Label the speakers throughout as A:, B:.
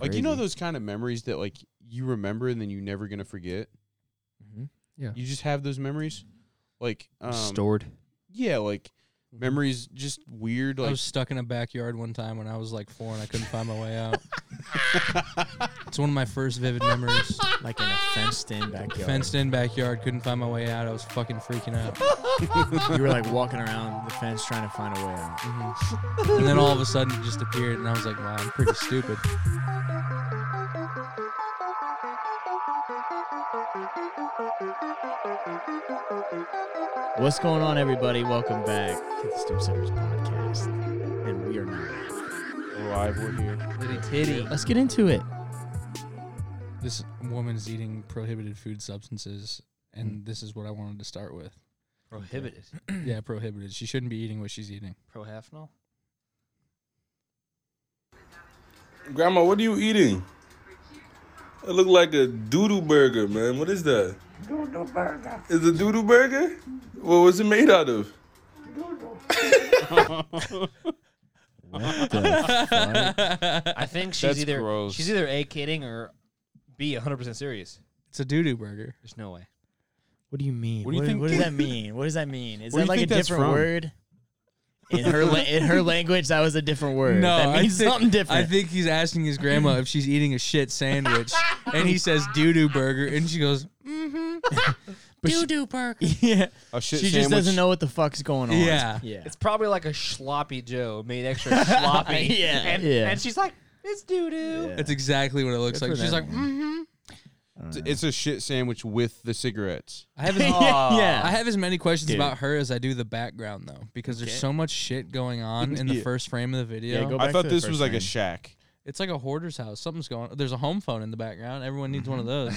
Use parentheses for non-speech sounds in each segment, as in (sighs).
A: Like you know those kind of memories that like you remember and then you're never gonna forget.
B: hmm
A: You just have those memories, like um,
B: stored.
A: Yeah, like
B: Mm-hmm.
A: memories, just weird.
C: I
B: Oh,
A: Like
C: was stuck in a backyard one time when I was like four and I couldn't find my way
A: (laughs)
C: out. it's one of my first
A: (laughs)
C: vivid memories.
B: Like in a fenced in backyard.
C: Fenced in backyard, couldn't find my way out. I was fucking freaking out.
B: You were like walking around the fence trying to find a way out.
C: Mhm. and then all of a sudden it just appeared and I was like, wow, I'm pretty stupid.
B: What's going on, everybody? Welcome back to the Stoop Sitters podcast. And we are now.
A: live, we're here.
C: Litty titty.
B: Let's get into it.
C: This woman's eating prohibited food substances,
A: Mm.
C: and this is what I wanted to start with. (clears throat)
D: Prohibited.
C: yeah, prohibited. She shouldn't be eating what she's eating.
D: Prohafnol?
E: Grandma, what are you eating? It looked like a doodle burger, man. What is that?
F: Doodle burger,
E: Is it doodle burger? What was it made out of?
F: doodle.
B: What the fuck?
D: I think she's
A: That's
D: either
A: gross.
D: she's either A kidding or B 100% serious.
C: It's a doo doo burger.
D: There's no way.
B: What do you mean?
A: What do you think-
B: does that mean? What does that mean? Is
A: Where do
B: that
A: you
B: like a
A: think that's
B: different
A: from?
B: word? In her la- in her language, that was a different word. that
C: I
B: means
C: think-
B: something different.
C: I think he's asking his grandma if she's eating a shit sandwich, and he says doo doo burger, and she goes,
B: doo doo burger. (laughs) Yeah,
A: A shit
B: she just
A: sandwich.
B: doesn't know what the fuck's going on.
C: Yeah.
B: yeah.
D: It's probably like a sloppy Joe made (laughs) extra sloppy.
B: Yeah,
D: and,
B: yeah.
D: and she's like, it's doo doo.
C: (laughs) "That's exactly what it looks
B: Good
C: like."
B: for
C: She's
B: them,
C: like,
B: man.
C: mm.
A: It's- It's a shit sandwich with the cigarettes.
C: "Mm, "I have
B: (laughs)
C: as
B: yeah.
C: I have as many questions
B: Dude.
C: about her as I do the background, though, because there's so much shit going on in the
A: Yeah.
C: first frame of the video.
B: go
A: I
B: back
A: thought
B: to the
A: this
B: first
A: was like
B: frame.
A: a shack.
C: It's like a hoarder's house. Something's going. There's a home phone in the background. Everyone needs one of those.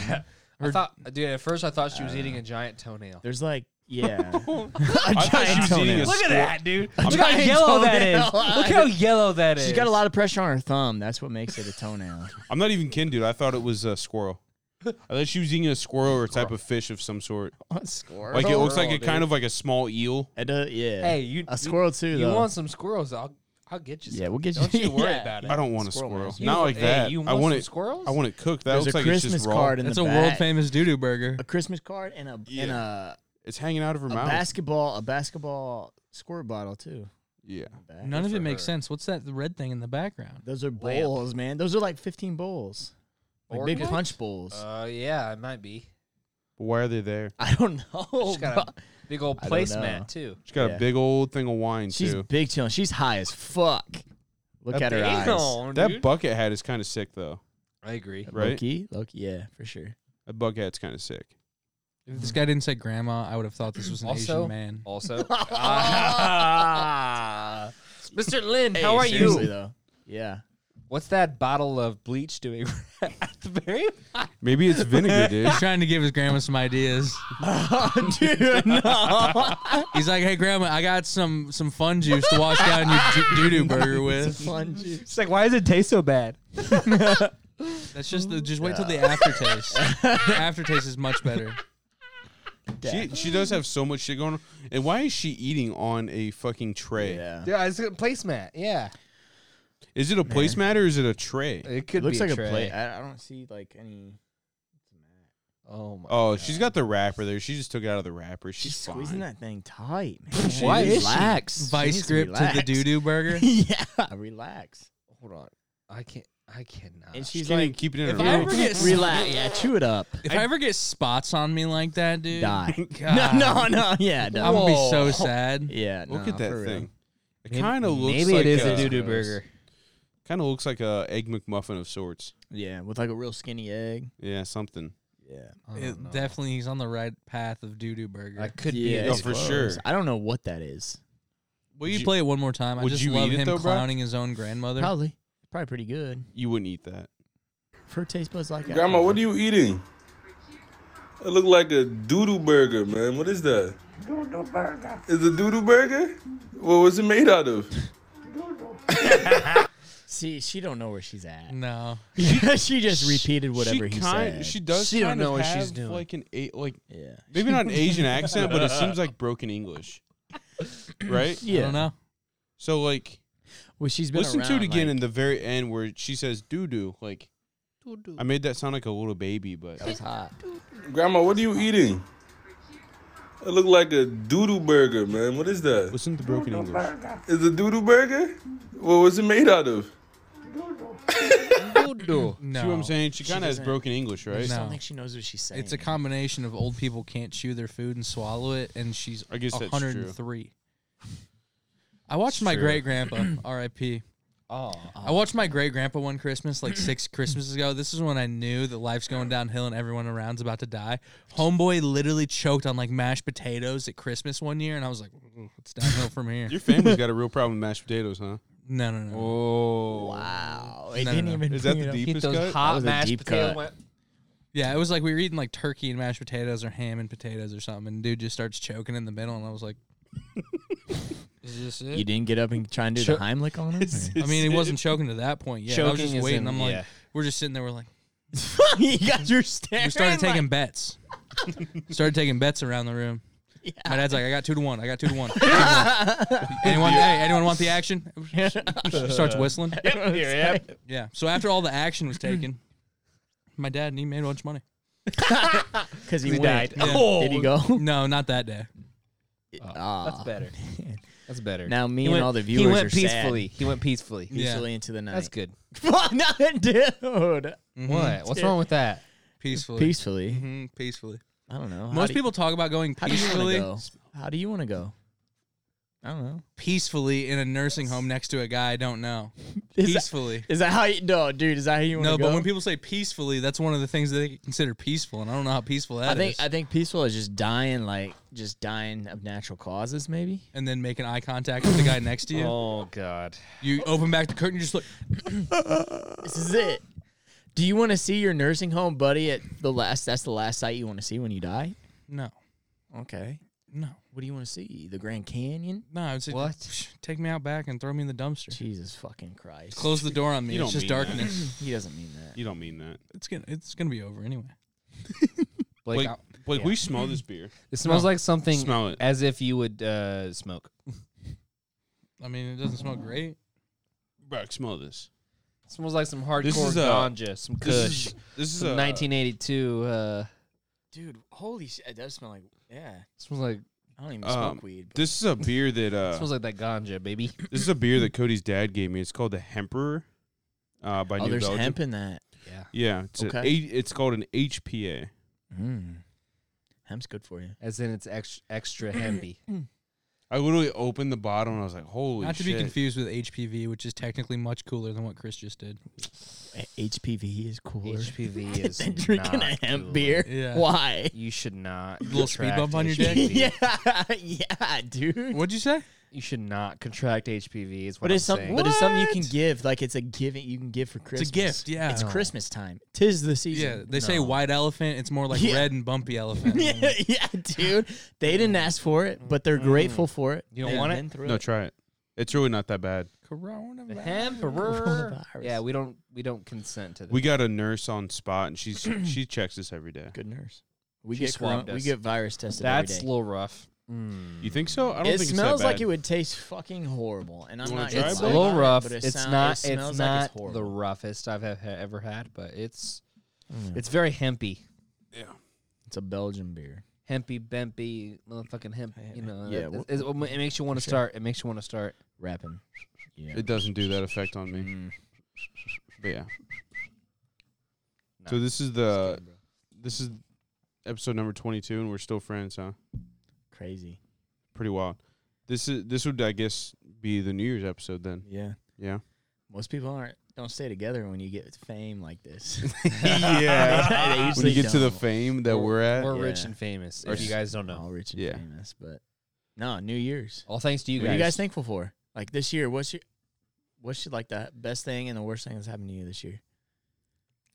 D: I thought, dude, at first I thought she was eating a giant toantnail.
B: There's like yeah,
A: I thought she was eating a
D: Look at
A: squirrel.
D: that, dude. Look how
B: giant
D: yellow that is.
B: toenail.
D: Look how yellow that is.
B: she's got a lot of pressure on her thumb. That's what makes it a toenail.
A: I'm not even kidding, dude. I thought it was a squirrel. I thought she was eating a squirrel or a type of fish of some sort.
B: squirrel.
A: Like it looks like a
D: dude.
A: kind of like a small eel.
B: It does, (laughs) yeah.
D: Hey, you
B: a squirrel too
D: You,
B: though.
D: want some squirrels? I'll, I'll get you.
B: yeah, we'll get you.
D: Don't you worry
B: (laughs) yeah.
D: about it.
A: I don't want
B: Squirrel
A: a squirrel.
B: mouse.
D: You-
A: Not like
D: hey,
A: that.
D: you
A: I
D: want
A: want
D: some
A: it.
D: squirrels?
A: I want it cooked. That
B: There's
A: looks
B: a
A: like
B: Christmas
A: it's just raw.
B: card in
C: That's
B: the
C: a
B: back.
C: world famous doo doo burger.
B: A Christmas card and a and a,
A: It's hanging out of her
B: a
A: mouth.
B: basketball a basketball squirt bottle too.
A: yeah.
B: Back.
C: None of
D: for
C: it makes
D: her.
C: sense. What's that red thing in the background?
B: Those are
D: Lamp.
B: bowls, man. Those are like 15 bowls, like big
D: Organs?
B: punch bowls.
D: Uh, yeah, it might be.
A: But why are they there?
B: I don't (laughs) know.
D: She's got a
B: bro.
D: big old
B: I don't know.
D: placemat too.
A: She's got
B: Yeah.
A: a big old thing of wine
B: She's
A: too.
B: big chillin'. She's high as fuck. Look
A: That
B: at her eyes.
D: Damn,
A: That
D: dude.
A: bucket hat is kind of sick though.
D: I agree.
A: Right?
B: Loki, Loki, yeah, for sure.
A: That bucket hat's kind of sick.
C: If this guy didn't say grandma, I would have thought this was an
D: Also-
C: Asian man.
D: (laughs) Also, uh, (laughs)
B: (laughs)
D: Ah. Mr. Lin, how are
B: Seriously,
D: you?
B: (laughs) though. Yeah.
D: What's that bottle of bleach
B: (laughs)
D: doing at the very?
A: Maybe it's vinegar, dude.
C: He's trying to give his grandma some ideas.
B: Oh, Dude, no.
C: He's like, "Hey, grandma, I got some some fun juice to wash down your doo doo burger with."
B: Fun juice.
D: It's like, why does it taste so bad?
C: That's just the, just wait till the
A: (laughs)
C: aftertaste. the aftertaste is much better.
A: she she does have so much shit going on. And why is she eating on a fucking tray?
B: Yeah.
D: Yeah, it's a placemat. Yeah,
A: Is it a placemat or is it a tray?
D: it could
B: It looks
D: be
B: like a
D: tray.
B: plate. I, I don't see like any.
D: Oh my!
A: Oh, she's got the wrapper there. She just took it out of the wrapper. She's,
B: She's squeezing
A: fine.
B: that thing tight, man.
D: Why is she?
B: relax.
C: Vice grip to the doo
A: (laughs)
C: doo burger.
B: (laughs) yeah, relax.
D: Hold on, I can't. I cannot.
B: And
A: She's
B: she's
A: can't even
B: like,
A: keep it in
C: if
A: her
C: I
A: mouth.
C: ever get s-
B: (laughs) relax. Yeah, chew it up.
C: If I ever get spots on me like that, dude,
B: (laughs) Die.
C: God.
B: (laughs) No, no, no. Yeah, no.
C: I'm gonna be so
D: Whoa.
A: (laughs)
C: sad.
B: yeah.
A: Look
B: nah,
A: at that
B: for real.
A: thing. It kind of looks
D: maybe
A: like
D: it is
A: a,
D: a doo doo burger.
A: Kind of looks like a egg McMuffin of sorts.
B: Yeah, with like a real skinny egg.
A: Yeah, something.
B: Yeah.
C: It definitely, he's on the right path of doo doo burger.
D: I could
B: yeah,
D: be.
A: Oh,
B: it's
A: for
B: close.
A: sure.
B: I don't know what that is.
C: Will you,
A: Would you-
C: play it one more time? I
A: would
C: just
A: you
C: love
A: eat it
C: him
A: though, bro?
C: clowning his own grandmother.
B: Probably. Probably pretty good.
A: You wouldn't eat that.
B: If her taste buds like
E: Grandma, what are you eating? It looked like a doodle burger, man. What is that?
F: Doodle burger,
E: Is it doodle burger? What was it made out of?
F: doodle.
B: See, she don't know where she's at.
C: No.
B: (laughs) she just repeated whatever
A: she
B: he
A: kind,
B: said.
A: She does.
D: She don't
A: kind of
D: know what she's
A: have,
D: doing.
A: Like an a, like
B: yeah.
A: maybe not an Asian accent,
B: (coughs)
A: but it seems like broken English, right?
C: I don't know.
A: So like,
B: Well, she's been
A: Listen to
B: around,
A: it again
B: like-
A: in the very end where she says doo doo. Like, I made that sound like a little baby, but
D: That was hot.
E: Grandma, what are you eating? It look like a doodle burger, man. What is that?
A: listen to broken
F: doodle
A: English.
F: burger,
E: Is a doodle burger? Well, what's it made out of?
F: doodle,
D: (laughs)
B: Oh.
D: Doodle.
C: No.
A: See what I'm saying? She
B: She
A: kind of has
B: doesn't.
A: broken English,
B: I
A: right?
B: just
C: No.
B: don't think she knows what she's saying.
A: Mm.
C: It's a combination of old people can't chew their food and swallow it, and she's
A: I guess that's true.
C: 103. I watched my
A: true. Ah.
C: great grandpa,
A: (clears throat)
C: R.I.P.
D: Oh,
C: I watched my great grandpa one Christmas,
A: (clears throat)
C: like six Christmases ago. This is when I knew that life's going downhill and everyone around's about to die. Homeboy literally choked on like mashed potatoes at Christmas one year, and I was like, "Ooh, it's downhill
A: (laughs)
C: from here.
A: Your family's got a real problem with mashed potatoes, huh?
C: no, no, no.
D: wow.
C: No, no, no.
A: Is that
D: bring it
A: the
D: up. Get
A: deepest
D: those
A: cut?
B: That
D: hot
B: was a
D: mashed
B: deep
D: potato
B: cut.
D: wet-
C: Yeah, it was like we were eating like turkey and mashed potatoes or ham and potatoes or something, and dude just starts choking in the middle, and
A: (laughs)
C: I was like,
D: Is this
B: (laughs) You
D: it?
B: didn't get up and try and do
D: Cho-
B: the Heimlich on (laughs) him.
C: I mean, he wasn't choking to that point yet. I was just
D: Choking is
C: waiting.
D: in-
C: I'm like,
D: yeah.
C: we're just sitting there. We're like,
B: you got your staring.
C: we started (laughs)
B: like-
C: taking
B: (laughs)
C: bets. started taking bets around the room. My dad's like, I got two to one. I got two to
B: (laughs)
C: one. anyone, hey, anyone want the action? Starts whistling.
B: (laughs) Yep, yep.
C: Yeah. So after all the action was taken, my dad and he made a bunch of money.
B: Because he,
D: He
B: died.
D: died.
B: Oh. Did he go?
C: No, not that day.
B: Ah.
D: better. That's better.
B: (laughs) Now me
D: He
B: and
D: went-
B: all the
D: He
B: viewers
D: went
B: are
D: peacefully. He went peacefully.
B: sad. Peacefully into the night.
D: That's (laughs) good.
B: (laughs) Fuck, no, dude.
D: What? What's
B: good.
D: wrong with that?
C: Peacefully.
B: Peacefully.
C: hmm peacefully.
B: I don't know. How
C: Most
B: do-
C: people talk about going
B: How do you want
C: peacefully,
B: to go? How do you want to go? I don't know.
C: peacefully in a nursing home next to a guy I don't know.
B: Is that,
C: peacefully.
B: is that how you? No, dude. Is that how you want to
C: No,
B: go?
C: but when people say peacefully, that's one of the things that they consider peaceful, and I don't know how peaceful that
B: I
C: is.
B: think I think peaceful is just dying, like just dying of natural causes, maybe.
C: and then making eye contact with the guy next to you.
D: Oh God.
C: You open back the curtain, you're just like,
B: This is it. Do you want to see your nursing home buddy at the last? That's the last sight you want to see when you die.
C: no,
B: Okay.
C: no,
B: What do you want to see? The Grand Canyon?
C: no. I would say,
D: What?
C: Take me out back and throw me in the dumpster.
B: Jesus fucking Christ!
C: Close the door on me.
A: You
C: It's
A: don't
C: just
A: mean that.
C: darkness.
B: He doesn't mean that.
A: You don't mean that.
C: It's gonna, it's gonna be over anyway.
D: Blake,
A: Like,
D: I-
A: like
D: yeah.
A: we smell this beer.
D: it smells like something
A: Smell it.
D: as if you would uh, smoke.
C: I mean, it doesn't smell great.
A: Bro, smell this.
D: It smells like some hardcore
A: This is, uh,
D: ganja, some
A: This
D: kush,
A: is uh, this is
D: some
A: a
D: 1982. Uh,
B: Dude, holy shit! It does smell like yeah.
D: smells like
B: I don't even
A: Um,
B: smoke weed. But
A: This is a beer that uh
D: smells like that ganja, baby.
A: this is a beer that Cody's dad gave me. It's called the Hemperer. Uh by
B: oh,
A: New
B: there's
A: Belgium.
B: hemp in that.
D: Yeah,
A: Yeah, it's a
B: Okay.
A: eight- it's called an HPA.
B: Mm. Hemp's good for you.
D: as in it's extra, extra hempy.
A: I literally opened the bottle and I was like, "Holy
C: Not to
A: shit!"
C: be confused with HPV, which is technically much cooler than what Chris just
B: (laughs)
C: did.
B: HPV is cooler.
D: HPV is
B: (laughs) than drinking
D: not
B: a hemp
D: cool.
B: beer.
C: Yeah.
B: Why?
D: You should not
C: Little speed
D: contract
C: bump on your
B: (laughs)
C: dick?
D: HPV.
B: yeah, yeah, dude.
C: What'd you say?
D: You should not contract HPV. Is what
B: But
D: I'm
B: it's something.
D: saying.
B: But it's something you can give. Like it's a giving you can give for
C: It's
B: Christmas.
C: a gift. Yeah.
B: It's Christmas time. Tis the season.
C: yeah. They say
B: No.
C: white elephant. It's more like
B: Yeah.
C: red and bumpy elephant.
B: (laughs) yeah, yeah, dude. They didn't ask for it, but they're grateful for it.
D: You don't
B: They've
D: want it?
B: been through
A: No, try it. It's really not that bad.
D: The
C: Coronavirus.
D: (laughs) hemperer.
B: Coronavirus.
D: Yeah, we don't we don't consent to this.
A: We got a nurse on spot and
B: (clears throat)
A: she's she checks this every day.
B: Good nurse. We
D: She
B: get corona,
D: swabbed
B: we
D: us.
B: get virus tested
D: That's a
B: every day.
D: little rough.
A: You think so? I don't
B: Hmm. it
A: think
B: smells
A: it's that bad.
B: like it would taste fucking horrible, and I'm
A: You wanna
B: not.
A: try it,
B: lying
D: It's a
A: Blake?
B: about
D: little
B: it,
D: rough.
B: but it
D: it's
B: sound-
D: not.
B: It
D: It's
B: smells like
D: not
B: it's horrible.
D: the roughest I've have, ever had, but it's
B: Hmm.
D: it's very hempy,
B: It's a Belgian beer.
D: hempy, bempy, motherfucking hemp. You know,
B: Yeah,
D: it, it, it makes you want to start. It makes you want to start.
B: Rapping. Yeah.
A: It doesn't do that effect on me. But yeah. So this is the this is episode number twenty two, and we're still friends, huh?
B: Crazy.
A: Pretty wild. This is this would I guess be the New Year's episode then.
B: Yeah.
A: Yeah.
B: Most people aren't don't stay together when you get fame like
C: (laughs)
B: this.
D: (laughs)
A: yeah.
B: They
A: when
B: usually
A: you get to the
B: don't.
A: fame that we're, at,
D: We're
B: Yeah.
D: rich and famous.
A: Or
D: If you
A: s-
D: guys don't know,
B: all rich and
A: Yeah.
B: famous, but no, New Year's.
D: all thanks to you
B: what
D: guys.
B: are you guys thankful for? Like this year, what's your what's your, like the best thing and the worst thing that's happened to you this year?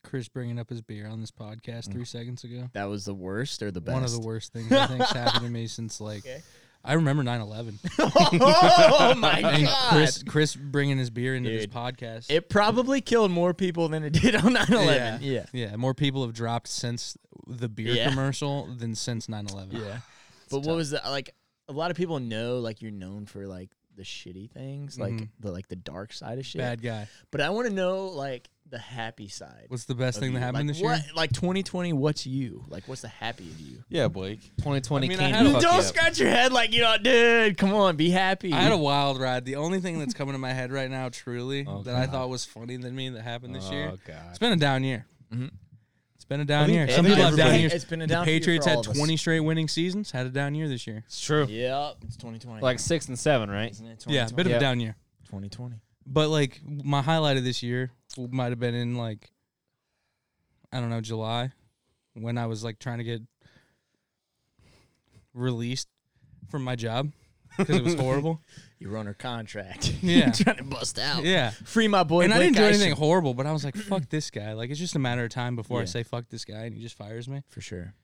C: Chris bringing up his beer on this podcast three seconds ago.
B: That was the worst or Mm. the best?
C: One of the worst things I think's happened to me since like
B: Okay.
C: I remember
B: (laughs)
C: 9/11.
B: (laughs) oh
C: (laughs)
B: my
C: And
B: god!
C: Chris Chris bringing his beer into this
B: Dude.
C: podcast.
B: It probably killed more people than it did on 9 11.
C: Yeah. yeah, more people have dropped since the beer
B: Yeah.
C: commercial than since Ah, 9/11.
B: Yeah. But what was the, like, a lot of people know, like, you're known for, like, the shitty things, like
C: Mhm.
B: the like the dark side of shit.
C: Bad guy.
B: But I want to know like the happy side.
C: What's the best
B: of
C: thing that
B: you.
C: happened
B: like,
C: this
B: what,
C: year?
B: Like 2020, what's you? Like what's the happy of you?
A: Yeah, Blake.
D: 2020
C: I mean, I
D: came
C: had
D: to
C: a-
D: fuck
B: Don't
D: you up.
B: scratch your head like you know, dude. Come on, be happy.
C: I had a wild ride. The only thing that's coming to my head right now, truly,
D: Oh,
C: that I
D: God.
C: thought was funny than me that happened this year.
D: Oh
C: It's
D: god.
C: been a down year.
B: Mhm.
C: It's been a down
A: think
C: year.
A: every-
C: Some people have
A: everybody-
C: down years.
B: It's been a
C: The
B: down year for
C: Patriots
B: all
C: had
B: of us.
C: 20 straight winning seasons. Had a down year this year.
D: It's true.
B: Yep, it's 2020.
D: Like six and seven,
B: (laughs)
D: right?
B: isn't it?
C: Yeah, a
B: 2020?
C: bit of
D: Yeah.
C: a down year.
B: 2020.
C: But like my highlight of this year might have been in like I don't know July when I was like trying to get released from my job because it was horrible.
B: You were under contract. (laughs)
C: Yeah.
B: trying to bust out.
C: yeah.
B: Free my boy.
C: and I
B: Blake
C: didn't do anything
B: Isham.
C: horrible, but I was like, "Fuck this guy!" Like it's just a matter of time before I
B: Yeah.
C: say "fuck this guy" and he just fires me.
B: for sure.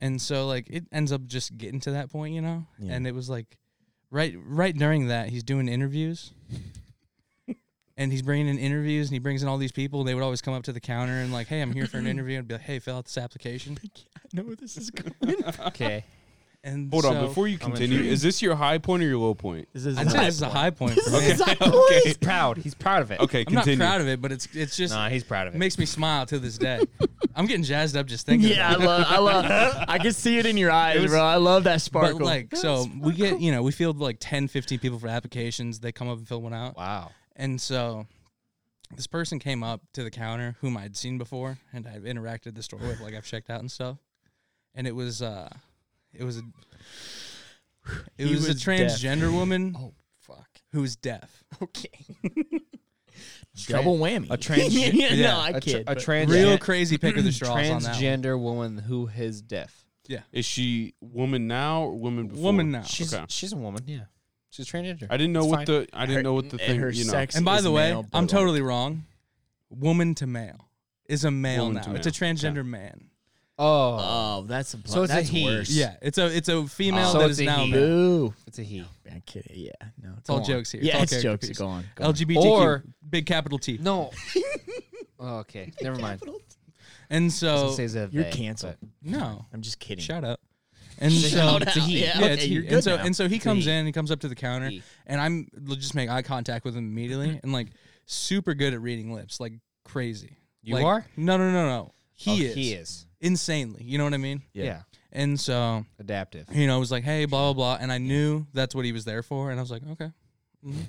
C: And so like it ends up just getting to that point, you know.
B: Yeah.
C: And it was like, right, right during that, he's doing interviews, and he's bringing in interviews, and he brings in all these people. And they would always come up to the counter and like, "Hey, I'm here for an interview," and be like, "Hey, fill out this application."
B: I know where this is going.
D: Okay.
C: And
A: Hold
C: so-
A: on, before you continue,
D: intrigued.
A: is this your high point or your low
C: (laughs)
A: point?
B: this is
C: I'd say this is a high point. For me.
B: (laughs) This is a high
D: He's proud. He's proud of it.
A: Okay,
C: I'm not
A: continue.
C: proud of it, but it's it's just
D: Nah, he's proud of
C: it
D: it.
C: makes me smile to this day. I'm getting jazzed up just thinking.
B: Yeah,
C: about
B: I
C: it.
B: love, I love, I can see it in your eyes,
C: was-
B: bro. I love that sparkle.
C: But
B: (laughs)
C: like, so we get, you know, we field like 10, 15 people for applications. They come up and fill one out.
D: wow.
C: And so this person came up to the counter whom I'd seen before and I've interacted at the store with, like I've checked out and stuff. And it was, uh, it was, a, it
B: He
C: was, a
B: was deaf.
C: transgender woman
B: oh fuck,
C: who was deaf.
B: okay, double whammy.
D: a trans-
B: (laughs) yeah, yeah,
C: yeah,
B: no, I
D: a, tra-
B: kid.
D: a
B: but-
D: trans-
C: Real crazy pick of the straws on that. one.
D: transgender woman who is deaf.
A: Is she woman now or woman before?
C: Woman now.
D: She's
A: Oh, Okay.
D: she's a woman. Yeah. She's transgender.
A: I didn't know
D: It's
A: what
D: fine.
A: the I didn't
B: Her-
A: know what the
B: and
A: thing
B: her
A: you know.
B: sex-
C: And by
B: is
C: the way,
B: male, but,
C: I'm
B: like-
C: totally wrong. Woman to male is a male
A: Woman
C: now.
A: to
C: It's a
A: male.
C: transgender man.
D: oh,
B: Oh, that's a blunt.
D: So it's a
B: that's
D: he.
B: worse.
C: Yeah, it's a it's a female
D: So
C: that
D: it's
C: is
D: a
C: now
D: he.
C: a male.
B: Boo.
D: it's a he.
B: I'm kidding. Yeah, no, it's
C: all jokes here. It's
B: Yeah,
C: all
B: it's,
C: character
B: jokes.
C: piece.
B: Go on. Go on.
C: LGBTQ,
D: Or-
C: big capital T.
D: No. oh, okay. Never mind. I
C: And
D: was
C: so
D: gonna say it's a
B: You're
D: they,
B: canceled.
C: no,
B: I'm just kidding. (laughs)
C: shut up. And so (laughs)
B: Shout
C: it's a
B: out.
C: he.
B: Yeah,
C: Yeah,
B: okay,
C: it's he.
B: you're good
C: And so (laughs)
B: now.
C: and so he
B: It's a
C: comes
B: he.
C: in, he comes up to the counter,
D: He.
C: and I'm will just make eye contact with him immediately, and like super good at reading lips, like crazy.
D: You
C: Like-
D: are?
C: No, no, no, no.
D: Oh,
C: He is
D: He is.
C: insanely. You know what I mean?
D: Yeah.
C: And so
D: Adaptive.
C: you know, it was like, hey, blah, blah, blah. And I knew that's what he was there for. And I was like, okay. Mhm.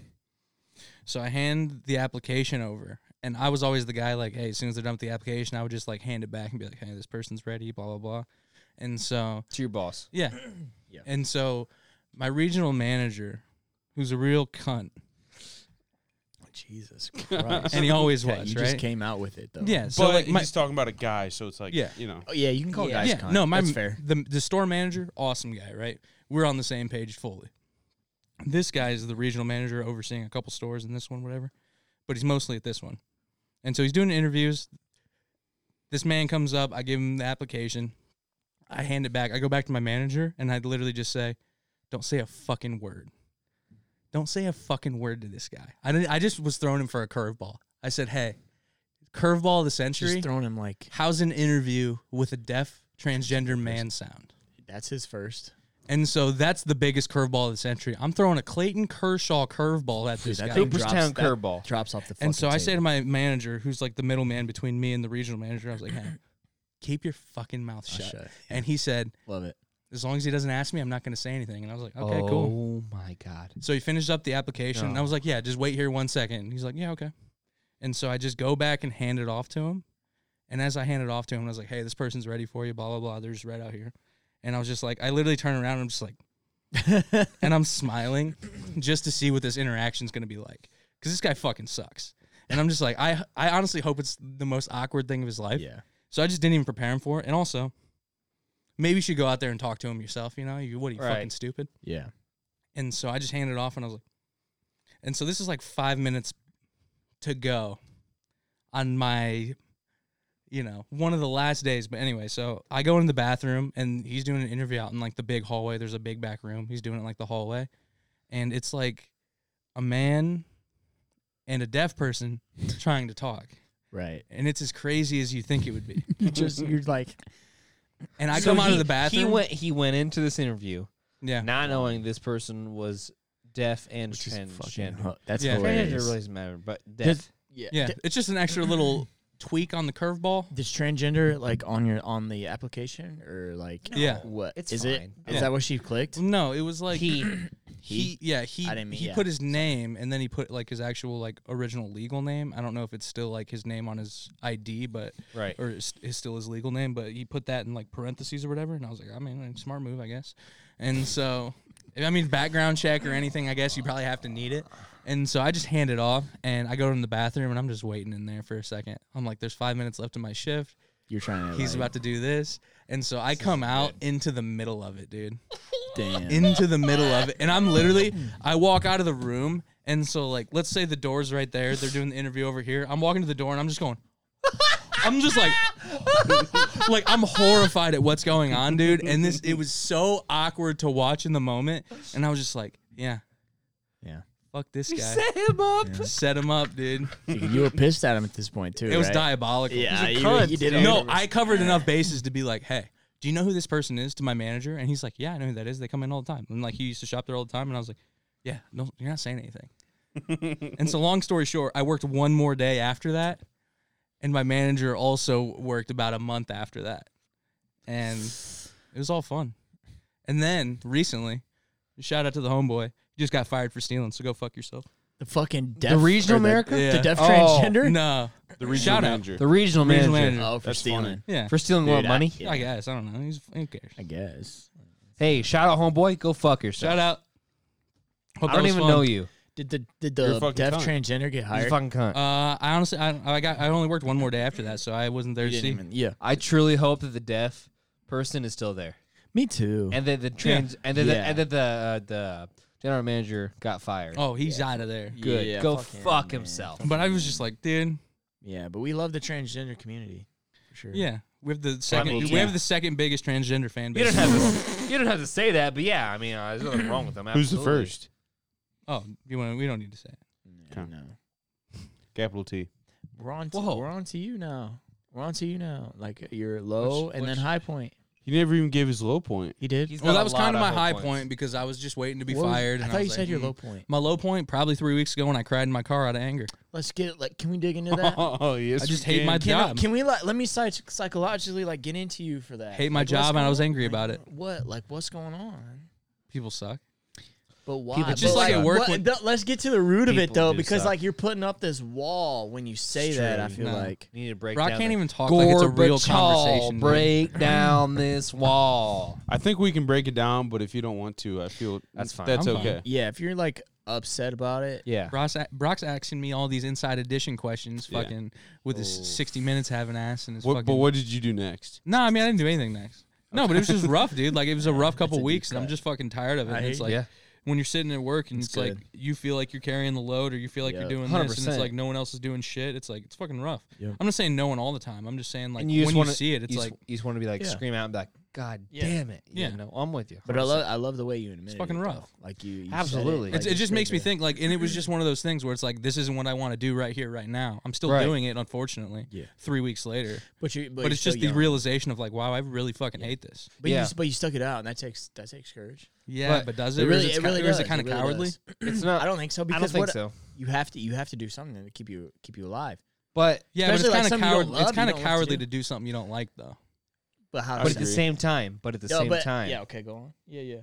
C: So I hand the application over. And I was always the guy, like, hey, as soon as they're done with the application, I would just like hand it back and be like, hey, this person's ready, blah, blah, blah. And so,
D: To your boss.
C: yeah.
B: (clears throat) Yeah.
C: And so my regional manager, who's a real cunt,
B: Jesus
C: (laughs)
B: Christ.
C: and he always
B: (laughs) Okay,
C: was,
B: you
C: right?
B: just came out with it though.
C: yeah.
A: But
C: So, like, my,
A: he's talking about a guy, so it's like
C: Yeah.
A: you know.
B: Oh, yeah, you can call
D: Yeah.
B: guys.
C: yeah,
B: cunt.
C: no, my
B: that's
C: m-
B: fair.
C: The the store manager, awesome guy, right? We're on the same page fully. This guy is the regional manager overseeing a couple stores in this one, whatever, but he's mostly at this one, and so he's doing interviews. This man comes up, I give him the application, I hand it back, I go back to my manager, and I literally just say, "Don't say a fucking word." Don't say a fucking word to this guy. I didn't, I just was throwing him for a curveball. I said, "Hey, curveball of the century."
B: Just throwing him like
C: how's an interview with a deaf transgender man sound?
B: that's his first.
C: And so that's the biggest curveball of the century. I'm throwing a Clayton Kershaw curveball at this
B: Dude, that
C: guy.
B: thing drops,
D: Cooperstown
B: that
D: curveball.
B: drops off the. fucking
C: And so I say to
B: table.
C: my manager, who's like the middleman between me and the regional manager, I was like, hey, keep your fucking mouth
B: I'll
C: shut.
B: shut.
C: And he said,
B: Oh, Love it.
C: as long as he doesn't ask me, I'm not going to say anything. And I was like, okay, cool.
D: Oh my god.
C: So he finished up the application. And I was like, yeah, just wait here one second. And he's like, yeah, okay. And so I just go back and hand it off to him. And as I hand it off to him, I was like, hey, this person's ready for you, blah, blah, blah. They're just right out here. And I was just like, I literally turn around and I'm just like, and I'm smiling just to see what this interaction's going to be like. Because this guy fucking sucks. And I'm just like, I, I honestly hope it's the most awkward thing of his life.
B: Yeah.
C: So I just didn't even prepare him for it. And also, maybe you should go out there and talk to him yourself. You know, you, what are you
D: Right.
C: fucking stupid?
B: Yeah.
C: And so I just handed it off and I was like, and so this is like five minutes to go on my, you know, one of the last days. But anyway, so I go into the bathroom and he's doing an interview out in like the big hallway. There's a big back room. He's doing it like the hallway. And it's like a man and a deaf person trying to talk.
B: Right.
C: And it's as crazy as you think it would be.
B: You just you're
C: (laughs)
B: like
C: And
D: (laughs)
C: I
D: So
C: come out
D: he-
C: of the bathroom.
D: He went. He went into this interview
C: yeah.
D: not knowing this person was deaf and
B: Which is fucking.
D: transgender.
B: hu- That's
C: Yeah.
D: Transgender
B: hilarious.
D: really doesn't matter, but deaf.
B: Does- yeah.
C: Yeah,
B: d-
C: it's just an extra
D: (clears throat)
C: little tweak on the curveball.
B: Does transgender like on your on the application or like
C: Yeah.
B: what
D: It's
B: is it?
D: fine.
B: Is
C: Yeah.
B: that what she clicked?
C: No, it was like
D: He.
C: (clears throat) he yeah he
B: I didn't mean-
C: he
B: yeah.
C: put his name and then he put like his actual like original legal name. I don't know if it's still like his name on his ID, but
D: Right.
C: or is, is still his legal name, but he put that in like parentheses or whatever. And I was like, I mean, smart move, I guess. And so, I mean, background check or anything, I guess you probably have to need it. And so I just hand it off, and I go in the bathroom, and I'm just waiting in there for a second. I'm like, there's five minutes left in my shift.
B: You're trying to.
C: He's
B: like,
C: about to do this, and so I come out into the middle of it, dude
B: Damn.
C: into the middle of it. And I'm literally, I walk out of the room. And so, like, let's say the door's right there. They're doing the interview over here. I'm walking to the door and I'm just going, (laughs) I'm just like, (laughs) like, I'm horrified at what's going on, dude. And this, it was so awkward to watch in the moment. And I was just like, yeah,
B: yeah.
C: fuck this guy.
D: Set him up.
C: Set him up, dude.
B: Dude, you were pissed at him at this point too.
C: It was
B: right?
C: diabolical.
B: Yeah, you, you did. it.
C: No, I covered enough bases to be like, hey, do you know who this person is to my manager? And he's like, yeah, I know who that is. They come in all the time. And like, he used to shop there all the time. And I was like, yeah, no, you're not saying anything. (laughs) and so, long story short, I worked one more day after that. And my manager also worked about a month after that. And it was all fun. And then recently, shout out to the homeboy. You just got fired for stealing, so go fuck yourself.
B: the fucking deaf.
D: The
B: or
D: regional
B: the-
D: America?
C: Yeah.
B: The deaf
D: Oh,
B: transgender.
C: No.
A: The regional
C: Shout out.
A: manager.
D: The regional manager.
C: Regional manager.
B: Oh, for
A: That's
B: stealing.
A: funny.
C: Yeah.
D: For stealing what
B: Dude, I-
D: money?
B: yeah.
C: I guess. I don't know. He's, who cares?
B: I guess.
D: Hey, shout out, homeboy. Go fuck yourself.
C: Shout out. Hope
D: I
C: that
D: don't
C: was
D: even
C: fun.
D: know you.
B: Did the did
A: You're a
B: the
A: fucking
B: deaf
A: cunt.
B: transgender get
D: You
B: hired?
D: fucking cunt.
C: Uh, I honestly, I, I got, I only worked one more day after that, so I wasn't there.
B: You
C: to
B: didn't
C: see,
B: even- yeah.
D: I truly hope that the deaf person is still there,
B: Me too.
D: and that the trans, and then
B: Yeah.
D: the, and that the uh, the general manager got fired.
C: oh, he's out of there.
D: good.
B: Yeah,
D: Go
B: fuck him,
D: fuck
B: man.
D: himself.
C: But I was just like, dude,
B: yeah, but we love the transgender community. For sure.
C: yeah, we have the second,
A: mean,
C: we
A: yeah.
C: have the second biggest transgender fan
D: You
C: base.
D: don't have to, (laughs) you don't have to say that, but yeah, I mean, uh, there's nothing wrong with them.
A: Who's the
D: absolutely.
A: first?
C: oh, you want? We don't need to say. It.
B: No,
A: Okay.
B: no.
A: Capital T.
B: We're on. To,
C: Whoa.
B: we're on to you now. We're on to you now. Like your low
C: Which-
B: and then
C: which-
B: high point.
A: He never even gave his low point.
B: He did.
D: He's
C: Well,
D: got
C: that
D: a
C: was
D: lot
C: kind of my
D: low
C: high
D: points.
C: point because I was just waiting to be
B: What was-
C: fired.
B: I
C: and
B: thought you
C: was
B: said
C: like,
B: your
C: hmm.
B: low point.
C: My low point probably three weeks ago when I cried in my car out of anger.
B: Let's get it. Like, can we dig
C: (laughs)
B: into that?
A: (laughs) Oh yes,
C: I just
A: we
C: hate
A: can.
C: my
B: Can, I-
C: job.
B: can we like let me psych- psychologically like get into you for that?
C: Hate my
B: Like, what's
C: job and I was
B: going
C: angry
B: on
C: about
B: right
C: it.
B: now? What like what's going on?
C: People suck.
B: But why?
D: People
B: But,
D: just
C: like at work
B: what-
C: when-
B: th- let's get to the root of it
D: People
B: though,
D: do
B: because
D: suck.
B: like you're putting up this wall when you say
D: It's
B: that.
D: true.
B: I feel
C: No.
B: like
D: You need to break.
C: Brock
D: down
C: can't
D: the-
C: even talk like it's a real
D: Gorbachev,
C: conversation. dude.
D: Break down this wall.
A: I think we can break it down, but if you don't want to, I feel
D: That's fine.
A: That's
C: I'm fine.
A: okay.
B: yeah, if you're like upset about it,
D: Yeah.
C: Brock's, Brock's asking me all these inside edition questions,
A: Yeah.
C: fucking with his 60 minutes having ass and his
A: What,
C: fucking.
A: but what did you do next?
C: No, I mean I didn't do anything next. No, but it was just rough, dude. Like it was a rough couple
B: a deep
C: weeks, and I'm
B: cut.
C: just fucking tired of it.
B: I
C: And it's
B: hear
C: like
D: you.
C: when you're sitting at work and
B: It's
C: it's like
B: good.
C: you feel like you're carrying the load, or you feel like
B: Yeah,
C: you're doing this, and it's
D: 100%.
C: like no one else is doing shit. It's like it's fucking rough.
B: Yeah.
C: I'm not saying no one all the time. I'm just saying like
D: and you just
C: when
D: wanna,
C: you see it, it's
D: you
C: like
D: just, you just want to be like
B: Yeah.
D: scream out and be like, God
B: Yeah.
D: damn it! Yeah,
C: Yeah.
D: no, I'm with you.
B: But I love I love the way you admit it.
C: fucking
B: though.
C: rough.
B: Like you, you said
D: Absolutely.
B: like,
C: it's, it
B: you
C: just
B: said
C: makes me
B: that.
C: think like, and it was just one of those things where it's like this isn't what I want to do right here, right now. I'm still
D: Right.
C: doing it, unfortunately.
B: Yeah.
C: Three weeks later,
B: But you,
C: but,
B: you're
C: it's
B: still
C: just
B: young.
C: the realization of like, wow, I really fucking hate this.
B: But you,
D: Yeah.
B: s- but you stuck it out, and that takes that takes courage.
C: Yeah, but,
D: But
C: does
B: it
C: it? or is
B: really- it
C: it, ki-
B: really
C: or is it
B: does,
C: kind
B: it
C: of
B: really
C: cowardly?
B: does.
D: It's not.
B: I don't think so because
D: I don't think
B: what,
D: so.
B: you have to you have to do something to keep you keep you alive.
D: But
C: Yeah, but it's
B: Especially, like,
C: kind of
B: something you don't
C: cowardly. It's
B: love, you
C: kind
B: don't
C: of
B: want to
C: cowardly
B: do.
C: to do something you don't like, though.
B: But how?
A: I
D: but
B: does
D: at the
A: agree.
D: same time, but at the
B: No,
D: same
B: but-
D: time,
B: Yeah. Okay. Go on. Yeah. Yeah.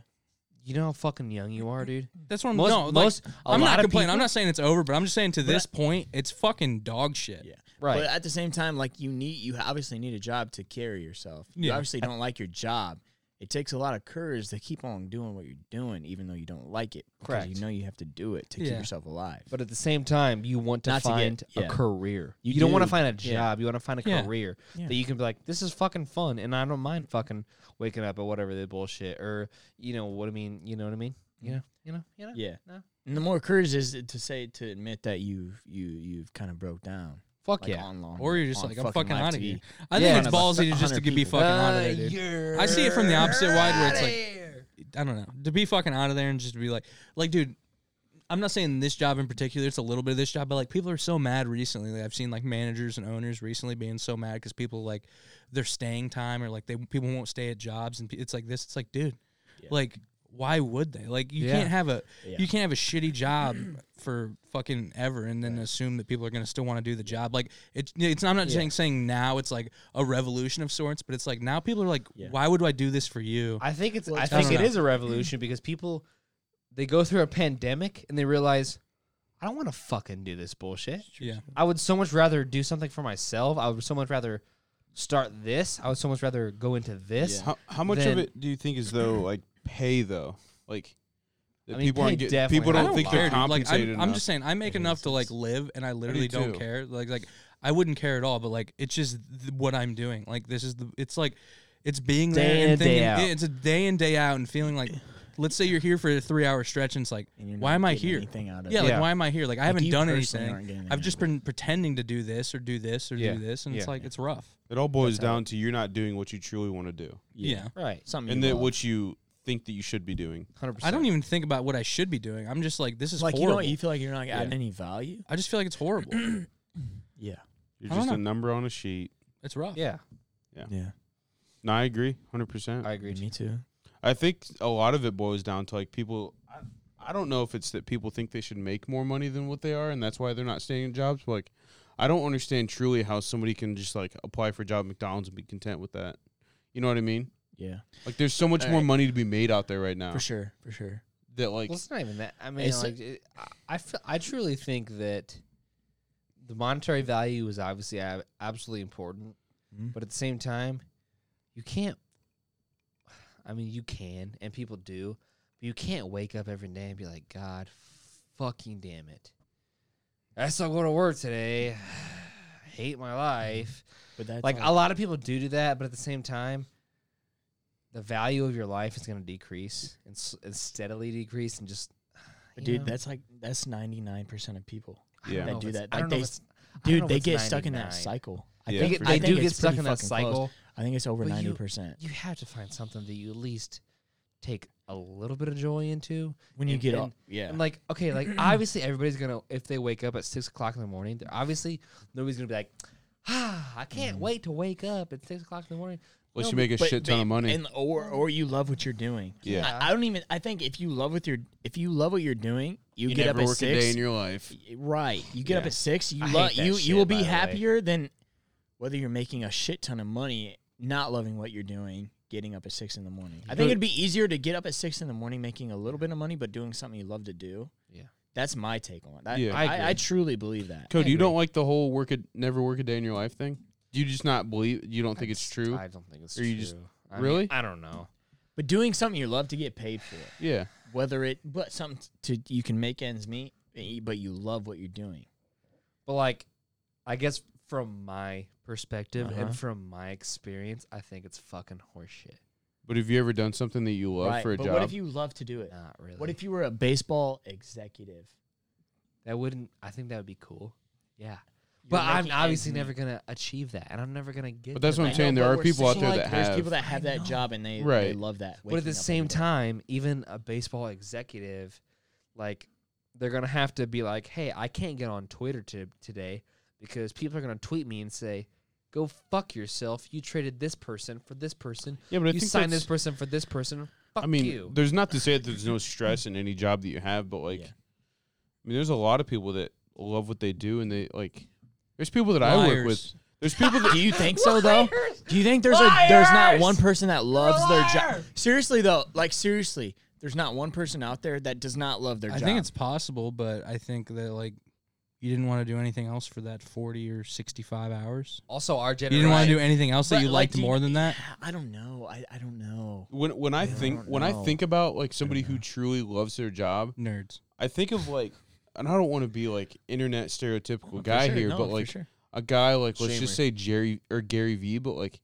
D: you know how fucking young you are, dude.
C: That's what I'm.
D: Most-
C: no, like,
D: most- a
C: I'm
D: lot
C: not
D: of
C: complaining. I'm
D: people-
C: not saying it's over, but I'm just saying to
B: But
C: this
B: I-
C: point, it's fucking dog shit.
B: Yeah.
D: Right.
B: But at the same time, like you need you obviously need a job to carry yourself. You
C: Yeah.
B: obviously don't like your job. It takes a lot of courage to keep on doing what you're doing, even though you don't like it. because You
D: Correct.
B: know you have to do it to keep
C: Yeah.
B: yourself alive.
D: But at the same time, you want to
B: Not to get-
D: find
B: yeah.
D: a career.
B: You
D: You, don't want to
B: do.
D: find a
B: Yeah.
D: job. You want to find a
C: Yeah.
D: career
B: Yeah.
D: that you can be like, this is fucking fun, and I don't mind fucking waking up at whatever the bullshit, or you know what I mean. You know what I mean.
C: Mm-hmm.
D: You know. You know. You know.
B: yeah.
D: No.
B: And the more courage is it to say to admit that you've you you've kind of broke down.
D: Fuck
B: Like
D: yeah.
B: on long,
C: Or you're just
B: on
C: like, I'm fucking
B: live
C: out of
B: TV.
C: here. I
D: Yeah.
C: think it's ballsy to just to
B: 100
C: be
B: people.
C: fucking
D: Uh,
C: out of there, dude. I see it from the opposite wide where it's like- I don't know. To be fucking out of there and just to be like, like, dude, I'm not saying this job in particular. It's a little bit of this job, but like, people are so mad recently. Like, I've seen like managers and owners recently being so mad because people like their staying time or like they people won't stay at jobs and pe- it's like this. It's like, dude, like, why would they? Like you
D: Yeah.
C: can't have a
B: Yeah.
C: you can't have a shitty job for fucking ever and then assume that people are going to still want to do the job. Like it's it's I'm not
B: Yeah.
C: saying saying now it's like a revolution of sorts, but it's like now people are like
B: Yeah.
C: why would I do this for you?
D: I think it's.
B: Well,
D: I
B: it's
D: think
C: kinda
D: it
C: not-
D: is a revolution because people they go through a pandemic and they realize I don't want to fucking do this bullshit.
C: yeah.
D: I would so much rather do something for myself. I would so much rather start this. I would so much rather go into this.
A: How, how much of
D: Then-
A: it do you think is though like pay though? Like that
D: I mean,
A: people aren't
D: pay
A: get,
D: definitely.
A: people don't,
D: I don't
A: think
D: care,
A: they're
C: dude. Like,
A: compensated
C: I'm,
A: enough.
C: I'm just saying, I make enough to like live, and I literally do not
A: too.
C: care. Like, like I wouldn't care at all. But like, it's just th- what I'm doing. Like, this is the. It's like, it's being
D: Day
C: there
D: in
C: and
D: and day
C: thinking.
D: out.
C: yeah, It's a day in day out and feeling like. Let's say you're here for a three hour stretch, and it's like,
G: And you're
C: why
G: not
C: am I
G: getting
C: here?
G: anything out of
C: Yeah,
G: it.
C: like
D: Yeah.
C: why am I here? Like I
G: Like,
C: haven't
G: you
C: done
G: personally aren't
C: anything.
G: getting
C: I've just
G: anything.
C: been pretending to do this or do this or
D: Yeah.
C: do this, and it's
D: Yeah.
C: like it's rough.
A: it all boils
G: That's how
A: down to you're not doing what you truly want to do,
C: Yeah.
D: Right.
G: Something
A: and
G: you
A: that
G: love.
A: what you think that you should be doing.
D: Hundred percent.
C: I don't even think about what I should be doing. I'm just like, this is
B: like
C: horrible.
B: you don't you feel like you're not adding any value.
C: I just feel like it's horrible.
G: Yeah.
A: You're
C: I don't
A: just a
C: know.
A: number on a sheet.
C: it's rough.
D: Yeah,
G: Yeah.
A: No, I agree, hundred percent.
D: I agree.
G: Me too.
A: I think a lot of it boils down to like people. I, I don't know if it's that people think they should make more money than what they are, and that's why they're not staying in jobs. But like, I don't understand truly how somebody can just like apply for a job at McDonald's and be content with that. You know what I mean?
G: Yeah.
A: Like, there's so much
B: All
A: more
B: right.
A: money to be made out there right now
B: For sure, for sure.
A: that like
D: Well, it's not even that. I mean,
B: It's-
D: like, it, I, I, feel, I truly think that the monetary value is obviously ab- absolutely important,
G: Mhm.
D: but at the same time, you can't. I mean, you can, and people do, but you can't wake up every day and be like, "God, fucking damn it, I still go to work today. (sighs) I hate my life."
B: But that's
D: like a lot of people do do that, but at the same time, the value of your life is going to decrease and, s- and steadily decrease, and just (sighs) you
B: dude,
D: know,
B: that's like that's ninety nine percent of people.
D: I don't
A: Yeah.
D: know
B: They
D: if
B: do
D: it's-
B: that.
D: I
B: Like,
D: don't know
B: they
D: if it's-
B: s-
D: I don't know
B: Dude,
D: if
B: they
D: it's
B: get stuck in that
D: 99.
B: cycle. I
A: Yeah,
D: They,
A: They
B: think
D: get,
B: I
D: they
B: think
D: do
B: it's
D: get stuck
B: pretty
D: in that
B: fucking close.
D: cycle.
B: I think it's over
D: But
B: ninety
D: you-
B: percent.
D: You have to find something that you at least take a little bit of joy into.
B: When you
D: and-
B: get
D: and-
B: up. Yeah.
D: And like, okay,
B: (clears throat)
D: like obviously everybody's gonna if they wake up at six o'clock in the morning, they're obviously nobody's gonna be like, ah, I can't
B: Mm.
D: wait to wake up at six o'clock in the morning.
A: unless
D: no,
A: you make a
B: But-
A: shit ton
B: but-
A: of money.
B: And or or you love what you're doing.
A: yeah,
B: I, I don't even I think if you love with your if you love what you're doing, you,
A: you
B: get
A: never
B: up at
A: work
B: six.
A: a day in your life.
B: Right. You get up
A: Yeah.
B: at six. You
D: I
B: love
D: hate that
B: you.
D: shit,
B: you will
D: by
B: be
D: the way.
B: happier than whether you're making a shit ton of money, not loving what you're doing, getting up at six in the morning. I think it'd be easier to get up at six in the morning, making a little bit of money, but doing something you love to do.
D: Yeah.
B: That's my take on it. That,
A: Yeah.
B: I,
A: I
B: I,
D: agree.
B: truly believe that.
A: Cody, you don't like the whole work a never work a day in your life thing. Do you just not believe? You don't think it's
D: just-
A: true?
D: I don't think it's
A: Or
D: true.
A: you just-
D: I mean,
A: really?
D: I don't know.
B: But doing something you love to get paid for,
A: Yeah,
B: whether it but something to you can make ends meet, eh, but you love what you're doing.
D: But like, I guess from my perspective
B: Uh-huh.
D: and from my experience, I think it's fucking horseshit.
A: but have you ever done something that you love
B: right.
A: for a
B: but
A: job?
B: what if you love to do it?
D: Not really.
B: What if you were a baseball executive?
D: That wouldn't. I think that would be cool. Yeah,
B: You're
D: but I'm
B: making ends
D: obviously
B: meet.
D: never gonna achieve that, and I'm never gonna get.
A: But that's
D: to
A: what I'm
D: that.
A: saying.
B: know,
A: There
B: but
A: are
B: we're
A: people out
B: saying,
A: there
B: like,
A: that
B: there's
A: have-
B: people that have
G: I
B: that
G: know.
B: job and they, they
A: Right.
B: love that.
D: But at
B: waking
D: the
B: up
D: same
B: every day.
D: time, even a baseball executive, like they're gonna have to be like, "Hey, I can't get on Twitter to, today because people are gonna tweet me and say." Go fuck yourself. You traded this person for this person.
A: Yeah, but I
D: you
A: think
D: signed this
A: that's-
D: person for this person. Fuck
A: I mean,
D: you.
A: there's not to say that there's no stress in any job that you have, but like,
B: Yeah.
A: I mean, there's a lot of people that love what they do, and they like. There's people that I work with.
C: Liars.
A: There's people that
B: do you think so though? Do you think there's a there's not one person that loves their job? Seriously though, like seriously, there's not one person out there that does not love their
C: I
B: job.
C: think it's possible, but I think that like you didn't want to do anything else for that forty or sixty-five hours.
D: also, our
C: You
D: generation.
C: didn't want to do anything else
B: But,
C: that you
B: like,
C: liked
B: do you-
C: more than that.
B: I don't know. I, I don't know.
A: when when I think
B: don't
A: when I
B: know.
A: think about like somebody who truly loves their job,
C: Nerds.
A: I think of like, and I don't want to be like internet stereotypical guy
B: sure,
A: here,
B: no,
A: but
B: for
A: like
B: sure.
A: a guy like let's just say Jerry or Gary Vee, but like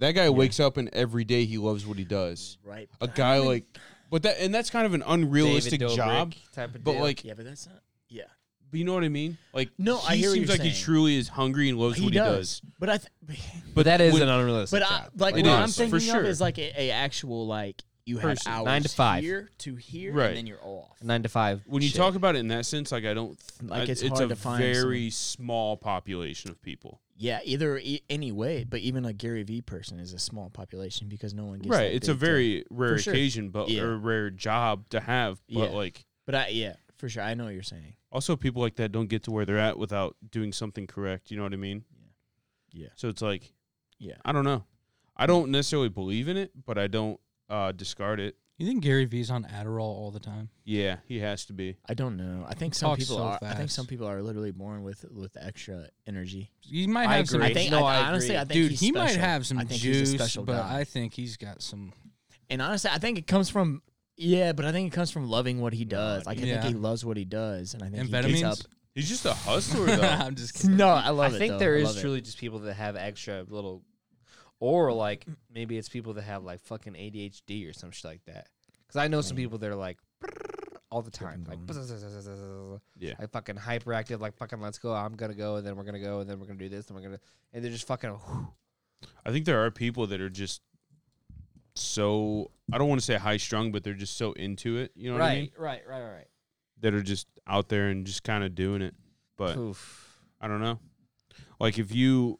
A: that guy wakes up and every day he loves what he does.
B: Right.
A: A guy like, but that and that's kind of an unrealistic
D: David Dobrik
A: job,
D: type of
A: but
D: deal.
A: like,
B: Yeah, but that's not yeah.
A: but you know what I mean? Like,
B: No,
A: he
B: I hear what
A: seems
B: you're
A: like he
B: saying.
A: truly is hungry and loves what he does.
B: But I th-
D: But that is
A: when-
D: an unrealistic
B: But I,
D: job.
B: like
A: It
B: what I'm
A: is, for
B: thinking of
A: sure.
B: is like a, a actual like you you have
A: Person.
B: hours
D: Nine to five.
B: here to here,
A: Right.
B: and then you're off.
D: Nine to five.
A: When you
D: shit.
A: talk about it in that sense, like I don't th-
B: Like,
A: I-
B: it's hard
A: a
B: to find
A: very small population of people.
B: Yeah, either e- any way, but even a Gary Vee person is a small population because no one gets
A: right,
B: that
A: it's a
B: big to-
A: very rare
B: sure.
A: occasion, but
B: Yeah.
A: or a rare job to have. But
B: Yeah.
A: like
B: But I, yeah, for sure, I know what you're saying.
A: also people like that don't get to where they're at without doing something correct. You know what I mean?
B: Yeah.
A: So it's like,
B: Yeah.
A: I don't know. I don't necessarily believe in it, but I don't uh, discard it.
C: You think Gary Vee's on Adderall all the time?
A: Yeah, he has to be.
B: I don't know. I think some
C: talks
B: people
C: so
B: are. I think
C: fast.
B: some people are literally born with with extra energy.
C: You might
D: I
C: have some.
D: agree.
B: I think.
D: No,
B: I,
D: I
B: honestly,
D: agree.
B: I think
C: dude,
B: he's
C: he might
B: special.
C: have some
B: I think
C: juice,
B: he's a special
C: but
B: guy.
C: I think he's got some.
B: and honestly, I think it comes from. Yeah, but I think it comes from loving what he does. Like I
C: Yeah.
B: think he loves what he does, and I think
C: And (laughs)
B: he gets up.
C: vitamins.
A: He's just a hustler,
C: (laughs)
A: though.
C: I'm just kidding.
B: No, I love
D: I
B: it.
D: think
B: though.
D: there
B: I
D: is
B: love it.
D: truly just people that have extra little, or like maybe it's people that have like fucking ADHD or some shit like that. Because I know some
A: Mm.
D: people that are like all the time, like (laughs)
A: Yeah.
D: like fucking hyperactive, like fucking let's go, I'm gonna go, and then we're gonna go, and then we're gonna do this, and we're gonna, and they're just fucking.
A: I think there are people that are just so I don't want to say high strung, but they're just so into it. You know what I mean?
D: right, right, right, right,
A: That are just out there and just kind of doing it.
D: right.
A: But
D: Oof.
A: I don't know. Like if you,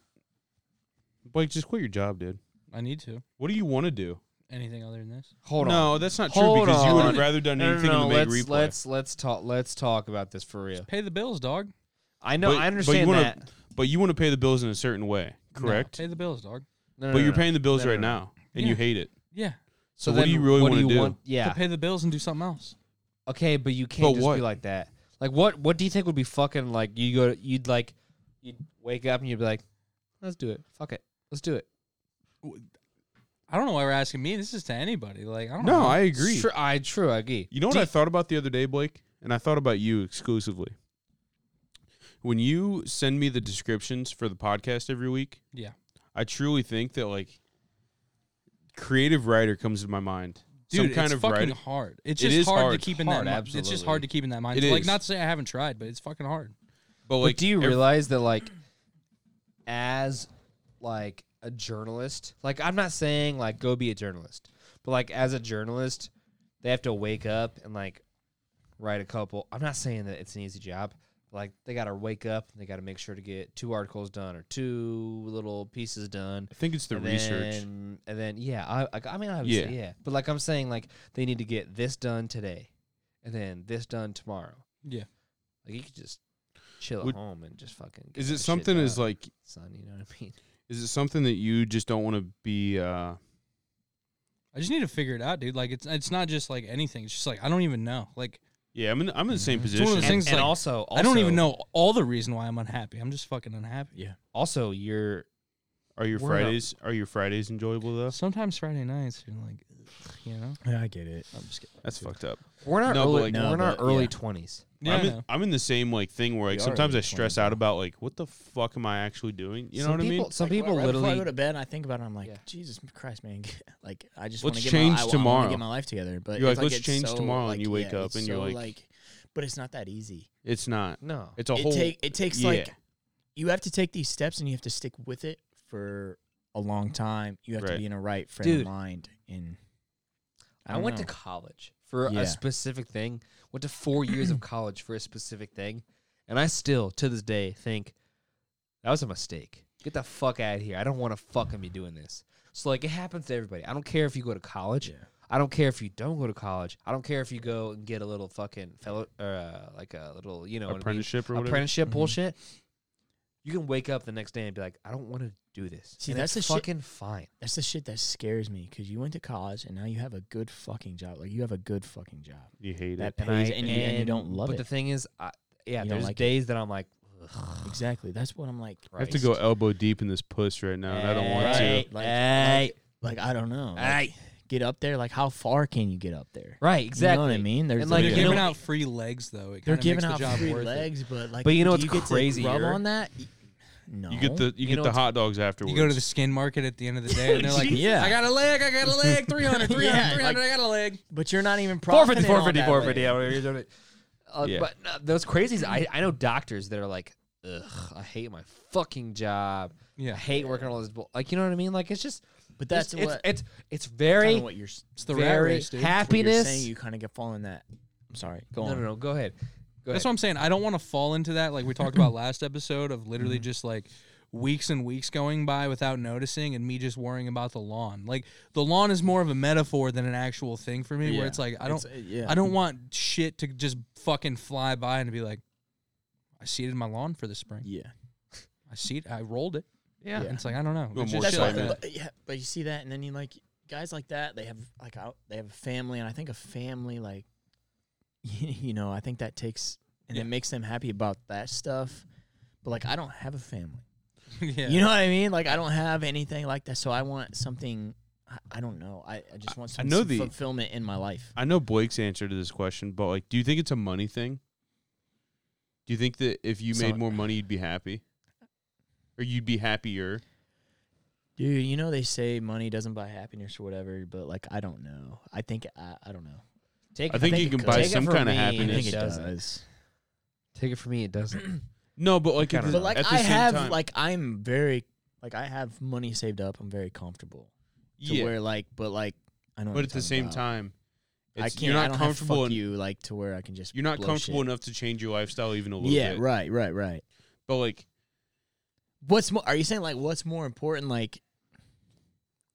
A: Blake, just quit your job, dude.
C: I need to.
A: What do you want to do?
C: Anything other than this?
D: Hold on.
A: no, that's not true
D: Hold
A: because you would
D: on.
A: have rather done
D: No, no,
A: anything
D: no,
A: in the
D: let's
A: big replay.
D: let's let's talk let's talk about this for real.
C: Pay the bills, dog.
D: I know
A: But- but
D: I
A: you
D: understand
A: wanna-
D: that.
A: but you want to pay the bills in a certain way,
C: No,
A: correct?
C: pay the bills, dog.
D: No, no,
A: but
D: no,
A: you're
D: no.
A: paying the bills
D: No, no,
A: right
D: no.
A: now, and
C: Yeah.
A: you hate it.
C: Yeah.
A: So what do you really
D: what
A: wanna do?
D: Yeah.
C: To pay the bills and do something else.
D: Okay, but you can't
A: But
D: just
A: what?
D: be like that. Like what what do you think would be fucking like you go you'd like you'd wake up and you'd be like, Let's do it. Fuck it. Let's do it.
C: I don't know why we're asking me. This is to anybody. Like I don't
A: No,
C: know.
A: I agree.
D: True, I true, I agree.
A: You know what I thought about the other day, Blake? And I thought about you exclusively. When you send me the descriptions for the podcast every week,
C: Yeah.
A: I truly think that like creative writer comes to my mind.
C: Dude,
A: Some kind
C: it's
A: of
C: fucking
A: writer.
C: hard. It's
A: It
C: just
A: is
C: hard,
A: hard.
C: to keep in
D: Hard,
C: that. mi- It's just
D: absolutely.
C: hard to keep in that mind.
A: It
C: like
A: is.
C: not to say I haven't tried, but it's fucking hard.
A: But
D: But
A: like
D: do you
A: ev-
D: realize that like as like a journalist, like I'm not saying like go be a journalist, but like as a journalist, they have to wake up and like write a couple. I'm not saying that it's an easy job. but, Like they got to wake up and they got to make sure to get two articles done or two little pieces done.
A: I think it's the
D: and
A: research.
D: Then, and then yeah, I like, I mean obviously yeah.
A: Yeah.
D: but like I'm saying like they need to get this done today, and then this done tomorrow.
C: Yeah.
D: Like you could just chill
A: Would-
D: at home and just fucking. get
A: is
D: that
A: it
D: shit
A: something is
D: done,
A: like
D: son? You know what
A: (laughs)
D: I mean?
A: is it something that you just don't want to be uh
C: I just need to figure it out, dude. Like it's it's not just like anything. It's just like I don't even know. Like
A: Yeah, I'm in I'm in the same
C: one of those
A: position.
C: things- like,
D: also,
C: I don't even
D: also-
C: know all the reason why I'm unhappy. I'm just fucking unhappy.
D: Also, you're
A: Are your
D: We're not-
A: Fridays are your Fridays enjoyable though?
C: Sometimes Friday nights, you're like, ugh, you know.
B: Yeah, I get it.
C: I'm just kidding.
A: That's fucked up.
D: we're not
A: No, but
D: early,
A: like-
B: No,
D: we're not
B: but-
D: early
B: yeah.
D: twenties.
C: Yeah,
A: I'm,
C: I
A: in,
C: know.
A: I'm in the same like thing where like
B: We are
A: sometimes
B: in
A: I
B: the
A: stress
B: 20s,
A: out
B: though.
A: about like what the fuck am I actually doing? You know
D: some
A: what
D: people,
A: I mean?
D: Some
B: Like,
D: people
B: right Before I go
D: literally.
B: to bed, I think about it. I'm like,
D: Yeah.
B: Jesus Christ, man! (laughs) like, I just
A: Let's
B: want to get
A: change
B: my, I, I
A: tomorrow.
B: wanna get my life together. But
A: You're
B: it's
A: like, let's
B: it's
A: change
B: so,
A: tomorrow, and
B: like,
A: you wake
B: yeah,
A: up
B: it's
A: and you're
B: so,
A: like-
B: but it's not that easy.
A: It's not.
D: No,
A: It's a
B: it
A: whole
B: take it takes
A: yeah.
B: like you have to take these steps and you have to stick with it for a long time. You have to
A: Right.
B: be in a right frame
D: Dude.
B: of mind. And
D: I,
B: don't
D: went
B: know.
D: to college for
B: Mm. Yeah.
D: a specific thing. Went to four years of college for a specific thing, and I still to this day think that was a mistake. Get the fuck out of here! I don't want to fucking be doing this. So like, it happens to everybody. I don't care if you go to college. I don't care if you don't go to college. I don't care if you go and get a little fucking fellow or uh, like a little you know what I mean,
A: apprenticeship or whatever.
D: apprenticeship
B: Mm-hmm.
D: bullshit. You can wake up the next day and be like, I don't want to do this.
B: See,
D: and
B: that's
D: it's
B: the shit-
D: fucking fine.
B: that's the shit that scares me because you went to college and now you have a good fucking job. Like you have a good fucking job.
A: You hate
B: That
A: it.
B: pays and, you, and you don't love
D: but
B: it.
D: the thing is, I, yeah,
B: You don't
D: there's
B: like it.
D: days that I'm like,
B: exactly. That's what I'm like.
A: I have to go elbow deep in this puss right now, and I don't want
D: Hey,
A: to.
B: Like-
D: hey,
B: Like I don't know. Like,
D: hey.
B: get up there. Like how far can you get up there?
D: right, exactly.
B: You know what I mean? There's
D: And,
B: like
D: like,
C: They're
D: you
C: giving
D: know-
C: out free legs though. It
B: they're
C: kinda
B: giving
C: makes
B: out
C: the job
B: free
C: worth it.
B: legs, but like,
D: But you know what's
B: do you get to rub
D: crazier? (laughs)
B: on that? Y- No,
A: You get the you,
D: You
A: get
D: know
A: the
D: it's-
A: hot dogs afterwards.
C: You go to the skin market at the end of the day, and they're
A: (laughs)
C: like,
B: Yeah.
C: "Yeah, I got a leg, I got a
B: (laughs)
C: leg, 300, 300,
B: Yeah,
C: 300, I got a
B: (laughs)
C: leg."
B: but you're not even profiting
D: 450,
B: on
D: 450, 450.
B: that leg.
D: yeah, we're doing it. Uh,
A: Yeah.
D: But no, those crazies, I, I know doctors that are like, ugh, I hate my fucking job. I
C: Yeah,
D: hate working on all this. Bull-. Like, you know what I mean? Like, it's just
B: But
D: it's-
B: that's
D: it's,
B: what
D: it's, it's
B: kind
D: very
B: of what you're s-
C: it's the rat
D: very
C: race, dude.
B: that's what you're
D: happiness.
B: saying. You kind of get falling that. I'm sorry. Go
D: no,
B: on.
D: no, no. Go ahead. Go
C: That's what
D: ahead.
C: I'm saying. I don't want to fall into that, like we talked
B: (laughs)
C: about last episode, of literally
B: Mm-hmm.
C: just like weeks and weeks going by without noticing and me just worrying about the lawn. Like the lawn is more of a metaphor than an actual thing for me, where
B: Yeah.
C: it's like I don't,
B: It's- uh, yeah.
C: I don't want shit to just fucking fly by and be like, I seeded my lawn for the spring.
B: Yeah.
C: I seed, I rolled it.
D: Yeah.
C: And it's like I don't know.
A: Well,
C: It's
A: more
C: just
B: That's
C: shit
B: what,
C: like
A: excitement.
C: that.
B: but, yeah, but you see that, and then you like guys like that. They have like out, they have a family, and I think a family like, (laughs) you know, I think that takes and
C: Yeah.
B: it makes them happy about that stuff. But like, I don't have a family.
C: yeah.
B: (laughs) You know what I mean? Like, I don't have anything like that. So I want something. I, I don't know. I, I just want
A: I
B: some,
A: know
B: some
A: the-
B: fulfillment in my life.
A: I know Blake's answer to this question, but like, do you think it's a money thing? Do you think that if you
B: So-
A: made more money, you'd be happy, or you'd be happier?
B: Dude, you know they say money doesn't buy happiness or whatever, but like I don't know. I think I, I don't know.
D: Take,
A: I think you
D: it
A: can
D: could-
A: buy
D: take it
A: some
D: from
A: kinda
D: me,
B: I
A: happiness.
B: think
D: It
B: it
D: doesn't.
B: does.
D: Take it from me. It doesn't.
A: No, but like,
D: Kinda
A: at the,
D: not.
B: But like
A: at the
B: I
A: same
B: have
A: time,
B: like I'm very like I have money saved up. I'm very comfortable. To
A: yeah,
B: where like but like I don't know
A: but
B: what
A: at
B: you're
A: the same
B: talking about.
A: time,
B: I
A: it's,
B: can't
A: you're
B: I
A: not
B: don't have
A: comfortable. en-
B: fuck you like to where I can just
A: You're not
B: blow
A: comfortable
B: shit.
A: enough to change your lifestyle even a little
B: Yeah,
A: bit.
B: right, right, right.
A: But like,
B: What's more are you saying like what's more important like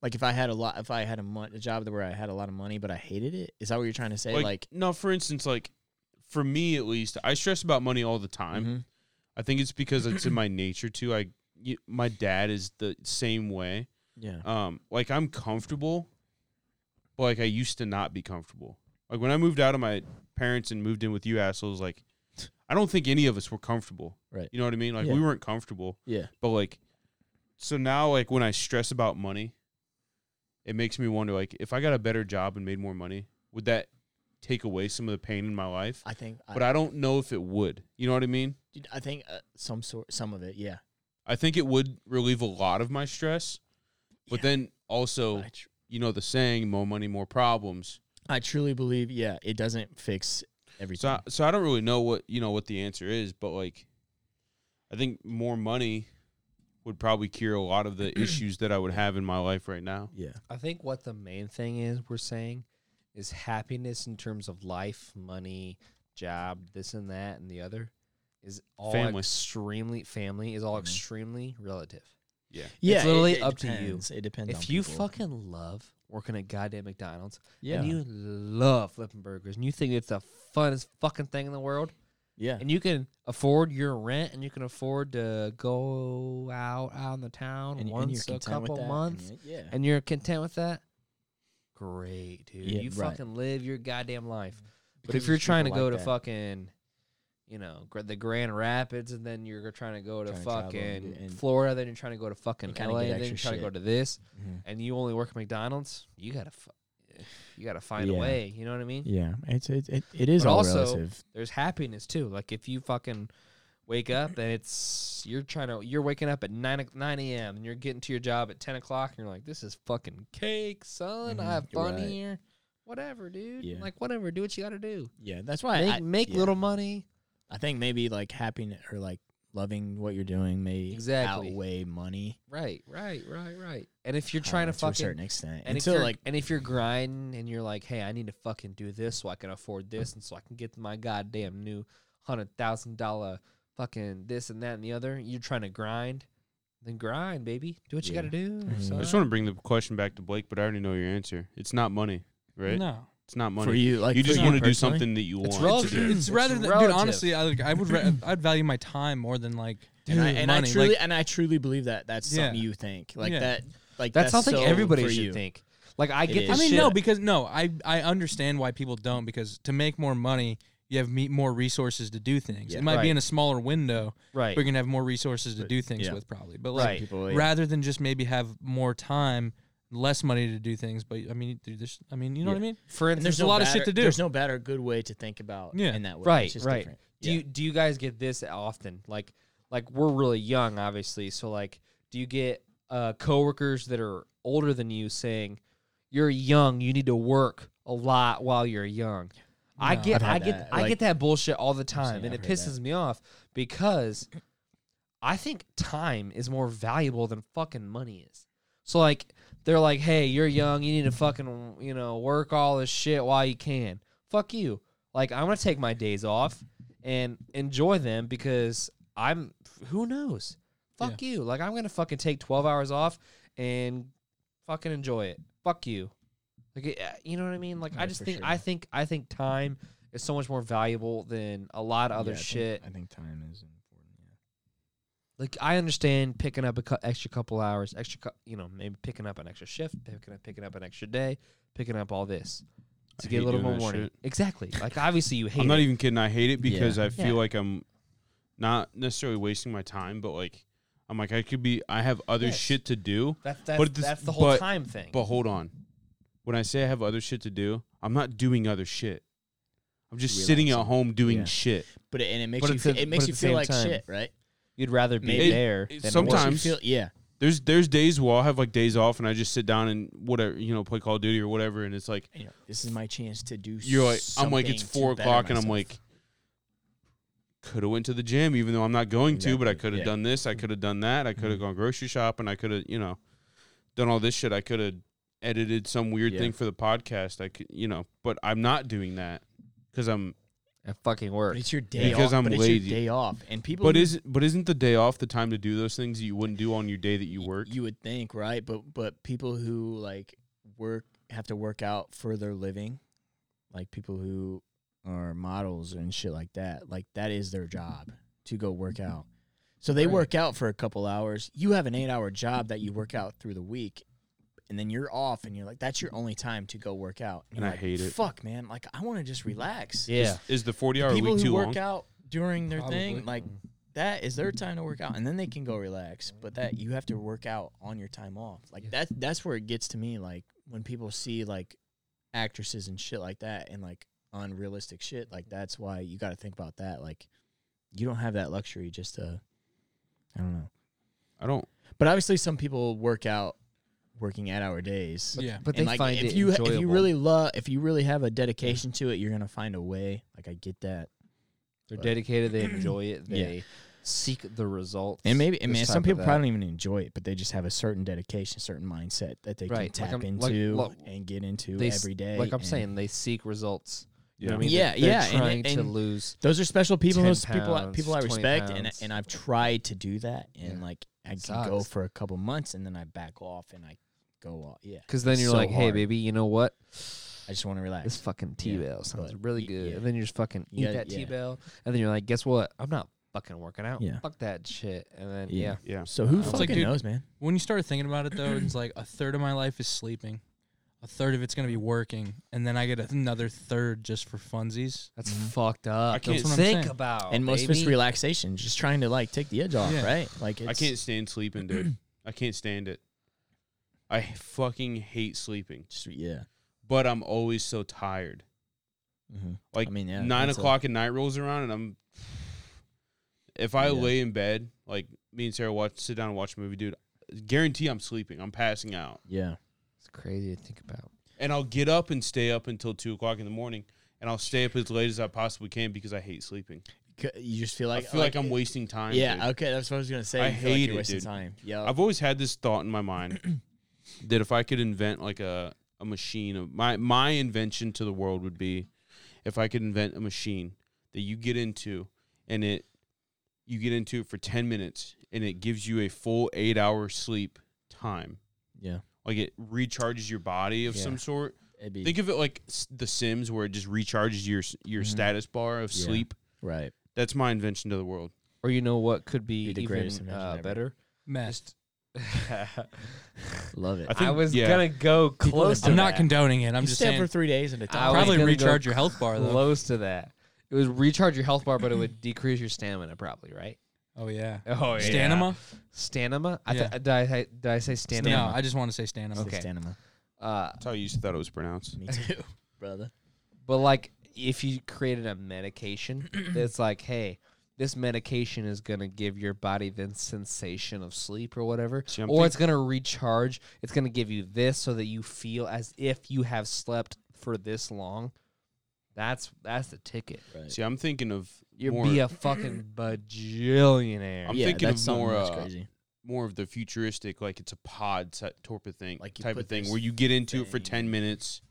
B: like if I had a lot if I had a, mon- a job where I had a lot of money but I hated it? Is that what you're trying to say
A: like,
B: like,
A: no. For instance, like for me at least, I stress about money all the time.
B: mhm.
A: I think it's because it's in my nature too. I y- my dad is the same way.
B: yeah.
A: um like i'm comfortable but like i used to not be comfortable like when i moved out of my parents and moved in with you assholes like i don't think any of us were comfortable
B: Right.
A: you know what i mean like we
B: Yeah.
A: weren't comfortable
B: Yeah.
A: but like so now like when i stress about money it makes me wonder like if i got a better job and made more money would that take away some of the pain in my life
B: I think
A: but i don't know if it would you know what i mean
B: dude, I think uh, some sort some of it, yeah.
A: i think it would relieve a lot of my stress but
B: Yeah.
A: then also
B: I tr-
A: you know the saying more money more problems
B: I truly believe, yeah, it doesn't fix
A: so
B: everything.
A: I, so i don't really know what you know what the answer is but like i think more money would probably cure a lot of
B: (clears throat)
A: the issues that i would have in my life right now
B: yeah,
D: I think what the main thing is we're saying is happiness in terms of life, money, job, this and that and the other is all
A: Family.
D: extremely family is all
B: Mhm.
D: extremely relative.
B: yeah,
D: literally up to you.
B: depends. It depends. on
D: if you
B: people.
D: fucking love working at goddamn McDonald's
B: yeah,
D: and you love flipping burgers and you think it's the funnest fucking thing in the world
B: yeah,
D: and you can afford your rent and you can afford to go out on the town
B: and, and you're
D: once a
B: content with
D: couple
B: that, and
D: months
B: you- yeah,
D: and you're content with that, great, dude.
B: Yeah,
D: you
B: right. Mm.
D: fucking live your goddamn life. But
B: Because
D: if you're
B: there's
D: trying to
B: people
D: go
B: like
D: to
B: that.
D: fucking, you know, gr- the Grand Rapids, and then you're trying to go to
B: Trying to travel
D: fucking
B: and do- and-
D: Florida, then you're trying to go to fucking
B: kinda
D: LA,
B: get
D: and then you're
B: extra
D: trying to go
B: shit.
D: to this,
B: Mhm.
D: and you only work at McDonald's, you gotta, fu- you gotta find a
B: Yeah.
D: way. You know what I mean?
B: yeah, it's it, it, it is
D: But
B: all
D: also-
B: relative.
D: There's happiness too. Like if you fucking wake up and it's you're trying to you're waking up at nine o- nine a.m. and you're getting to your job at ten o'clock and you're like, this is fucking cake, son. I
B: Mhm.
D: have fun
B: Right.
D: here. Whatever, dude.
B: Yeah.
D: Like whatever. Do what you got to do.
B: Yeah, that's why
D: make
B: I
D: make
B: yeah.
D: little money.
B: I think maybe like happiness or like loving what you're doing may
D: Exactly.
B: outweigh money.
D: Right, right, right, right. And if you're
B: I
D: trying
B: don't
D: to
B: know,
D: fucking
B: Uh, to a certain extent
D: and if
B: until
D: you're
B: like
D: and if you're grinding and you're like, hey, I need to fucking do this so I can afford this and so I can get my goddamn new hundred thousand dollar fucking this and that and the other. You're trying to grind, then grind, baby. Do what you
B: Yeah.
D: got to do.
B: Mhm. I
A: i
D: son.
A: just want to bring the question back to blake but i already know your answer it's not money right
C: No,
A: it's not money
B: for you, like
A: you
B: for
A: just
C: you
A: want to do
C: personally,
A: something that you
D: it's
A: want
D: relative.
A: to do
C: it's, rather than dude.
D: relative.
C: Honestly, I, like, I would
B: (laughs)
C: ra- I'd value my time more than like
B: and I, and
C: money.
B: I truly
C: like,
B: and I truly believe that that's something
C: Yeah.
B: you think like
C: Yeah.
B: that like
D: That's, something
B: so
D: everybody
B: for
D: should
B: you.
D: think. Like I
B: It
D: get
B: is.
C: I
D: this
C: mean,
D: shit.
C: no, because no, I I understand why people don't because to make more money, you have me- more resources to do things.
B: Yeah.
C: it might
D: Right.
C: be in a smaller window,
D: right.
C: but you're gonna have more resources to do things
B: yeah.
C: with probably. But like,
D: Right.
B: People, yeah.
C: rather than just maybe have more time, less money to do things. But I mean, dude, there's, I mean, you know what I mean?
D: For
B: And
D: instance,
C: there's a lot of shit
B: better-
C: to do.
B: There's no better good way to think about
C: Yeah.
B: in that way.
D: Right,
B: It's just
D: right.
B: different.
D: do you do you guys get this often? Like like we're really young, obviously. So like, do you get uh, coworkers that are older than you saying, "You're young, you need to work a lot while you're young." I
C: No.
D: get
B: I've
D: I
B: had
D: get
B: that,
D: I
B: like-
D: get that bullshit all the time,
B: saying,
D: and
B: I've
D: it
B: heard that.
D: pisses me off because I think time is more valuable than fucking money is. So like they're like, hey, you're young, you need to fucking you know work all this shit while you can. Fuck you. Like I'm gonna take my days off and enjoy them because I'm who knows. Fuck you. Like I'm gonna fucking take 12 hours off and fucking enjoy it. Fuck you. Like it- uh, you know what I mean? Like I
B: Yeah,
D: just
B: for
D: think
B: sure.
D: I think I think time is so much more valuable than a lot of other
B: Yeah, I think-
D: shit.
B: I think time is important. Yeah.
D: like I understand picking up a cou- extra couple hours, extra cou- you know maybe picking up an extra shift, picking up picking up an extra day, picking up all this to
A: I
D: get a
A: hate
D: little
A: doing
D: more
A: that
D: morning.
A: shit.
D: Exactly. Like obviously you hate.
A: I'm not e-,
D: it.
A: even kidding. I hate it because I feel
D: Yeah.
A: like I'm not necessarily wasting my time, but like I'm like I could be. I have other
D: Yes.
A: shit to do.
D: That's that's,
A: but this-
D: that's the whole
A: but-
D: time thing.
A: But hold on. When I say I have other shit to do, I'm not doing other shit. I'm just sitting at
B: Relaxing.
A: home doing
B: Yeah.
A: shit.
B: But it, and it makes
D: But
B: you
D: it's
B: feel,
D: at-
B: it
D: but
B: makes
D: at
B: you
D: the
B: feel
D: same
B: like
D: time.
B: shit, right?
D: You'd rather be
A: Maybe-
D: there
A: it-
D: than
B: It makes you
A: Sometimes.
B: feel- yeah,
A: There's there's days where I'll have like days off and I just sit down and whatever you know play Call of Duty or whatever and it's like
B: you know, this is my chance to do.
A: you're like I'm like it's
B: something to
A: four
B: better
A: o'clock and I'm
B: myself.
A: like could have went to the gym even though I'm not going to but I
B: Exactly,
A: could have
B: yeah. Mm-hmm.
A: done this I could have done that I could have gone grocery shopping I could have you know done all this shit I could have edited some weird
B: Yeah.
A: thing for the podcast I could you know but I'm not doing that because I'm
D: at fucking work.
B: but it's your day
A: Because
B: off.
A: I'm
B: but It's
A: lazy.
B: your day off, and people.
A: but is but isn't the day off the time to do those things that you wouldn't do on your day that you
B: y-
A: work
B: You would think, right? But but people who like work have to work out for their living, like people who are models and shit like that. Like that is their job to go work out. So they
D: Right.
B: work out for a couple hours. You have an eight-hour job that you work out through the week, and then you're off, and you're like, that's your only time to go work out.
A: And
B: you're
A: I
B: like,
A: hate it.
B: Fuck, man. Like I want to just relax.
D: yeah.
A: is the 40 hour
B: people
A: week
B: who
A: too
B: work
A: long
B: out during their thing,
C: Probably.
B: like that is their time to work out, and then they can go relax. But that you have to work out on your time off. Like
D: Yeah.
B: that that's where it gets to me. Like when people see like actresses and shit like that, and like unrealistic shit. Like that's why you got to think about that. Like you don't have that luxury just to. I don't know,
A: I don't
B: but obviously some people work out working eight hour days.
C: yeah.
D: But they
B: And, like,
D: find
B: if
D: it
B: you if you
D: enjoyable.
B: really love if you really have a dedication to it, you're gonna find a way. Like I get that.
D: they're
B: but-
D: dedicated,
B: (clears throat)
D: they enjoy it,
B: Yeah.
D: they seek the results.
B: And maybe, I
D: this
B: mean,
D: type
B: some
D: of
B: people
D: that.
B: probably don't even enjoy it, but they just have a certain dedication, certain mindset that they
D: Right,
B: can
D: like
B: tap
D: I'm- like-
B: into
D: look,
B: and get into
D: they s-
B: every day.
D: Like I'm
B: and
D: saying, they seek results. You know what I mean?
B: Yeah,
D: They're- they're
B: yeah, and-
D: Trying to
B: and-
D: lose.
B: those are special people.
D: 10
B: Those people, I-
D: pounds,
B: people I
D: 20
B: respect, and
D: pounds.
B: and I've tried to do that, and
D: Yeah.
B: like I
D: It
B: can go
D: sucks.
B: for a couple months, and then I back off and I go off. Yeah,
D: Because then
B: It's
D: you're
B: so
D: like, hey,
B: hard.
D: baby, you know what?
B: I just want to
D: (sighs) This
B: relax.
D: fucking T Bell sounds
B: but
D: really
B: y-
D: good.
B: yeah.
D: And then you just fucking eat
B: You gotta-
D: that
B: yeah.
D: T Bell. And then you're like, guess what? I'm not fucking working out.
B: Yeah.
D: Fuck that shit. And then, yeah.
B: Yeah.
A: yeah
B: So who
D: It's
B: fucking
D: like,
C: dude-
B: knows, man?
C: When you start thinking about it though, it's like a third of my life is sleeping, a third of it's gonna be working, and then I get another third just for funsies.
D: That's
B: Mm-hmm.
D: fucked up.
A: I can't-
C: That's what I'm
D: think
C: saying.
D: about.
B: and most of it's
D: oh, baby.
B: relaxation, just trying to like take the edge off,
C: Yeah.
B: right? Like it's,
A: I can't stand sleeping,
B: (clears throat)
A: dude. I can't stand it. I fucking hate sleeping,
B: Just, yeah.
A: but I'm always so tired.
B: Mm-hmm.
A: Like
B: I mean, yeah,
A: nine
B: that's a-
A: o'clock at night rolls around, and I'm. If I
B: Yeah.
A: lay in bed, like me and Sarah watch, sit down and watch a movie, dude. Guarantee I'm sleeping. I'm passing out,
B: Yeah.
D: It's crazy to think about.
A: and I'll get up and stay up until two o'clock in the morning, and I'll stay up as late as I possibly can because I hate sleeping.
B: C- You just feel like
A: I feel like, I'm
B: it-
A: wasting time.
B: Yeah,
A: dude.
B: okay, that's what I was gonna say.
A: I
B: You feel like
A: hate
B: you're
A: it,
B: wasting
A: dude.
B: time. Yeah,
A: Uh, I've always had this thought in my mind (clears throat) that if I could invent like a, a machine, of my my invention to the world would be if I could invent a machine that you get into and it you get into it for ten minutes and it gives you a full eight hour sleep time.
B: Yeah.
A: Like it recharges your body of some
D: Yeah.
A: sort.
B: it'd be
A: Think of it like s- The Sims, where it just recharges your s- your
B: Mhm.
A: status bar of
B: Yeah.
A: sleep.
B: right.
A: That's my invention to the world.
D: Or you know what could be,
B: Be the greatest
D: even
B: invention
D: uh,
B: ever.
D: better?
C: Mess.
B: (laughs)
D: (laughs)
B: Love it.
A: I
D: I,
A: think-
D: was
A: yeah.
D: gonna go
B: People
D: close
B: do
D: to
C: I'm not
B: that.
C: condoning it. I'm
B: You
C: just
B: stay up
C: saying
B: for three days at a time.
D: I was
C: probably
D: gonna go
C: recharge your health bar though.
D: close to that. It was recharge your health bar, but it would decrease your stamina, probably, right?
C: Oh yeah.
D: Oh
C: Stanima?
D: Stanima. I
C: Yeah.
D: th- did, I, did I say stamina?
C: No, I just want to say Stanima.
D: Okay.
B: Just anima.
D: Uh,
A: That's how I used to thought it was pronounced.
B: Me too, brother.
D: But like, if you created a medication, (clears throat) it's like, hey, this medication is gonna give your body the sensation of sleep or whatever,
A: See, I'm
D: or it's gonna recharge. It's gonna give you this so that you feel as if you have slept for this long. That's that's the ticket.
B: Right.
A: See, I'm thinking of
D: You
A: more,
D: be a fucking bajillionaire.
A: I'm
B: yeah,
A: thinking
B: that's
A: of
B: something
A: more,
B: that's
A: uh,
B: crazy.
A: more of the futuristic, like it's a pod ty- type of thing,
B: Like you
A: type
B: put
A: of thing
B: this
A: where you get into it for
B: thing-
A: ten minutes,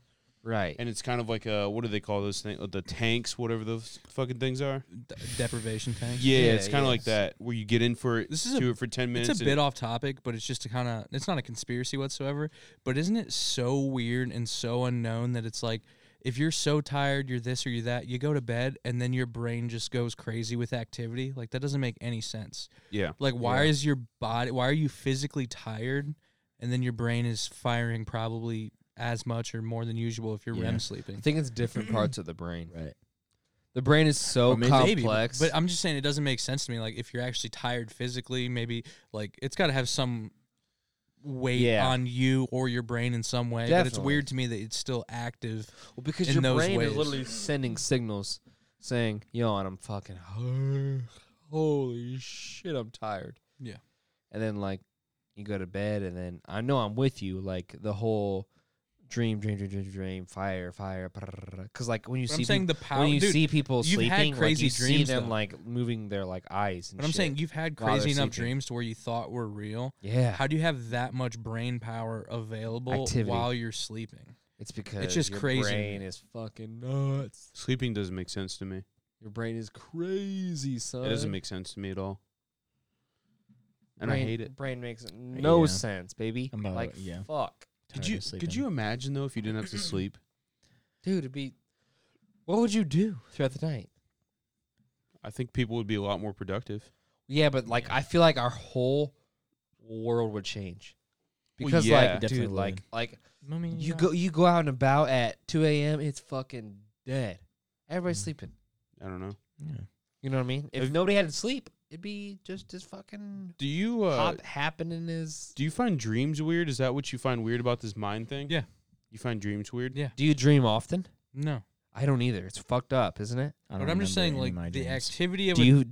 D: right.
A: and it's kind of like a what do they call those things? The tanks, whatever those fucking things are.
C: D- deprivation tank.
A: Yeah,
D: Yeah,
A: it's kind of
D: yeah.
A: like that where you get in for it,
C: This
A: this
C: is
A: is
C: a-
A: do it for ten minutes.
C: It's a
A: and-
C: bit off topic, but it's just a kind of it's not a conspiracy whatsoever. But isn't it so weird and so unknown that it's like if you're so tired, you're this or you're that, you go to bed and then your brain just goes crazy with activity. Like that doesn't make any sense.
A: yeah,
C: Like why is your body why are you physically tired and then your brain is firing probably as much or more than usual if you're
B: Yeah.
C: REM
D: I
C: sleeping.
D: think it's (clears throat) different parts of the brain.
B: Right.
D: The brain is so
B: Or maybe- maybe,
D: complex.
C: But I'm just saying it doesn't make sense to me. Like if you're actually tired physically, maybe like it's got to have some weight
D: Yeah.
C: on you or your brain in some way. But it's
D: Definitely.
C: weird to me that it's still active.
D: Well, uh, because
C: in
D: your
C: those
D: brain
C: ways.
D: is literally sending signals saying, yo, and I'm fucking, holy shit, I'm tired.
C: Yeah.
D: And then, like, you go to bed, and then I know I'm with you, like, the whole dream, dream, dream, dream, dream, fire, fire. Because, like, when you,
C: But
D: see
C: I'm saying
D: peop-
C: the power.
D: when you
C: dude,
D: see people
C: you've
D: sleeping,
C: had
D: like, you
C: crazy
D: see
C: dreams,
D: them,
C: though.
D: like, moving their, like, eyes. And
C: but I'm
D: shit.
C: saying you've had
D: while they're
C: crazy enough
D: sleeping.
C: dreams to where you thought were real.
D: yeah.
C: How do you have that much brain power available
D: Activity.
C: while you're sleeping?
D: it's because
C: just
D: your
C: crazy to
D: brain
C: me.
D: is fucking nuts.
A: sleeping doesn't make sense to me.
D: Your brain is crazy, son.
A: It doesn't make sense to me at all, and I
D: brain,
A: hate it.
D: Brain makes no
B: Yeah.
D: sense, baby.
B: I'm about-
D: like
B: yeah.
D: fuck,
A: Did
B: Tired
A: you
B: of
A: could
B: sleeping.
A: you imagine though if you didn't have to sleep?
D: dude. It'd be. What would you do throughout the night?
A: I think people would be a lot more productive.
D: Yeah, but like I feel like our whole world would change
A: Well,
D: because
A: yeah.
D: like,
B: Definitely
D: dude, like, like
B: I mean,
D: you go you go out and about at two a.m. It's fucking dead. Everybody's
B: Mm.
D: sleeping.
A: I don't know.
B: Yeah.
D: You know what I mean? If
A: Have-
D: nobody had to sleep, it'd be just as fucking
A: Do you uh,
D: hot happening as.
A: do you find dreams weird? Is that what you find weird about this mind thing?
C: Yeah.
A: You find dreams weird?
C: Yeah.
D: Do you dream often?
C: No,
D: I don't either. It's fucked up, isn't it?
B: I don't
C: but I'm just
B: remember
C: saying
B: any of
C: like
B: my
C: the
B: dreams.
C: activity of
D: Do
C: a
D: you?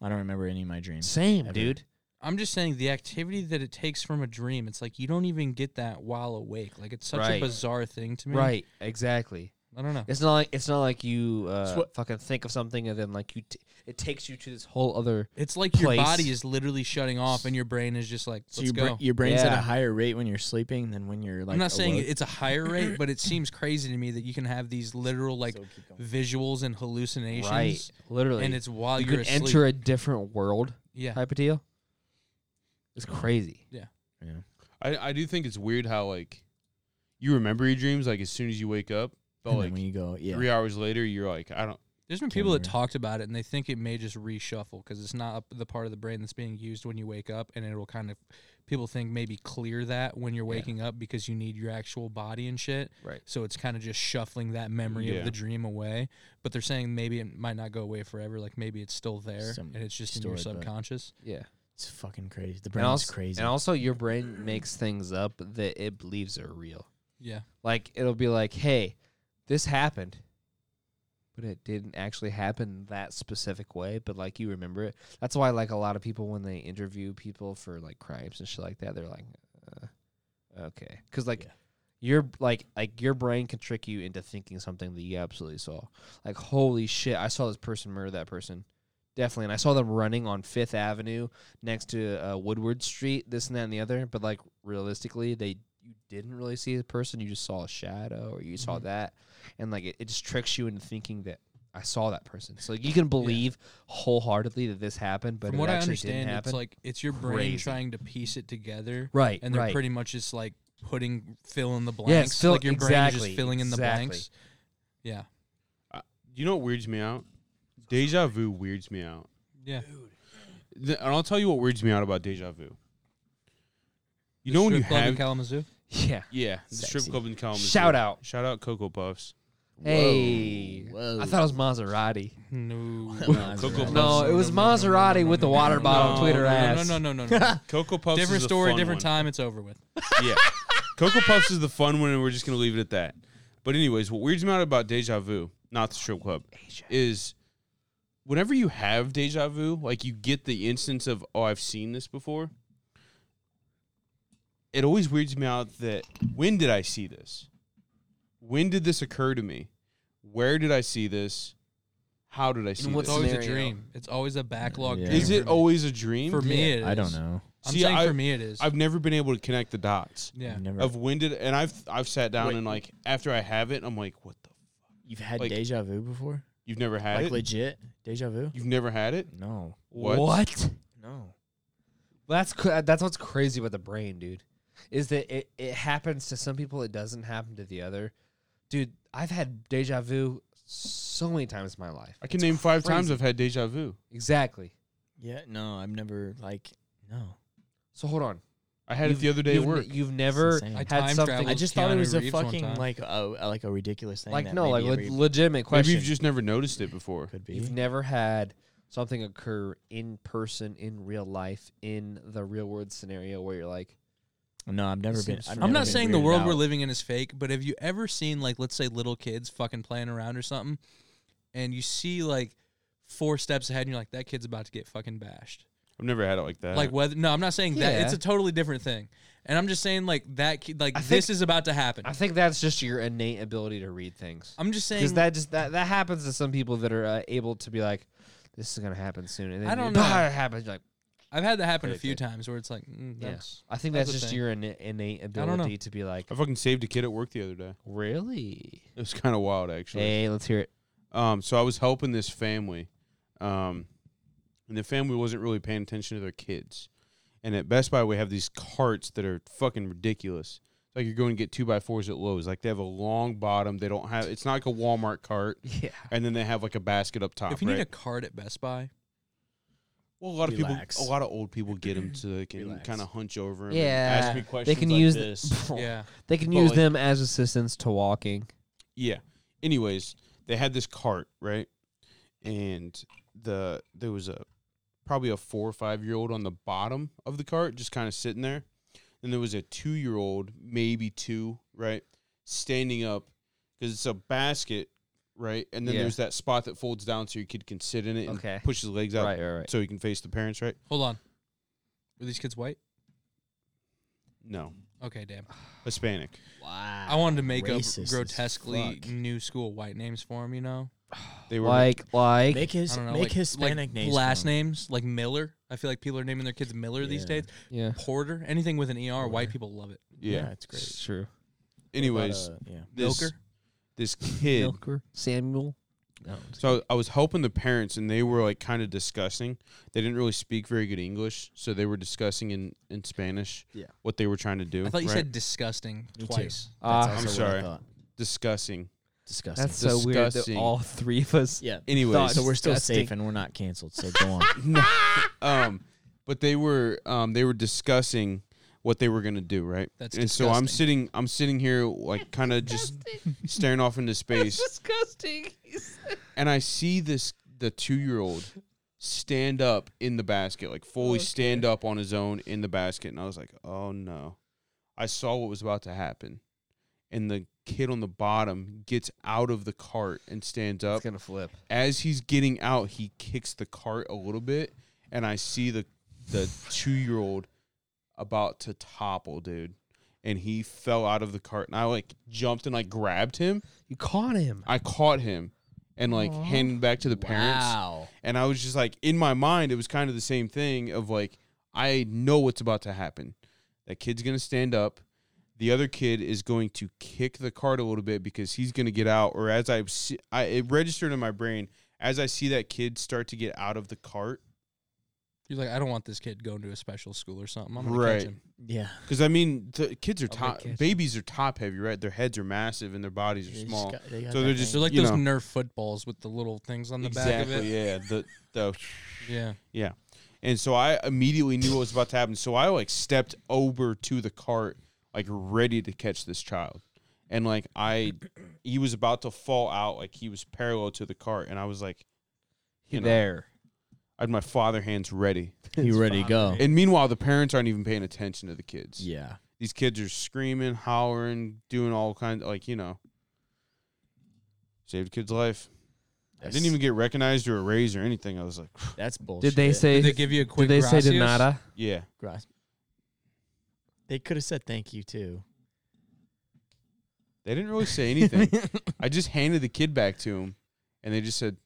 B: I don't remember any of my dreams.
D: Same,
B: Ever.
D: dude.
C: I'm just saying the activity that it takes from a dream. It's like you don't even get that while awake. Like it's such a
D: Right.
C: bizarre thing to me.
D: Right, exactly.
C: I don't know.
D: It's not like it's not like you uh,
B: what-
D: fucking think of something and then like you t- it takes you to this whole other.
C: It's like your
D: Place.
C: body is literally shutting off, and your brain is just like,
B: So
C: let's
B: your, bra-
C: go.
B: your brain's at
D: Yeah.
B: a higher rate when you're sleeping than when you're like.
C: I'm not saying
B: awoke.
C: it's a higher rate, but
D: (laughs)
C: it seems crazy to me that you can have these literal like
B: So keep going.
C: visuals and hallucinations,
D: Right, literally,
C: and it's while
D: you
C: are
D: could
C: asleep.
D: enter a different world
C: yeah,
D: type of deal. It's crazy.
A: I I do think it's weird how like you remember your dreams like as soon as you wake up, but
B: And then
A: like
B: when you go, yeah,
A: three hours later you're like I don't.
C: there's been people that
B: remember.
C: talked about it, and they think it may just reshuffle because it's not up the part of the brain that's being used when you wake up, and it will kind of people think maybe clear that when you're waking up because you need your actual body and shit.
D: Right.
C: So it's kind of just shuffling that memory
A: Yeah.
C: of the dream away. But they're saying maybe it might not go away forever. Like maybe it's still there
B: Some
C: and it's just in your
B: stored, but-
C: subconscious.
D: Yeah,
B: it's fucking crazy. The
D: and
B: brain's
D: also
B: crazy.
D: and also your brain makes things up that it believes are real.
C: Yeah.
D: Like it'll be like, hey, this happened. But it didn't actually happen that specific way, but like you remember it. That's why like a lot of people when they interview people for like crimes and shit like that, they're like, uh, okay, because like
B: Yeah.
D: your like like your brain can trick you into thinking something that you absolutely saw. Like holy shit, I saw this person murder that person, definitely, and I saw them running on Fifth Avenue next to uh, Woodward Street, this and that and the other. But like realistically, they you didn't really see the person. You just saw a shadow, or you saw
C: Mhm.
D: that, and like it, it just tricks you into thinking that I saw that person. So like, you can believe wholeheartedly that this happened, but
C: From
D: it
C: what I
D: actually didn't
C: understand,
D: happen.
C: it's like it's your brain
D: Crazy.
C: trying to piece it together.
D: right,
C: And they're
D: right.
C: pretty much just like putting fill in the blanks.
D: fill-
C: like your brain is
D: exactly,
C: just filling in the
D: exactly.
C: blanks. Yeah.
A: You know what weirds me out? Deja vu weirds me out.
C: Yeah.
A: Th- and I'll tell you what weirds me out about deja vu. You
C: The
A: know when
C: strip
A: you
C: club in
A: have
C: Kalamazoo?
D: (laughs) yeah.
A: yeah the strip
B: Sexy.
A: club in Kalamazoo.
D: Shout out.
A: Shout out Cocoa Puffs.
D: Hey,
B: Whoa.
D: I thought it was Maserati.
C: No.
B: Well,
A: Cocoa
B: Maserati.
A: Puffs.
D: No, it was Maserati with the water bottle
C: No,
D: tweeter
C: no,
D: ass.
C: No, no, no, (laughs) no. no.
A: Cocoa Puffs.
C: different
A: is a
C: story,
A: fun
C: different
A: one.
C: time. It's over with.
A: Yeah. Cocoa Puffs is the fun one, and we're just gonna leave it at that. But anyways, what weirds me out about Deja Vu, not the strip club, is whenever you have Deja Vu, like you get the instance of oh I've seen this before. It always weirds me out that when did I see this? When did this occur to me? Where did I see this? How did I see
D: what
A: this?
C: It's always a
D: scenario.
C: dream. It's always a backlog.
B: Yeah.
C: Dream
A: Is it
C: for me.
A: always a dream?
C: for me? It is.
B: I don't know.
C: I'm
A: See,
C: saying
A: I-
C: for me it is.
A: I've never been able to connect the dots
C: yeah.
B: I've never.
A: of when did and I've I've sat down
B: Wait.
A: and like after I have it, I'm like, what the?
B: You've had
A: like-
B: deja vu before?
A: You've never had
B: like
A: it.
B: legit deja vu?
A: You've never had it.
B: No,
A: What?
B: no.
D: That's cra- that's what's crazy about the brain, dude. Is that it, it happens to some people, it doesn't happen to the other. Dude, I've had deja vu so many times in my life.
A: I can name five times
D: crazy.
A: I've had deja vu.
D: Exactly.
B: Yeah, no. I've never like no.
D: So hold on.
A: I had it
D: You've-
A: the other day at
D: you've,
A: work.
D: n- You've never
B: insane. I
D: had
C: time
D: something
C: traveled.
B: I
C: with
B: just thought it
C: Keanu
B: was a
C: Reeves one
B: fucking
C: time.
B: like a like a ridiculous thing.
D: like
B: that
D: no, like
B: maybe
D: le-
B: every-
D: legitimate
A: Maybe
D: question.
A: you've just never noticed it before.
B: could be.
D: You've never had something occur in person, in real life, in the real world scenario where you're like,
B: no, I've never
D: It
B: been.
D: seems
B: I've
D: strange.
C: I'm
B: never
C: not
B: been
C: saying the
B: weirded
C: world
B: out.
C: we're living in is fake, but have you ever seen like let's say little kids fucking playing around or something and you see like four steps ahead and you're like that kid's about to get fucking bashed.
A: I've never had it like that.
C: Like whether no, I'm not saying that. It's
D: Yeah.
C: a totally different thing. And I'm just saying like that kid like
D: I
C: this
D: think-
C: is about to happen.
D: I think that's just your innate ability to read things.
C: I'm just saying
D: Because that just that, that happens to some people that are uh, able to be like, this is gonna happen soon, and then
C: I don't
D: you- (laughs)
C: know.
D: it happens. You're like
C: I've had that happen a
D: Okay,
C: few
D: okay.
C: times where it's like mm,
D: Yeah.
C: that's
D: I think
C: That's
D: that's,
C: the
D: just
C: thing.
D: your inna- innate
C: don't know.
D: ability to be like,
A: I fucking saved a kid at work the other day.
D: really?
A: It was kind of wild, actually.
D: Hey, let's hear it. (laughs)
A: Um, so I was helping this family, um, and the family wasn't really paying attention to their kids. And at Best Buy, we have these carts that are fucking ridiculous. Like you're going to get two by fours at Lowe's. Like they have a long bottom. They don't have. It's not like a Walmart cart,
D: Yeah,
A: and then they have like a basket up top.
C: if you need a
A: Ah, right?
C: card at Best Buy,
A: well, a lot of
B: Relax.
A: people, a lot of old people get them to they can
B: Relax.
A: kind of hunch over 'em and
D: yeah.
A: ask me questions.
D: they can
A: like
D: use
A: this.
D: (laughs)
C: yeah.
D: they can
A: Well,
D: use
A: like-
D: them as assistance to walking.
A: Yeah. Anyways, they had this cart, right? And the there was a probably a four or five year old on the bottom of the cart, just kind of sitting there. And there was a two year old, maybe two, right, standing up because it's a basket, right? And then
D: Yeah.
A: there's that spot that folds down so your kid can sit in it and
D: Okay.
A: push his legs out
D: Right, right, right.
A: so he can face the parents, right?
C: Hold on. Were these kids white?
A: No,
C: Okay, damn.
A: Hispanic.
B: Wow.
C: I wanted to make up
B: racist as
C: grotesquely
B: fuck.
C: new school white names for them, you know?
A: They were
D: Like, like,
B: Make
C: I
B: his
C: don't know.
B: make
C: like,
B: Hispanic
C: like
B: names
C: Last
B: fun.
C: names, like Miller. I feel like people are naming their kids Miller these
B: Yeah.
C: days.
D: yeah,
C: Porter, anything with an ER, white people love it.
A: yeah.
B: it's
D: it's
B: great.
D: true.
A: Anyways,
B: But, uh, yeah.
A: this
C: Milker?
A: this
D: (laughs)
A: kid
D: Milker, Samuel. No,
A: So I was helping the parents, and they were like kind of discussing. They didn't really speak very good English, so they were discussing in in Spanish.
B: Yeah.
A: what they were trying to do.
C: I thought you
A: right?
C: said disgusting
B: Me too.
C: twice.
D: Ah,
B: That's
A: I'm
B: also what I
A: sorry.
B: thought.
A: discussing.
B: Disgusting.
D: that's so weird that
A: disgusting.
D: all three of us.
B: yeah.
A: Anyways,
B: So we're still
D: disgusting.
B: safe and we're not canceled. So go (laughs) on.
A: um, but they were um they were discussing what they were gonna do, right?
C: That's
A: and so I'm
C: disgusting.
A: sitting I'm sitting here like kind of just staring off into space.
D: disgusting.
A: and I see this the two year old stand up in the basket, like fully stand up on his own in the basket, and I was like, oh no, I saw what was about to happen, and the kid on the bottom gets out of the cart and stands
D: It's
A: up.
D: gonna flip.
A: As he's getting out, he kicks the cart a little bit, and I see the the two year old about to topple, dude. And he fell out of the cart, and I like jumped and like grabbed him,
D: You caught him.
A: I caught him and like handed back to the parents.
B: Wow.
A: And I was just like, in my mind, it was kind of the same thing of like, I know what's about to happen. That kid's going to stand up. The other kid is going to kick the cart a little bit because he's going to get out. Or as I, see, I, it registered in my brain as I see that kid start to get out of the cart.
C: You're like, I don't want this kid going to a special school or something. I'm gonna
A: Right.
C: catch him.
B: Yeah.
A: Because I mean, the kids are
D: my
A: top,
D: gosh.
A: babies are top heavy, right? Their heads are massive and their bodies
B: They
A: are
B: just
A: small.
B: got- they got
A: So
B: that
A: they're
B: thing.
A: just
C: They're like
A: You
C: those
A: know.
C: Nerf footballs with the little things on the back of
A: exactly,
C: it.
A: yeah. The, the,
C: Yeah.
A: Yeah. And so I immediately knew what was about to happen. So I like stepped over to the cart, like ready to catch this child. And like I he was about to fall out, like he was parallel to the cart. And I was like, you know,
D: there.
A: I had my father hands ready.
B: You ready to go?
A: And meanwhile, the parents aren't even paying attention to the kids.
B: Yeah.
A: These kids are screaming, hollering, doing all kinds like, you know. Saved a kid's life. I didn't even get recognized or a raise or anything. I was like, (sighs)
B: That's bullshit.
D: Did they say?
C: Did they give you a quick
D: did they say
C: gracias?
D: de nada?
A: yeah.
B: Grass. They could have said thank you too.
A: They didn't really say
B: (laughs)
A: anything. I just handed the kid back to him, and they just said,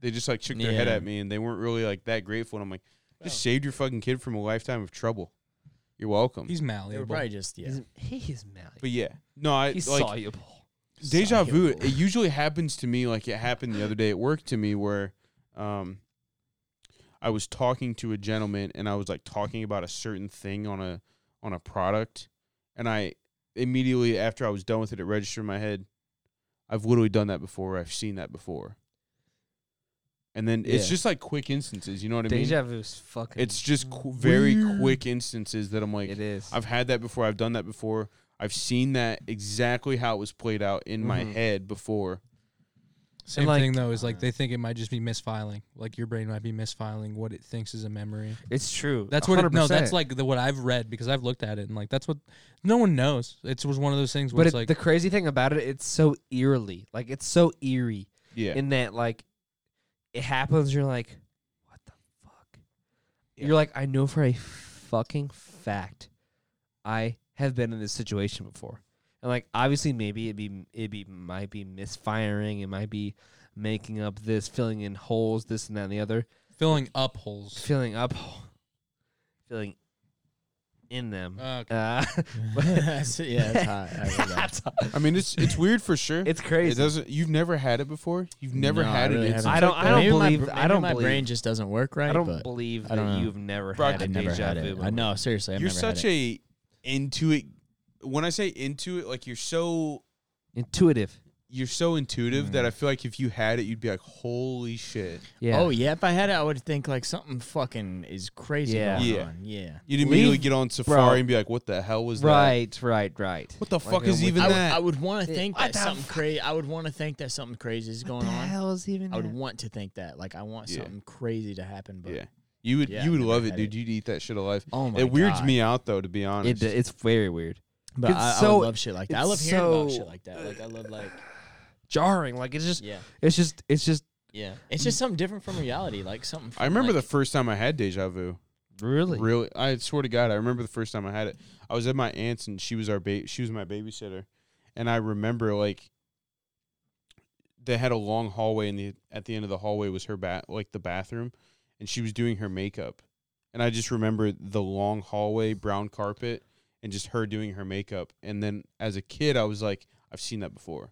A: they just like shook their head
B: Yeah.
A: at me, and they weren't really like that grateful. And I'm like, just saved your fucking kid from a lifetime of trouble. You're welcome.
C: He's
B: They were
C: malleable.
B: probably just yeah.
D: He's, he is malleable.
A: but yeah, no, I
D: He's
A: like
D: soluble.
A: deja vu.
B: soluble.
A: It usually happens to me, like it happened the other day at work to me, where, um, I was talking to a gentleman, and I was like talking about a certain thing on a on a product, and I immediately after I was done with it, it registered in my head. I've literally done that before. I've seen that before. And then it's
B: Yeah.
A: just like quick instances. You know what I mean?
D: Deja vu Mm-hmm. is fucking.
A: It's just qu- very quick instances that I'm like,
D: it is.
A: I've had that before. I've done that before. I've seen that exactly how it was played out in my
D: Mhm.
A: head before.
C: Same
D: And, like-
C: thing though is like they
A: uh,
C: think it might just be misfiling. Like your brain might be misfiling what it thinks is a memory.
D: it's true.
C: That's what. It, no,
D: 100%.
C: that's like the what I've read because I've looked at it and like that's what no one knows. It was one of those things where
D: But
C: it's
D: it,
C: like
D: the crazy thing about it, it's so eerily, like it's so eerie
A: Yeah.
D: in that like it happens. You're like, what the fuck? You're like, I know for a fucking fact, I have been in this situation before, and like obviously maybe it be it be might be misfiring, it might be making up this, filling in holes, this and that and the other,
C: filling up holes.
D: filling up, (sighs) filling in them.
C: Uh,
D: (laughs) Uh,
A: (laughs)
B: That's- yeah, that's hot. I heard (laughs) that.
A: I mean, it's it's weird for sure.
D: (laughs) it's
A: it
D: crazy.
A: doesn't. You've never had it before. You've never
B: No, I
A: had
B: really
A: it. It's,
B: haven't.
D: I don't. I don't
B: Maybe my
D: believe.
B: br-
D: I
B: maybe
D: don't
B: my
D: believe.
B: brain just doesn't work right.
D: I don't
B: but
D: believe
B: I
D: that
B: don't know.
D: you've never
A: Brock,
D: had a
B: I never
D: deja
B: had
D: vu.
B: it. I
D: moment.
B: know, seriously, I've
A: you're
B: never
A: such
B: had it.
A: a into it. When I say into it, like you're so
D: Intuitive.
A: you're so intuitive
B: Mm-hmm.
A: that I feel like if you had it, you'd be like, holy shit.
D: Yeah.
B: Oh yeah, if I had it, I would think like something fucking is crazy
D: Yeah.
B: going
A: Yeah.
B: on. Yeah.
A: You'd immediately
D: Leave-
A: get on Safari
D: bro.
A: and be like, what the hell was that?
D: Right. Right. Right.
A: What the
D: Like,
A: fuck
D: I'm
A: is
D: with-
A: even
B: I would,
A: that?
B: I would want to think
D: What
B: that
D: the
B: something
D: fuck?
B: crazy. I would want to think that something crazy is
D: What
B: going
D: the
B: on.
D: hell is even?
B: I would
D: that?
B: want to think that. Like I want
A: Yeah.
B: something crazy to happen. But
A: yeah. You would
B: Yeah,
A: you
B: I've
A: would
B: never
A: love it,
B: had
A: dude.
B: it.
A: You'd eat that shit alive.
B: oh my,
A: it weirds
B: God.
A: me out though, to be
D: It,
A: honest.
D: it's very weird.
B: But
D: It's
B: I, I
D: so-
B: would love shit like that. I
D: it's
B: love hearing about
D: so-
B: shit like that. Like I love like
D: Jarring. Like it's just.
B: yeah,
D: It's just. It's just
B: yeah. It's
C: Mm.
B: just something different from reality. Like something. From,
A: I remember
B: like,
A: the first time I had deja vu.
D: really.
A: Really, I swear to God, I remember the first time I had it. I was at my aunt's and she was our ba- she was my babysitter, and I remember like they had a long hallway and the at the end of the hallway was her bat like the bathroom, and she was doing her makeup, and I just remember the long hallway, brown carpet, and just her doing her makeup. And then as a kid, I was like, I've seen that before.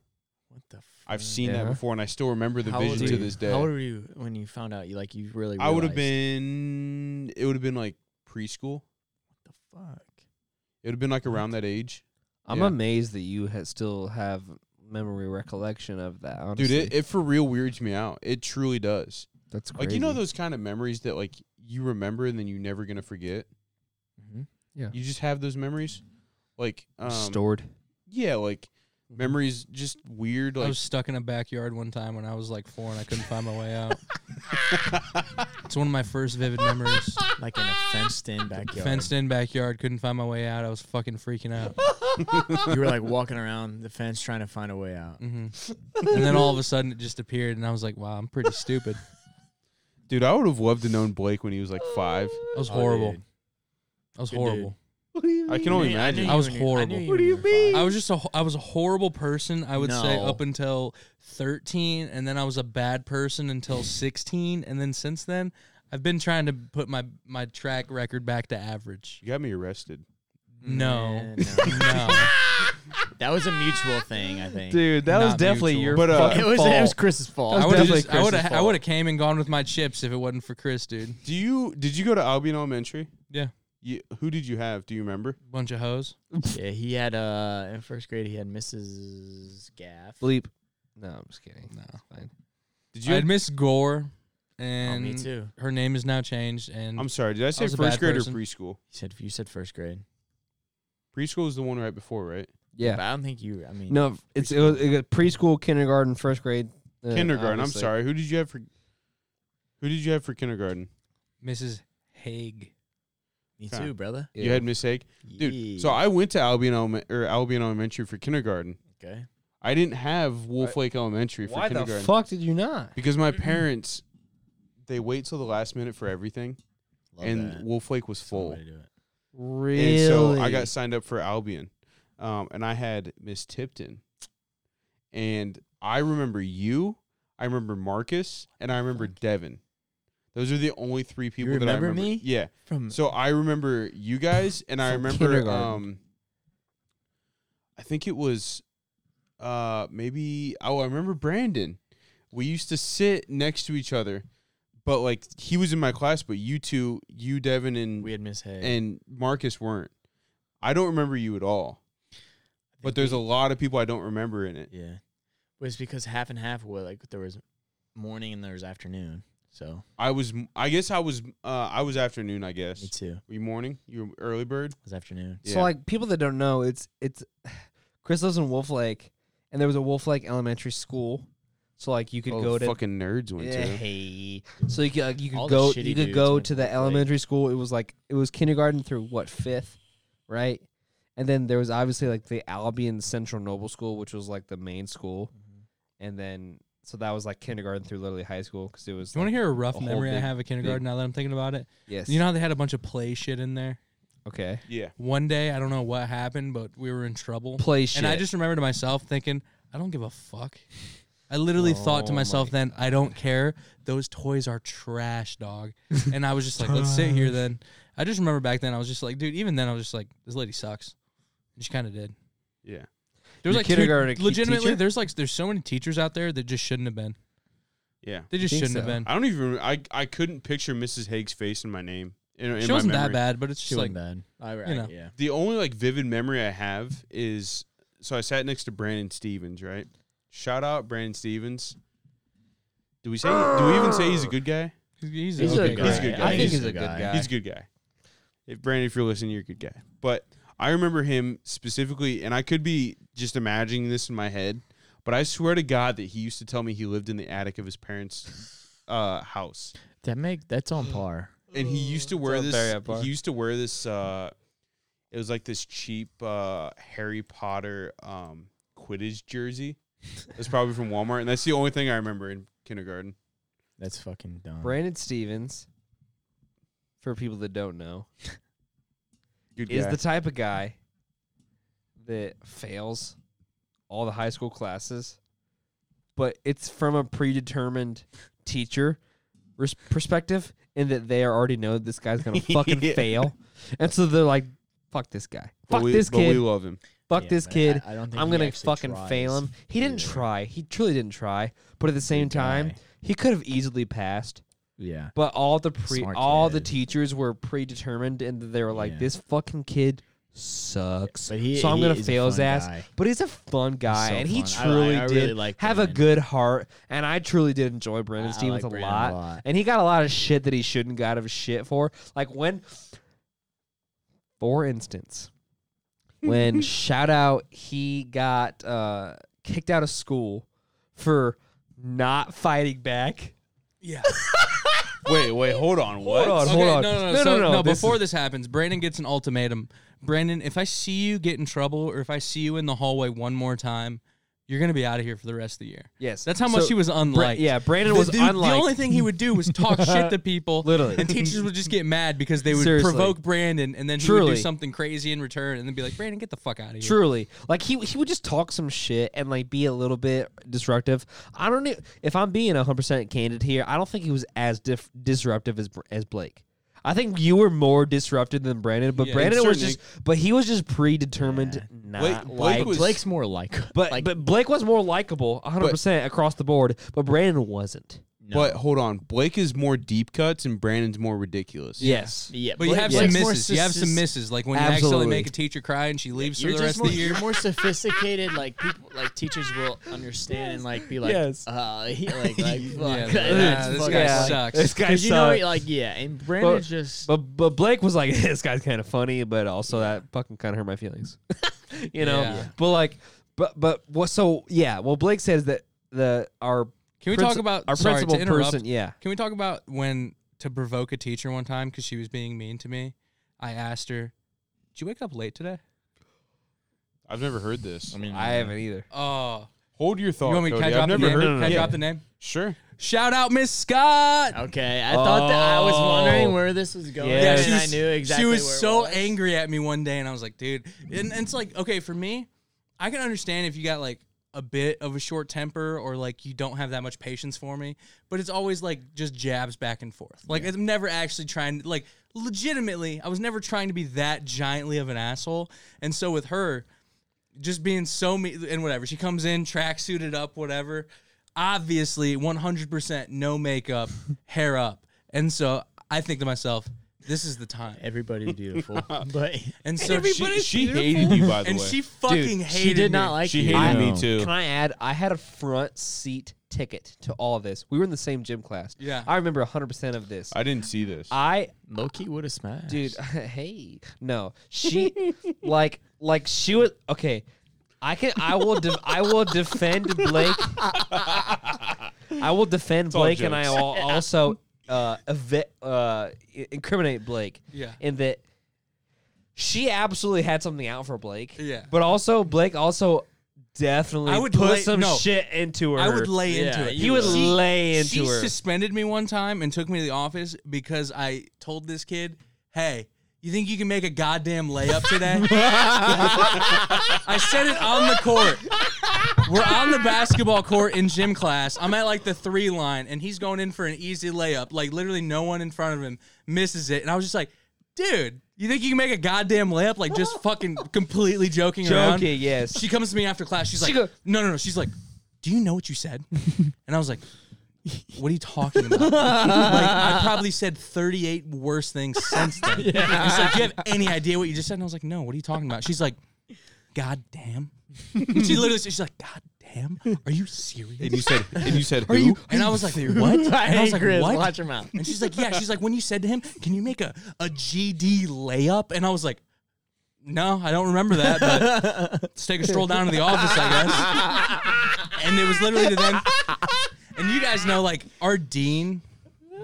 B: What the?
A: I've
B: fuck?
A: seen that
D: Yeah.
A: before, and I still remember the
B: How old
A: vision
B: were
A: to
B: you-
A: this day.
B: How old were you when you found out? You like you really?
A: I would have
B: realized?
A: been. It would have been like preschool.
B: What the fuck?
A: It would have been like around that age.
D: I'm
A: Yeah.
D: amazed that you ha- still have memory recollection of that. Honestly.
A: Dude, it, it for real weirds me out. It truly does.
D: that's
A: Like you know
D: crazy.
A: those kind of memories that like you remember and then you're never gonna forget.
B: Mm-hmm.
A: You just have those memories, like um,
D: stored.
A: yeah, like memories just weird.
C: I
A: Like
C: was stuck in a backyard one time when I was like four and I couldn't find my
A: (laughs)
C: way out. it's one of my first vivid memories.
B: Like in a fenced in backyard.
C: Fenced in backyard, couldn't find my way out. I was fucking freaking
B: (laughs)
C: out.
B: You were like walking around the fence trying to find a way out.
C: hmm and then all of a sudden it just appeared, and I was like, wow, I'm pretty
B: (laughs)
C: stupid.
A: dude, I would have loved to known Blake when he was like
D: (laughs)
A: five.
C: That was
B: Oh,
C: horrible.
B: dude.
C: That was
B: Good
C: horrible.
A: I can only
B: knew- I knew
A: imagine.
C: I was
B: you knew-
C: horrible.
B: knew
C: What
B: you mean?
C: I was just a ho- I was a horrible person. I would say
B: No.
C: up until 13, and then I was a bad person
B: (laughs)
C: until 16, and then since then I've been trying to put my my track record back to average.
A: You got me arrested.
C: (laughs) No,
B: (laughs) no.
C: no.
B: That was a mutual thing, I think.
D: Dude, that was
C: Not
D: definitely
C: mutual.
D: your
A: But, uh,
D: fucking
B: It was
D: fault.
B: it was Chris's fault.
D: That
C: I
D: was
C: would
D: definitely
C: have just, I would
D: Chris's
C: have I
D: fault.
C: would have came and gone with my chips if it wasn't for Chris, dude.
A: Do you did you go to Albion Elementary?
C: Yeah.
A: You, who did you have? Do you remember?
C: Bunch of hoes.
B: yeah, he had uh in first grade he had Mrs. Gaff.
D: bleep. No, I'm just kidding.
C: No.
D: It's fine.
A: Did
C: I
A: you?
C: had Miss Gore,
B: Oh,
C: and
B: me too.
C: her name is now changed. And
A: I'm sorry. Did I say
C: was a
A: first
C: bad
A: grade
C: person.
A: or preschool?
B: You said you said first grade.
A: Preschool is the one right before, right?
D: Yeah.
B: But I don't think you I mean
D: No, it's it was, it was preschool, kindergarten, first grade. uh,
A: kindergarten.
D: obviously.
A: I'm sorry. Who did you have for? Who did you have for kindergarten?
C: Mrs. Haig.
B: me
A: Huh.
B: too, brother.
A: You
D: Yeah.
A: had Miss Haig, dude. So
B: Yeah.
A: I went to Albion Eleme- or Albion Elementary for kindergarten.
B: Okay.
A: I didn't have Wolf Lake Elementary for
D: Why the
A: kindergarten
D: fuck did you not?
A: because my parents they wait till the last minute for everything,
B: Love
A: and
B: that.
A: Wolf Lake was
B: That's one
A: full,
B: way to do it.
D: Really?
A: and so I got signed up for Albion. um, and I had Miss Tipton, and I remember you, I remember Marcus, and I remember Devin. Those are the only three people that I
B: remember
A: remember.
B: me?
A: Yeah.
B: From
A: So I remember you guys, and I
B: From
A: remember
B: kindergarten.
A: um, I think it was, uh, maybe oh I remember Brandon. We used to sit next to each other, but like he was in my class, but you two, you Devin and
B: we had Miss Hay.
A: and Marcus weren't. I don't remember you at all, but there's a lot of people I don't remember in it.
B: yeah, but it's because half and half. Well, like there was morning and there was afternoon. So
A: I was, I guess I was, uh, I was afternoon. I guess.
B: me too. It
A: Were you morning? You were early bird.
B: was afternoon.
A: Yeah.
D: So like people that don't know, it's it's (sighs) Chris lives in Wolf Lake, and there was a Wolf Lake Elementary School. So like you could
A: Oh,
D: go to
A: fucking nerds went
D: yeah,
A: to.
D: hey. So you could like, you could
B: All the
D: go
B: shitty
D: you could
B: dudes
D: go
B: went
D: to
B: to
D: the
B: Wolf Lake.
D: elementary school. It was like it was kindergarten through what fifth, right? And then there was obviously like the Albion Central Noble School, which was like the main school, and then so that was like kindergarten through literally high school because it was.
C: you want to
D: like-
C: hear a rough
D: a whole
C: memory I
D: big-
C: have of kindergarten? Now that I'm thinking about it,
D: Yes.
C: you know how they had a bunch of play shit in there.
D: Okay.
A: Yeah.
C: One day, I don't know what happened, but we were in trouble.
D: Play shit.
C: And I just remember to myself thinking, I don't give a fuck. I literally thought to
D: Oh
C: myself
D: my
C: then, I don't care. Those toys are
D: (laughs)
C: trash, dog. and I was just like, let's sit here then. I just remember back then, I was just like, dude, even then, I was just like, this lady sucks. And she kind of did.
A: Yeah.
C: There was
D: Your
C: like two-
D: kindergarten te-
C: legitimately,
D: teacher?
C: there's like there's so many teachers out there that just shouldn't have been.
A: Yeah.
C: They just
D: think
C: shouldn't have
D: so?
C: been.
A: I don't even. I I couldn't picture Mrs. Haig's face in my name. In, in
C: She
A: my
C: wasn't
A: memory.
C: that bad, but it's
B: She
C: just like
B: wasn't bad. I, I,
C: you know.
B: yeah.
A: The only like vivid memory I have is so I sat next to Brandon Stevens. Right. Shout out Brandon Stevens. Do we say? Do we even say he's a good guy?
C: he's,
B: He's
C: okay
B: a
A: guy.
B: good
A: He's a good guy.
B: I think
A: He's
B: he's
A: a
B: a good guy.
A: He's a good guy. If Brandon, if you're listening, you're a good guy. But I remember him specifically, and I could be just imagining this in my head, but I swear to God that he used to tell me he lived in the attic of his parents' uh, house,
B: That make that's on par.
A: and he used to wear
D: Don't bury
A: this.
D: that bar.
A: He used to wear this. Uh, it was like this cheap uh, Harry Potter um, Quidditch jersey.
D: (laughs)
A: That's probably from Walmart, and that's the only thing I remember in kindergarten.
B: That's fucking dumb.
D: Brandon Stevens, for people that don't know,
A: Good
D: is
A: guy.
D: the type of guy that fails all the high school classes, but it's from a predetermined teacher res- perspective, in that they already know this guy's gonna fucking
A: Yeah.
D: fail, and so they're like, "Fuck this guy,
A: But
D: fuck
A: we-
D: this
A: but we
D: kid,
A: love him.
D: fuck
B: Yeah,
D: this
B: but I-
D: kid."
B: I don't think
D: I'm
B: he
D: gonna
B: actually
D: fucking fail
B: tries
D: him. He didn't
B: either.
D: try. He truly didn't try. But at the same time,
B: guy.
D: he could have easily passed.
B: Yeah.
D: But all the pre
B: Smart
D: all the
B: kid.
D: teachers were predetermined and they were like,
B: Yeah.
D: This fucking kid sucks.
B: But he-
D: so I'm
B: he
D: gonna
B: is a
D: fail his
B: fun
D: ass.
B: guy.
D: But he's a fun guy
B: so
D: and he
B: fun. I- I- I
D: truly did
B: really like
D: have a
B: Brandon.
D: good heart. And I truly did enjoy Brandon
B: I- I
D: Stevens
B: like
D: a,
B: Brandon a
D: lot.
B: lot.
D: And he got a lot of shit that he shouldn't got of shit for. Like when for instance,
B: (laughs)
D: when shout out he got uh, kicked out of school for not fighting back.
C: yeah.
A: Wait, wait, hold on. What?
D: Hold on,
C: Okay,
D: hold on.
C: No, no, no. so, no,
D: this
C: before
D: is-
C: this happens, Brandon gets an ultimatum. Brandon, if I see you get in trouble or if I see you in the hallway one more time, you're going to be out of here for the rest of the year.
D: Yes.
C: That's how much
D: So,
C: he was
D: Bra-
C: unlike.
D: yeah, Brandon
C: The
D: was
C: dude-
D: unlike.
C: The only thing he would do was
D: (laughs)
C: talk shit to people.
D: Literally.
C: And teachers would just get mad because they would
D: Seriously.
C: provoke Brandon and then he would
D: Truly.
C: do something crazy in return and then be like, Brandon, get the fuck out of here.
D: Truly, like he he would just talk some shit and like be a little bit disruptive. I don't know if I'm being 100 percent candid here. I don't think he was as dif- disruptive as Br- as Blake. I think you were more disruptive than Brandon, but
C: Yeah.
D: Brandon was
A: Certainly.
D: just, but he was just predetermined not
A: Blake- Blake
D: liked.
A: was-
B: Blake's more like.
D: but but Blake was more likable, 100 percent across the board. But Brandon wasn't.
A: But hold on, Blake is more deep cuts and Brandon's more ridiculous.
D: Yes,
B: yeah,
C: But you
B: Blake-
C: have
B: Blake's
C: some
B: more
C: misses. You have some
B: sus-
C: misses. Like when you
D: Absolutely.
C: accidentally make a teacher cry and she leaves
B: You're
C: for the rest
B: just
C: of
B: more,
C: the year. (laughs)
B: you're more sophisticated. Like people, like teachers will understand and like be like,
D: Yes.
C: (laughs)
B: uh, he, like, like,
C: Yeah,
B: fuck,
C: like,
B: (laughs) that's
C: nah, this
B: fucking-
C: guy
B: like,
C: sucks.
D: This guy
B: (laughs) 'cause you know,
D: sucks.
B: like, yeah, and Brandon's just
D: But but Blake was like, (laughs) this guy's kind of funny, but also that fucking kind of hurt my feelings, (laughs) you know.
C: Yeah.
D: But like, but but what? So yeah, well, Blake says that the our
C: Can we
D: princi-
C: talk about-
D: our
C: sorry, to
D: principal
C: interrupt.
D: person? Yeah,
C: Can we talk about when to provoke a teacher one time because she was being mean to me? I asked her, "Did you wake up late today?"
A: I've never heard this.
G: mean,
D: I haven't either.
C: Oh,
A: Hold your thought,
C: you want me?
A: Oh, Cody.
C: Can I
A: I've
C: drop the
A: never
C: name?
A: heard.
C: Can I
A: yeah.
C: drop the name?
A: (laughs) Sure.
C: Shout out Miss Scott.
B: Okay, I thought that I was wondering
D: Oh.
B: where this was going.
D: Yeah,
B: and
D: she
B: I knew exactly.
C: She was
B: where it
C: so
B: was.
C: angry at me one day, and I was like, dude. And, and it's like, okay, for me, I can understand if you got like a bit of a short temper or like you don't have that much patience for me, but it's always like just jabs back and forth. Like I'm never actually trying, like legitimately, I was never trying to be that giantly of an asshole. And so with her, just being so me and whatever. She comes in tracksuited up, whatever. Obviously, 100% no
B: (laughs)
C: makeup, hair up. And so I think to myself, this is the time. (laughs)
B: Everybody's beautiful, but
C: And so
A: She,
C: she,
A: she hated you, by the
C: and
A: way.
C: she fucking
D: Dude,
C: hated
B: she did
C: me.
B: not like
A: she
B: you.
A: hated
D: I-
A: me too.
D: Can I add? I had a front seat ticket to all of this. We were in the same gym class.
C: Yeah.
D: I remember 100% of this.
A: I didn't see this.
C: Ah.
D: I
B: Loki would have smashed,
D: dude (laughs) hey no
C: (laughs)
D: she like like she was okay i can i will de- i will defend blake i will defend
A: all
D: blake and i
A: jokes.
D: will
C: (laughs)
D: also uh, eve- uh i- incriminate blake
C: Yeah.
D: in that she absolutely had something out for blake
C: Yeah.
D: but also blake also definitely
C: I would
D: put
C: lay-
D: some
C: no.
D: shit into her
C: I would lay
B: Yeah,
C: into it.
D: he would
C: She-
D: lay into
C: she
D: her
C: suspended me one time and took me to the office because I told this kid, "Hey, you think you can make a goddamn layup
D: (laughs)
C: today?" I said it on the court. We're on the basketball court in gym class. I'm at like the three line, and he's going in for an easy layup. Like literally, no one in front of him misses it, and I was just like, "Dude, you think you can make a goddamn layup?" Like just fucking completely joking, around.
D: joking yes (laughs)
C: She comes to me after class. She's
D: She
C: like,
D: go-
C: "No, no, no." She's like, "Do you know what
D: (laughs)
C: you said?" and I was like, "What are you talking about?" like, I probably said thirty-eight worse things
D: (laughs)
C: since then. She's like, "Do you have any idea what you just said?" And I was like, "No, what are you talking about?" She's like, "God damn." And she literally, she's like, "God damn, are you serious?"
A: and you said, and you
C: (laughs)
A: said, who?
C: And I was like, "What?" And
B: I,
C: I was
B: hate
C: like,
B: Grizz.
C: "What?"
B: Watch her mouth.
C: And she's like, yeah. She's like, when you said to him, can you make a, a GD layup? And I was like, no, I don't remember that. But let's take a stroll down to the office, I guess. And it was literally then. And you guys know, like, our dean,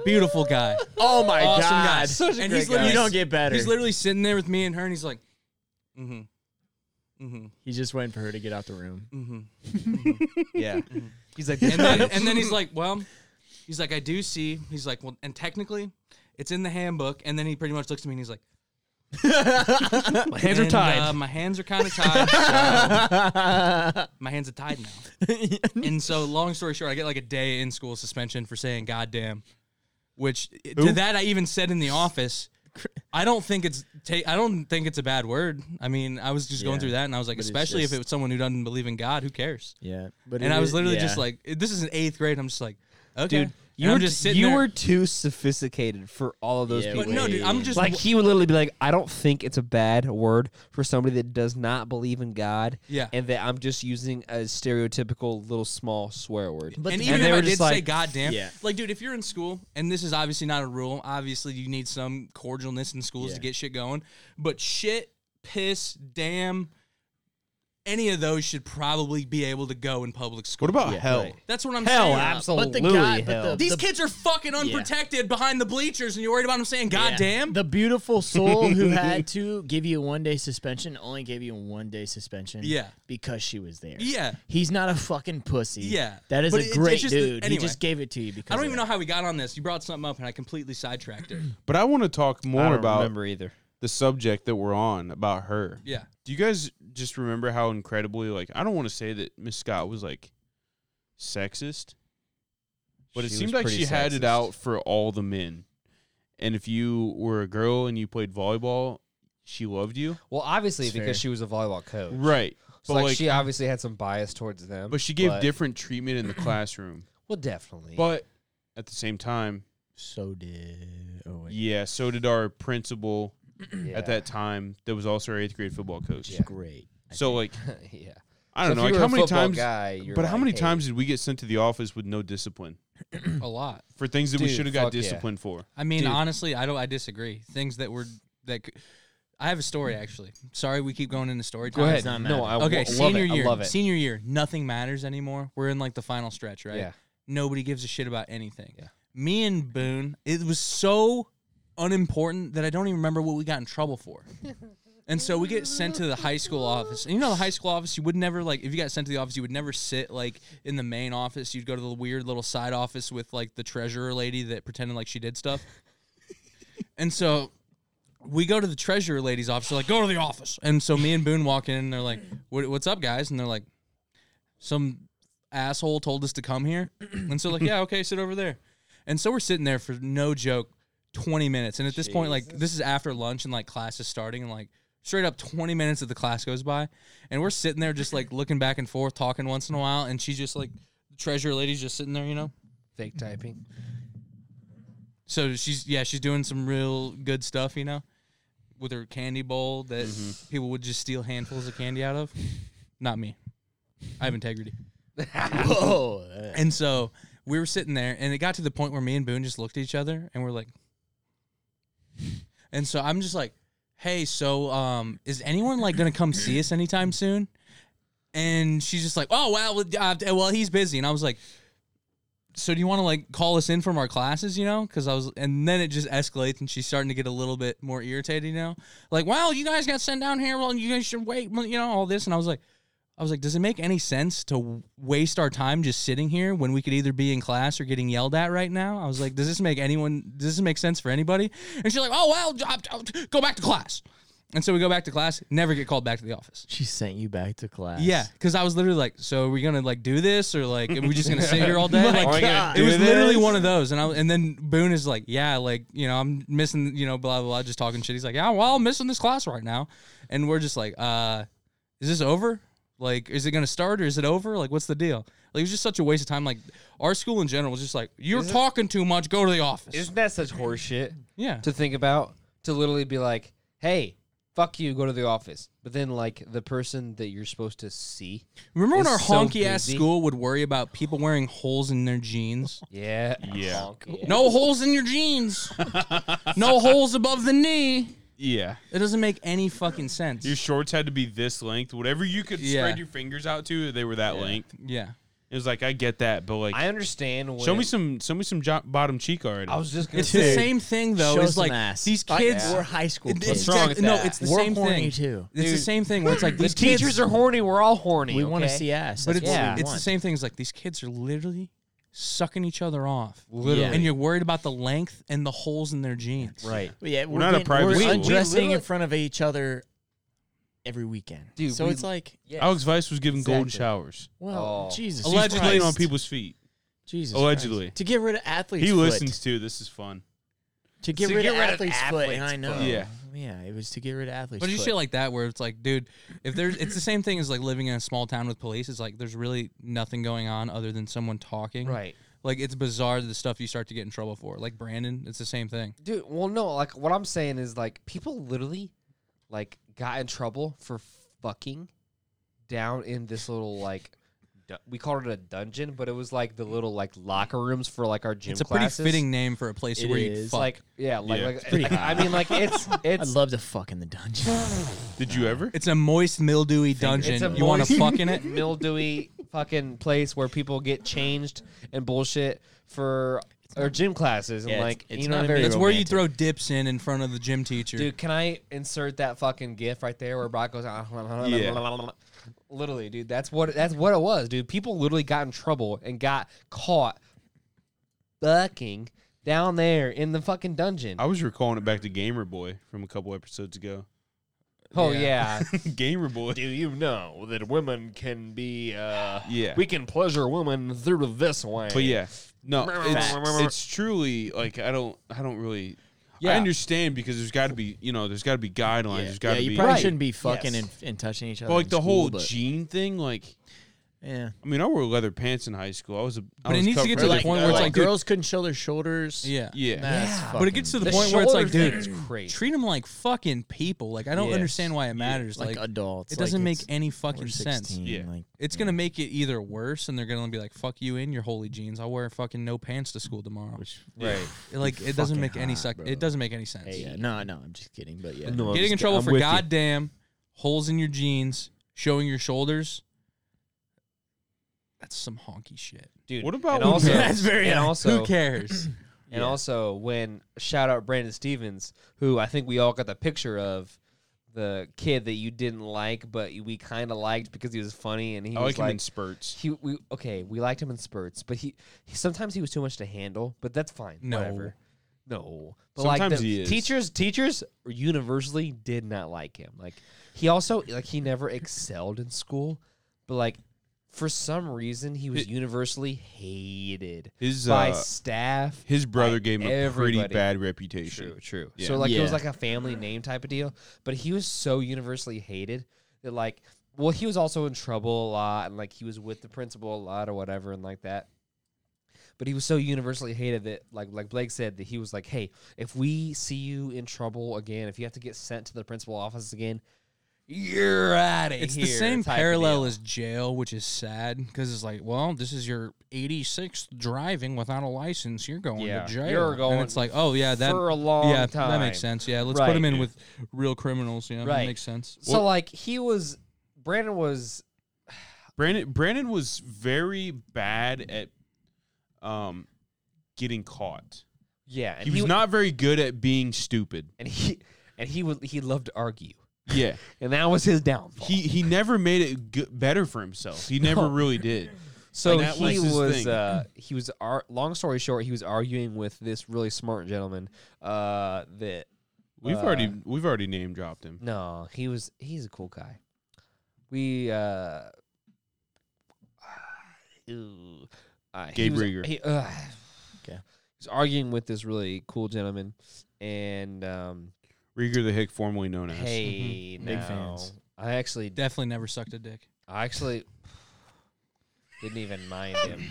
C: beautiful guy,
B: Oh my
C: awesome guy,
B: god!
C: such and
D: great
C: he's
D: guy.
C: literally
B: You don't get better.
C: He's literally sitting there with me and her, and he's like, mm-hmm, mm-hmm,
B: He's just waiting for her to get out the room.
C: mm-hmm.
D: yeah (laughs) he's like
C: and then and then he's like, well, he's like, I do see. He's like, well, and technically, it's in the handbook. And then he pretty much looks at me and he's like,
D: my hands are
C: And,
D: tied
C: uh, my hands are kind of tied.
D: (laughs)
C: so- my hands are tied now. and so, long story short, I get like a day in school suspension for saying "goddamn," which to that I even said in the
D: (laughs)
C: office. I don't think it's ta- I don't think it's a bad word. I mean, I was just going
B: Yeah.
C: through that, and I was like,
B: But it's
C: especially if
B: just-
C: it was someone who doesn't believe in God, who cares?
B: Yeah, but
C: and
B: it
C: I was
B: is-
C: literally
B: yeah.
C: just like, this is an eighth grade. I'm just like, okay,
D: dude.
C: And
D: You were
C: I'm
D: just
C: just sitting
D: you
C: there-
D: were too sophisticated for all of those
B: Yeah,
C: but
D: people.
C: no, dude, I'm just
D: like he would literally be like, "I don't think it's a bad word for somebody that does not believe in God."
C: Yeah.
D: and that I'm just using a stereotypical little small swear word.
B: But
C: and
B: the-
C: even
D: and they
C: if I
D: were
C: did
D: just
C: say
D: like,
C: goddamn,
B: Yeah.
C: like, dude, if you're in school, and this is obviously not a rule, obviously you need some cordialness in schools
B: Yeah.
C: to get shit going. But shit, piss, damn, any of those should probably be able to go in public school.
A: What about hell?
B: right.
C: That's what I'm
D: "Hell,
C: saying.
B: But
D: absolutely
B: the guy, but
D: hell."
B: the-
C: These kids are fucking unprotected behind the bleachers, and you're worried about them saying goddamn.
B: The beautiful soul
C: (laughs)
B: who had to give you a one day suspension only gave you a one day suspension.
C: Yeah.
B: Because she was there.
C: Yeah.
B: He's not a fucking pussy.
C: Yeah.
B: That is
C: But
B: a
C: it- it's
B: great
C: just-
B: dude.
C: anyway.
B: He just gave it to you because
C: I don't
B: of
C: even
B: that.
C: know how we got on this. You brought something up, and I completely sidetracked her.
A: But I want to talk more
D: I don't
A: about
D: remember either.
A: the subject that we're on about her.
C: Yeah.
A: Do you guys just remember how incredibly like I don't want to say that Miss Scott was like sexist, but it
D: She
A: seemed
D: was
A: like
D: pretty
A: she had it
D: sexist.
A: out for all the men. And if you were a girl and you played volleyball, she loved you.
D: Well, obviously
B: It's
D: because
B: fair.
D: she was a volleyball coach,
A: Right.
D: So
A: But
D: like,
A: like,
D: she obviously had some bias towards them.
A: but she gave
D: but-
A: different
D: (clears throat)
A: treatment in the classroom.
D: Well, definitely.
A: But at the same time,
B: So did. Oh, wait.
A: yeah, so did our principal
D: Yeah.
A: at that time that was also our eighth grade football coach.
D: Yeah.
B: Great.
D: (laughs)
A: So like
D: (laughs) yeah.
A: I don't
D: So
A: know,
D: if you
A: like
D: were
A: how
D: a
A: many
D: football
A: times
D: guy, you're
A: But how
D: like,
A: many
D: "Hey,
A: times did we get sent to the office with no discipline
C: A lot.
A: for things that we
D: Dude,
A: should have got
D: fuck yeah.
A: disciplined for?
C: I mean,
D: Dude.
C: honestly, I don't. I disagree. Things that were that. c- I have a story actually. Sorry, we keep going into story time.
D: Go ahead.
B: not
D: No,
B: matter.
D: I w-
C: Okay,
D: love
C: senior
D: it.
C: year.
D: I love it.
C: Senior year, nothing matters anymore. We're in like the final stretch, right?
D: Yeah.
C: Nobody gives a shit about anything.
D: Yeah.
C: Me and Boone, it was so unimportant that I don't even remember what we got in trouble for. And so we get sent to the high school office. And you know, the high school office, you would never like, if you got sent to the office, you would never sit like in the main office. You'd go to the weird little side office with like the treasurer lady that pretended like she did stuff. and so we go to the treasurer lady's office. They're like, go to the office. And so me and Boone walk in and they're like, what, what's up, guys? And they're like, some asshole told us to come here. and so, like, yeah, okay, sit over there. And so we're sitting there for no joke, 20 minutes. And at this point, like, this is after lunch and like class is starting and like, straight up 20 minutes of the class goes by and we're sitting there just like looking back and forth talking once in a while and she's just like the treasurer lady's just sitting there you know
D: Fake typing.
C: so she's yeah she's doing some real good stuff you know with her candy bowl that people would just steal handfuls of candy out of not me i have integrity
B: Whoa. uh,
C: and so we were sitting there and it got to the point where me and boone just looked at each other and we're like and so i'm just like hey so um is anyone like gonna come see us anytime soon and she's just like oh well uh, well he's busy and i was like so do you want to like call us in from our classes you know because i was and then it just escalates and she's starting to get a little bit more irritated you know like well you guys got sent down here well you guys should wait well, you know all this and i was like i was like does it make any sense to w- waste our time just sitting here when we could either be in class or getting yelled at right now i was like does this make anyone does this make sense for anybody and she's like oh well j- j- go back to class and so we go back to class never get called back to the office
B: she sent you back to class.
C: yeah, because I was literally like, "So are we gonna like do this, or like are we just gonna sit here all day?"
B: My
C: Like,
B: God.
C: it was literally one of those, and I and then Boone is like, "Yeah, like you know, I'm missing, you know, blah blah blah, just talking shit." He's like, "Yeah, well, I'm missing this class right now," and we're just like, "Uh, is this over? Like, is it gonna start or is it over? Like, what's the deal?" Like, it was just such a waste of time. Like, our school in general was just like, "You're
D: Isn't-
C: talking too much. Go to the office."
D: Isn't that such horseshit
C: yeah,
D: to think about? To literally be like, hey, fuck you, go to the office. But then, like, the person that you're supposed to see.
C: remember when
D: It's
C: our
D: so
C: honky ass
D: busy.
C: school would worry about people wearing holes in their jeans?
D: Yeah.
A: Yeah.
C: No holes in your jeans. no holes above the knee.
A: Yeah.
C: It doesn't make any fucking sense.
A: Your shorts had to be this length. Whatever you could
C: Yeah.
A: spread your fingers out to, they were that length.
C: yeah.
A: It was like I get that, but like
D: I understand when.
A: show me some show me some jo- bottom cheek already.
D: I was just going to
C: It's
D: say.
C: the same thing though.
B: Show
C: It's
B: some
C: like
B: ass.
C: these kids
B: We're high school
C: It's
B: kids.
D: wrong with
C: exact- no,
D: that?
C: it's the
B: We're
C: same
B: horny
C: thing.
B: too.
C: It's the
D: Dude.
C: same thing where
D: (laughs)
C: it's like
D: The
C: these
D: teachers
C: kids,
D: are horny. We're all horny.
B: We
D: want to
B: see ass.
C: but
B: That's
C: it's
B: what
D: Yeah.
B: we
C: it's the
B: want.
C: same thing. It's like these kids are literally sucking each other off,
D: Literally.
C: and you're worried about the length and the holes in their
D: (laughs)
C: jeans.
D: Right.
B: But yeah, we're,
A: not a
B: getting-
A: private
B: we're
A: school.
B: undressing in
D: literally-
B: front of each other every weekend.
D: Dude,
B: so
D: we-
B: it's like,
A: Alex Vice was given golden
B: Exactly.
A: showers.
B: well,
D: Oh.
B: Jesus,
A: Allegedly
B: Christ.
A: on people's feet.
B: Jesus,
A: Allegedly.
B: Christ. to get rid of athletes.
A: he
B: foot.
A: listens too. This is fun.
B: to get
D: To
B: rid
D: get
B: of
D: rid of
B: athletes foot,
D: athletes
B: and I know,
D: foot.
A: Yeah.
B: yeah, it was to get rid of athletes.
C: But you
B: foot.
C: shit like that where it's like, dude, if there's it's the same thing as like living in a small town with police. It's like there's really nothing going on other than someone talking.
D: Right.
C: Like it's bizarre the stuff you start to get in trouble for. Like Brandon, it's the same thing.
D: Dude, well, no, like what I'm saying is like people literally like got in trouble for fucking down in this little like du- we called it a dungeon, but it was like the little like locker rooms for like our gym
C: It's a
D: classes.
C: pretty fitting name for a place
B: It
C: where you
B: is.
C: fuck.
D: Like yeah, like,
A: Yeah.
D: like-
A: It's
B: pretty
D: like, (laughs) I
B: hot.
D: mean like it's
B: I'd
D: it's
B: love to fuck in the (laughs) dungeon.
A: Did you ever?
C: it's a moist, mildewy dungeon.
D: it's a
C: you want to
D: moist-
C: fuck in
B: (laughs)
D: (laughs)
C: it?
D: mildewy fucking place where people get changed and bullshit for or gym classes and
B: yeah, it's-
D: like
B: it's
D: you know
B: not
D: what I
B: very
D: mean?
C: That's where you
B: romantic.
C: throw dips in in front of the gym teacher.
D: Dude, can I insert that fucking gif right there where Brock goes?
A: Yeah.
D: (laughs) Literally, dude. That's what that's what it was, dude. People literally got in trouble and got caught fucking down there in the fucking dungeon.
A: I was recalling it back to Gamer Boy from a couple episodes ago.
D: Oh yeah.
A: Gamer Boy.
D: Do you know that women can be? uh
A: Yeah.
D: can pleasure women through this way.
A: But yeah, no, it's,
D: Facts.
A: it's truly like I don't I don't really
D: Yeah.
A: I understand because there's got to be you know there's got to be guidelines. There's got
B: yeah,
A: to
B: you
A: be
B: probably
D: Right.
B: shouldn't be fucking
D: Yes.
B: and, and touching each other.
A: But, like
B: in
A: the
B: school,
A: whole
B: but-
A: gene thing. Like
B: yeah.
A: I mean, I wore leather pants in high school. I was a I
C: But it
A: was
C: needs to
A: covered
C: get
A: up
C: to the
A: with-
B: Like,
C: point where it's
B: like,
C: like, dude-
B: girls couldn't show their shoulders.
C: yeah.
A: yeah.
B: That's
D: Yeah.
C: But it gets to the,
D: The
C: point where it's like,
D: shoulder
C: dude,
D: thing is crazy.
C: treat them like fucking people. Like I don't
D: Yes.
C: understand why it matters.
B: like,
C: Like,
B: adults.
C: it doesn't
B: like,
C: make
B: it's-
C: any
B: we're
C: fucking sense.
B: 16,
A: Yeah.
B: like,
C: It's gonna make it either worse, and they're gonna be like, "Fuck you in your holy jeans." I'll wear fucking no pants to school tomorrow.
B: which,
A: Right.
C: like it doesn't
B: fucking
C: make any
B: hot,
C: suck.
B: bro.
C: It doesn't make any sense.
B: hey, yeah, no, no, I'm just kidding, but yeah,
D: No, I'm
C: Getting in
D: just-
C: trouble
D: I'm
C: for
D: with you.
C: goddamn holes in your jeans, showing your shoulders. That's some honky shit.
D: dude.
A: What about
D: and
A: when-
D: also,
A: That's
D: very and also
C: (laughs) Who cares?
D: And also, when shout out Brandon Stevens, who I think we all got the picture of the kid that you didn't like, but we kind of liked because he was funny and he
A: I
D: was
A: like him
D: like
A: in spurts.
D: he we okay we liked him in spurts, but he, he sometimes he was too much to handle. But that's fine.
C: No.
D: Whatever. No, but like
A: Sometimes
D: the
A: he is.
D: teachers, teachers universally did not like him. Like he also like he never excelled in school, but like for some reason he was
A: Hi-
D: universally hated
A: His
D: by
A: uh,
D: staff.
A: his brother gave him a pretty
D: everybody.
A: bad reputation.
D: True, true.
A: Yeah.
D: So like it was
B: Yeah.
D: like a family name type of deal, but he was so universally hated that like, well, he was also in trouble a lot, and like he was with the principal a lot or whatever, and like that. But he was so universally hated that, like, like Blake said, that he was like, "Hey, if we see you in trouble again, if you have to get sent to the principal office again, you're out of here."
C: It's the same
D: type of deal.
C: parallel as jail, which is sad because it's like, well, this is your 86th driving without a license. You're going
D: Yeah.
C: to jail.
D: You're
C: and
D: going
C: it's like, oh yeah, that
D: for a long
C: yeah, that
D: time.
C: makes sense. Yeah, let's
D: Right.
C: put him in with real criminals. Yeah, that
D: Right.
C: makes sense.
D: So like he was, Brandon was
A: Brandon Brandon was very bad at um getting caught.
D: yeah, and
A: he was
D: w-
A: not very good at being stupid.
D: and he and he would he loved to argue.
A: Yeah.
D: and that was his downfall.
A: (laughs) he he never made it g- better for himself. He never
D: (laughs)
A: really did.
D: so
A: and that
D: he
A: was his
D: was,
A: thing.
D: uh, he was ar- long story short, he was arguing with this really smart gentleman. Uh, that
A: We've
D: uh,
A: already we've already name dropped him.
D: no, he was he's a cool guy. We uh, ooh, uh, he
A: Gabe
D: was-
A: Rieger.
D: He, uh,
B: Okay.
D: He's arguing with this really cool gentleman, and um,
A: Rieger the Hick, formerly known as.
D: hey,
B: Mm-hmm. Big
D: now,
B: fans.
D: I actually
C: Definitely never sucked a dick.
D: I actually didn't even mind
B: (sighs)
D: him.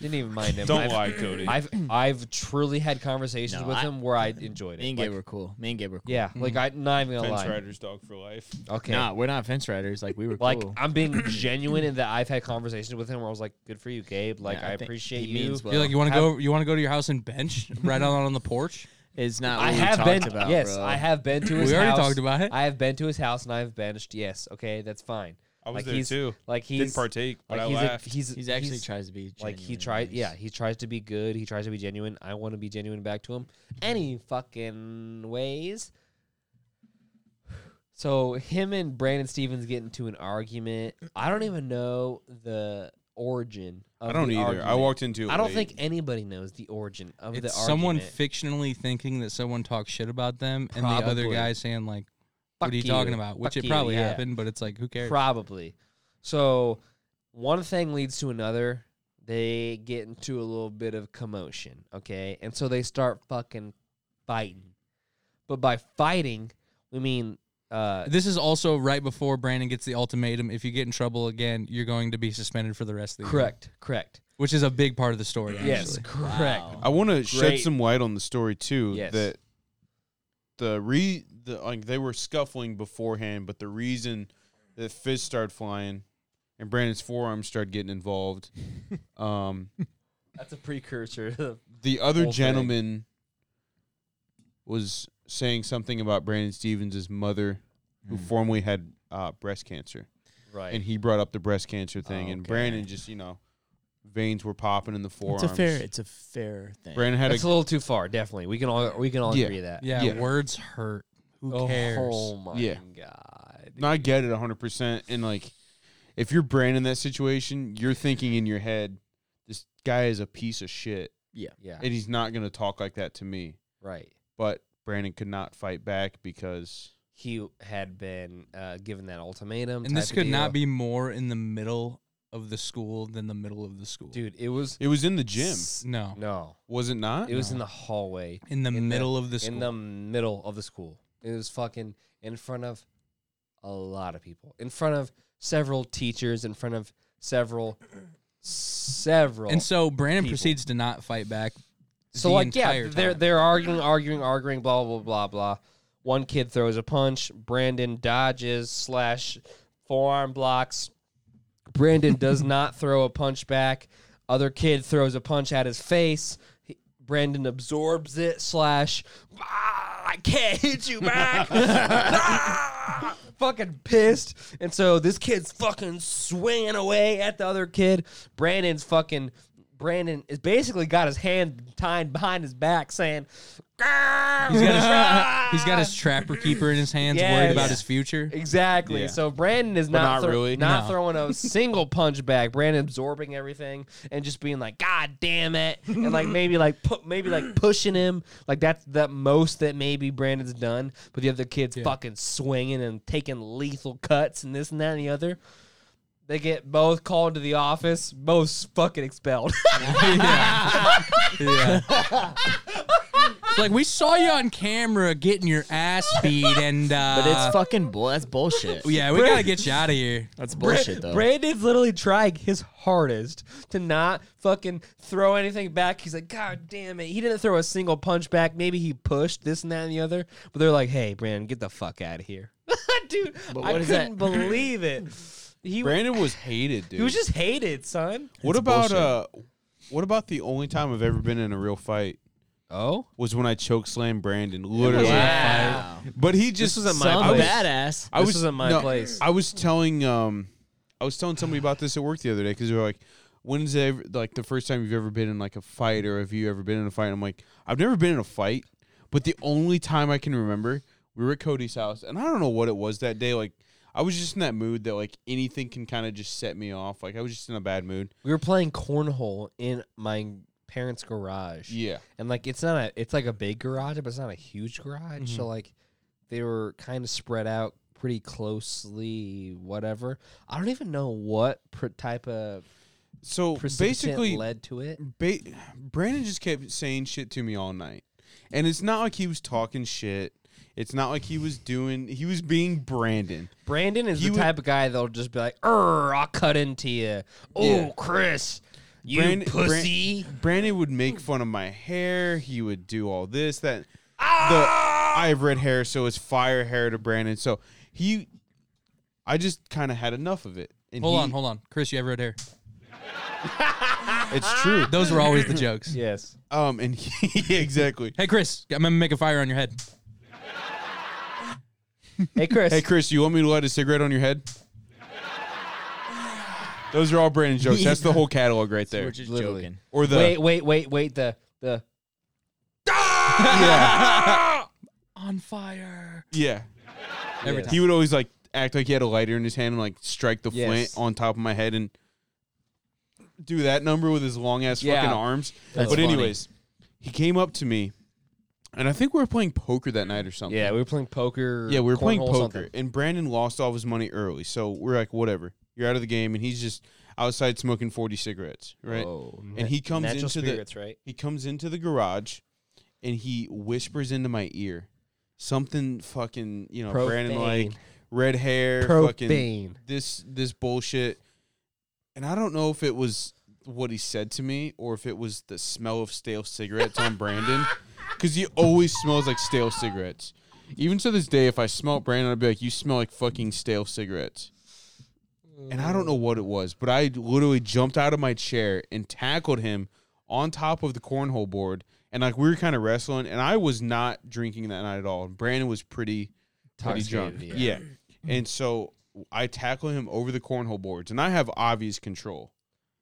D: Didn't even mind him.
A: Don't
D: I've,
A: lie, Cody.
D: I've I've truly had conversations
B: No,
D: with
B: I-
D: him where I enjoyed
B: Me
D: it.
B: and
D: Like,
B: Gabe were cool. Me and Gabe were cool.
D: yeah, like I not even gonna
A: Fence
D: lie.
A: Riders dog for life.
D: Okay.
B: mm-hmm. Nah, we're not fence riders. Like we were
D: Like
B: cool.
D: I'm
B: (clears throat)
D: being genuine in that I've had conversations with him where I was like, "Good for you, Gabe. Like
B: Yeah,
D: I,
B: I think
D: appreciate
B: he
D: you."
B: means well.
C: You're like, you want to
D: Have-
C: go? You want to go to your house
D: (laughs)
C: and bench right out on the porch?
B: it's not. What
D: I
B: we
D: have
B: talked
D: been.
B: About,
D: yes,
B: bro.
D: I have been to
C: We
D: his.
C: already
D: house.
C: talked about it.
D: I have been to his house and I've benched. Yes. Okay, that's fine.
A: I was
D: Like,
A: there
D: he's-
A: too.
D: Like he's
A: Didn't partake, but
D: like,
A: I
D: he's,
A: laughed.
D: A, he's
B: He's actually tries to be.
D: Like he
B: genuine,
D: tried,
B: nice.
D: yeah, he tries to be good. He tries to be genuine. I want to be genuine back to him any fucking ways. So him and Brandon Stevens get into an argument. I don't even know the origin. Of
A: I don't
D: the
A: either. I
D: argument.
A: walked into. it
D: I don't
A: late.
D: think anybody knows the origin of the
C: It's
D: argument.
C: someone fictionally thinking that someone talks shit about them, and the other
D: Probably.
C: guy saying like,
D: Fuck
C: "What are you, talking about?"
D: Fuck
C: Which
D: you,
C: it probably
D: yeah.
C: happened, but it's like, who cares?
D: Probably. So one thing leads to another. They get into a little bit of commotion, okay? And so they start fucking fighting. But by fighting, we mean uh
C: This is also right before Brandon gets the ultimatum. If you get in trouble again, you're going to be suspended for the rest of the year.
D: correct, correct.
C: Which is a big part of the story, actually.
D: Yes, correct.
A: I want to shed
D: Great.
A: some light on the story too.
D: Yes.
A: That the re the like they were scuffling beforehand, but the reason that fists started flying and Brandon's forearm started getting
D: (laughs)
A: involved, um,
D: That's a precursor. (laughs) to-
A: the other
D: Whole thing.
A: gentleman was saying something about Brandon Stevens' mother, who formerly had uh, breast cancer,
D: Hmm. right.
A: and he brought up the breast cancer thing, and
B: Okay.
A: Brandon just you know veins were popping in the forearms.
B: It's a fair. It's a fair thing.
A: Brandon had
D: That's a little too far, definitely. We can all we can all
A: Yeah.
D: agree that.
C: Yeah,
A: Yeah.
C: words hurt. Who cares?
D: Oh my
A: Yeah.
D: god.
A: No, I get it 100%. And like, if you're Brandon in that situation, you're thinking in your head, this guy is a piece of shit
D: Yeah.
A: and he's not going to talk like that to me.
D: right.
A: But Brandon could not fight back because
D: He had been uh, given that ultimatum.
C: And this
D: type of
C: could
D: deal.
C: not be more in the middle of the school than the middle of the school.
D: dude. It was
A: it was in the gym,
C: No.
D: No,
A: was it
D: (laughs)
A: not?
D: it was in the hallway,
C: In the
D: In the-
C: middle of the school.
D: in the middle of the school. It was fucking in front of a lot of people, in front of several teachers, in front of several, several.
C: and so Brandon
D: people.
C: proceeds to not fight back.
D: So
C: the
D: like yeah,
C: entire
D: they're
C: time.
D: they're arguing, arguing, arguing, blah blah blah blah. One kid throws a punch. Brandon dodges slash forearm blocks. Brandon
C: (laughs)
D: does not throw a punch back. Other kid throws a punch at his face. He, Brandon absorbs it slash. "Ah, I can't hit you back.
C: (laughs)
D: Ah! fucking pissed. And so this kid's fucking swinging away at the other kid. Brandon's fucking Brandon is basically got his hand tied behind his back, saying,
C: He's got his,
D: (laughs)
C: he's got his trapper keeper in his hands, worried
D: Yes.
C: about his future.
D: Exactly.
A: Yeah.
D: So Brandon is not
A: But not
D: thro-
A: really.
D: not
C: No.
D: throwing
A: (laughs)
D: a single punch back. Brandon absorbing everything and just being like, "God damn it!" and like maybe like pu- maybe like pushing him. Like that's the most that maybe Brandon's done. But the other kids
C: Yeah.
D: fucking swinging and taking lethal cuts and this and that and the other. They get both called to the office, both fucking expelled. (laughs)
C: yeah. yeah. It's like we saw you on camera getting your ass beat, and uh,
B: But it's fucking bull. That's (laughs) bullshit.
C: yeah, we gotta get you out of here.
B: That's
D: Bra-
B: bullshit though.
D: Brandon's literally trying his hardest to not fucking throw anything back. He's like, God damn it. He didn't throw a single punch back. Maybe he pushed this and that and the other. But they're like, hey, Brandon, get the fuck out of here. (laughs) dude, I
B: what
D: couldn't
B: is that?
D: believe it. He,
A: Brandon was hated, dude.
D: he was just hated, son.
A: what about uh, what about the only time I've ever been in a real fight
D: Oh?
A: was when I choke slammed Brandon, literally.
D: Wow.
A: But he just
D: wasn't my
A: I
B: I'm a
A: was-
B: badass.
A: I
D: This
A: was
D: isn't my
A: no,
D: place.
A: I was telling um, I was telling somebody about this at work the other day because they were like, "When's ever, like the first time you've ever been in like a fight, or have you ever been in a fight?" And I'm like, "I've never been in a fight, but the only time I can remember, we were at Cody's house, and I don't know what it was that day. Like, I was just in that mood that like anything can kind of just set me off. Like, I was just in a bad mood.
D: We were playing cornhole in my parents' garage.
A: Yeah,
D: and like it's not a it's like a big garage but it's not a huge garage so like they were kind of spread out pretty closely whatever i don't even know what pr- type of
A: so
D: basically
A: basically,
D: led to it
A: ba- Brandon just kept saying shit to me all night. And it's not like he was talking shit. It's not like he was doing, he was being Brandon.
D: brandon is
A: he
D: the
A: would-
D: type of guy that'll just be like er i'll cut into you oh
A: Yeah.
D: chris you
A: Brand- Bran-
D: pussy
A: Brandon would make fun of my hair. He would do all this, that. The, I have red hair, so it's fire hair to Brandon. So he, I just kind of had enough of it. And
C: Hold
A: he-
C: on, hold on, Chris. You ever had hair?
A: It's true.
C: Those were
B: (laughs)
C: always the jokes.
D: yes
A: Um, and (laughs) he, exactly.
C: Hey, Chris, I'm gonna make a fire on your head.
D: hey chris
A: (laughs) Hey, Chris, you want me to light a cigarette on your head? Those are all Brandon
C: (laughs)
A: jokes. That's the whole catalog right there.
B: We're just
D: literally.
B: joking.
A: Or the
D: wait wait wait wait the the
C: On fire.
A: (laughs) Yeah.
C: Every
D: Yes.
A: He would always like act like he had a lighter in his hand and like strike the
D: Yes.
A: flint on top of my head and do that number with his long ass
D: Yeah.
A: fucking arms.
B: That's
A: but
B: funny.
A: anyways, he came up to me and I think we were playing poker that night or something.
D: yeah we were playing poker
A: Yeah, we were playing
D: cornhole,
A: poker,
D: something.
A: and Brandon lost all of his money early. So we're like, whatever, you're out of the game, and he's just outside smoking forty cigarettes, right?
D: Whoa.
A: And he comes
D: Natural
A: into
D: spirits,
A: the
D: right
A: he comes into the garage, and he whispers into my ear something fucking you know Brandon like
D: Profane.
A: red hair, fucking
D: propane
A: this this bullshit, and I don't know if it was what he said to me or if it was the smell of stale cigarettes on Brandon, because he always smells like stale cigarettes. Even to this day, if I smell Brandon, I'd be like, "You smell like fucking stale cigarettes." And I don't know what it was, but I literally jumped out of my chair and tackled him on top of the cornhole board, and like we were kind of wrestling, and I was not drinking that night at all. Brandon was pretty, pretty drunk,
D: Intoxicated,
A: yeah. And so I tackle him over the cornhole boards, and I have obvious control.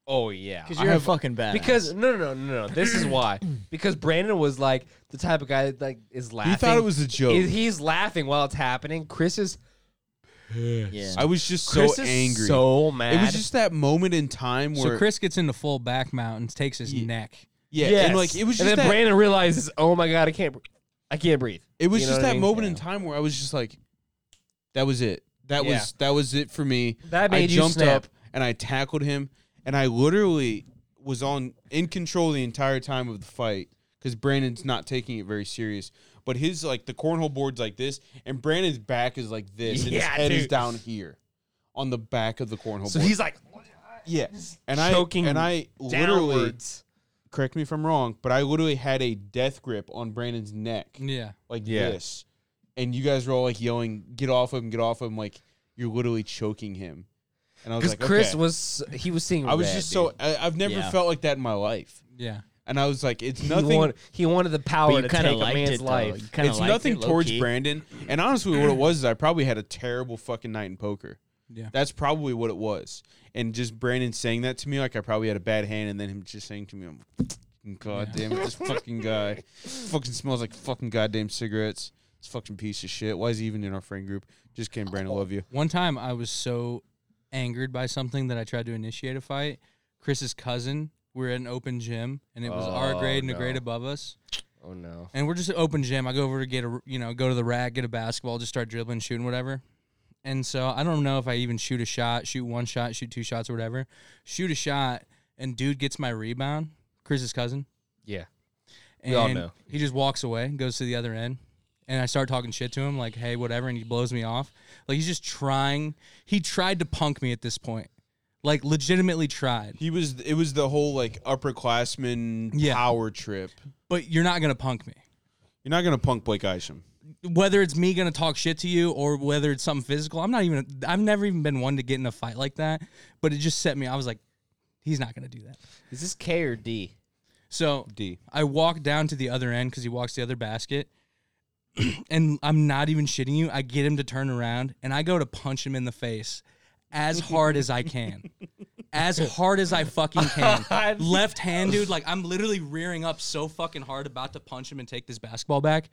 D: Oh yeah.
B: Because
A: I
B: you're
A: have-
B: a fucking badass.
D: Because no no no no no. This is
A: (clears throat)
D: why. Because Brandon was like the type of guy that like is laughing.
A: He thought it was a joke.
D: He- he's laughing while it's happening. Chris is
B: yeah.
A: I was just so
D: Chris is
A: angry.
D: so mad.
A: it was just that moment in time where
C: So Chris gets into full back mountains, takes his neck.
A: yeah,
D: Yes.
A: and like it was just
D: and then
A: that,
D: Brandon realizes, oh my god, I can't, br- I can't breathe.
A: it was
D: you know
A: just
D: what I
A: that
D: mean?
A: moment
D: Yeah.
A: in time where I was just like, that was it. That
D: Yeah.
A: was that was it for me.
D: That
A: I
D: made you
A: jumped
D: snap.
A: up and I tackled him, and I literally was on in control the entire time of the fight because Brandon's not taking it very serious. But his like the cornhole board's like this, and Brandon's back is like this, and his
D: Yeah,
A: head is
D: dude.
A: down here on the back of the cornhole
D: So
A: board.
D: he's like,
A: Yes. And
D: choking
A: I and I literally
D: downwards.
A: correct me if I'm wrong, but I literally had a death grip on Brandon's neck
C: Yeah.
A: like
D: Yeah.
A: this. And you guys were all like yelling, "Get off of him! Get off of him!" Like you're literally choking him. And I was
D: Because
A: like,
D: Chris
A: okay.
D: was, he was seeing.
A: I was
D: red,
A: just
D: dude.
A: so I, I've never
B: Yeah.
A: felt like that in my life.
C: Yeah.
A: And I was like, it's
D: He
A: nothing.
D: wanted, he wanted the
B: But
D: power
B: you
D: to
B: kind of
D: take a
B: liked
D: man's
B: it. Life.
D: life.
B: You kinda
A: it's
B: liked
A: nothing
B: it,
A: towards
B: low-key.
A: Brandon. And honestly, what it was is I probably had a terrible fucking night in poker.
C: Yeah.
A: That's probably what it was. And just Brandon saying that to me, like I probably had a bad hand, and then him just saying to me, I'm God damn (laughs) it, this fucking guy. Fucking smells like fucking goddamn cigarettes. This fucking piece of shit. Why is he even in our friend group? Just kidding, Brandon. Love you.
C: One time I was so angered by something that I tried to initiate a fight. Chris's cousin, we were at an open gym and it was our
D: Oh,
C: grade and
D: no.
C: a grade above us.
D: Oh no.
C: And we're just at open gym. I go over to get a you know, go to the rack, get a basketball, just start dribbling, shooting whatever. And so I don't know if I even shoot a shot, shoot one shot, shoot two shots or whatever. Shoot a shot and dude gets my rebound, Chris's cousin.
D: Yeah.
C: And
D: We all know.
C: He just walks away, goes to the other end, and I start talking shit to him, like, hey, whatever, and he blows me off. Like he's just trying. He tried to punk me at this point. Like legitimately tried.
A: He was it was the whole like upperclassman
C: Yeah.
A: power trip.
C: But you're not gonna punk me.
A: You're not gonna punk Blake Isham.
C: Whether it's me gonna talk shit to you or whether it's something physical, I'm not even I've never even been one to get in a fight like that. But it just set me I was like, he's not gonna do that.
D: Is this K or D?
C: So
A: D.
C: I walk down to the other end because he walks the other basket. (clears throat) and I'm not even shitting you. I get him to turn around and I go to punch him in the face as hard as I can. As hard as I fucking can. Left hand, dude. Like, I'm literally rearing up so fucking hard, about to punch him and take this basketball back.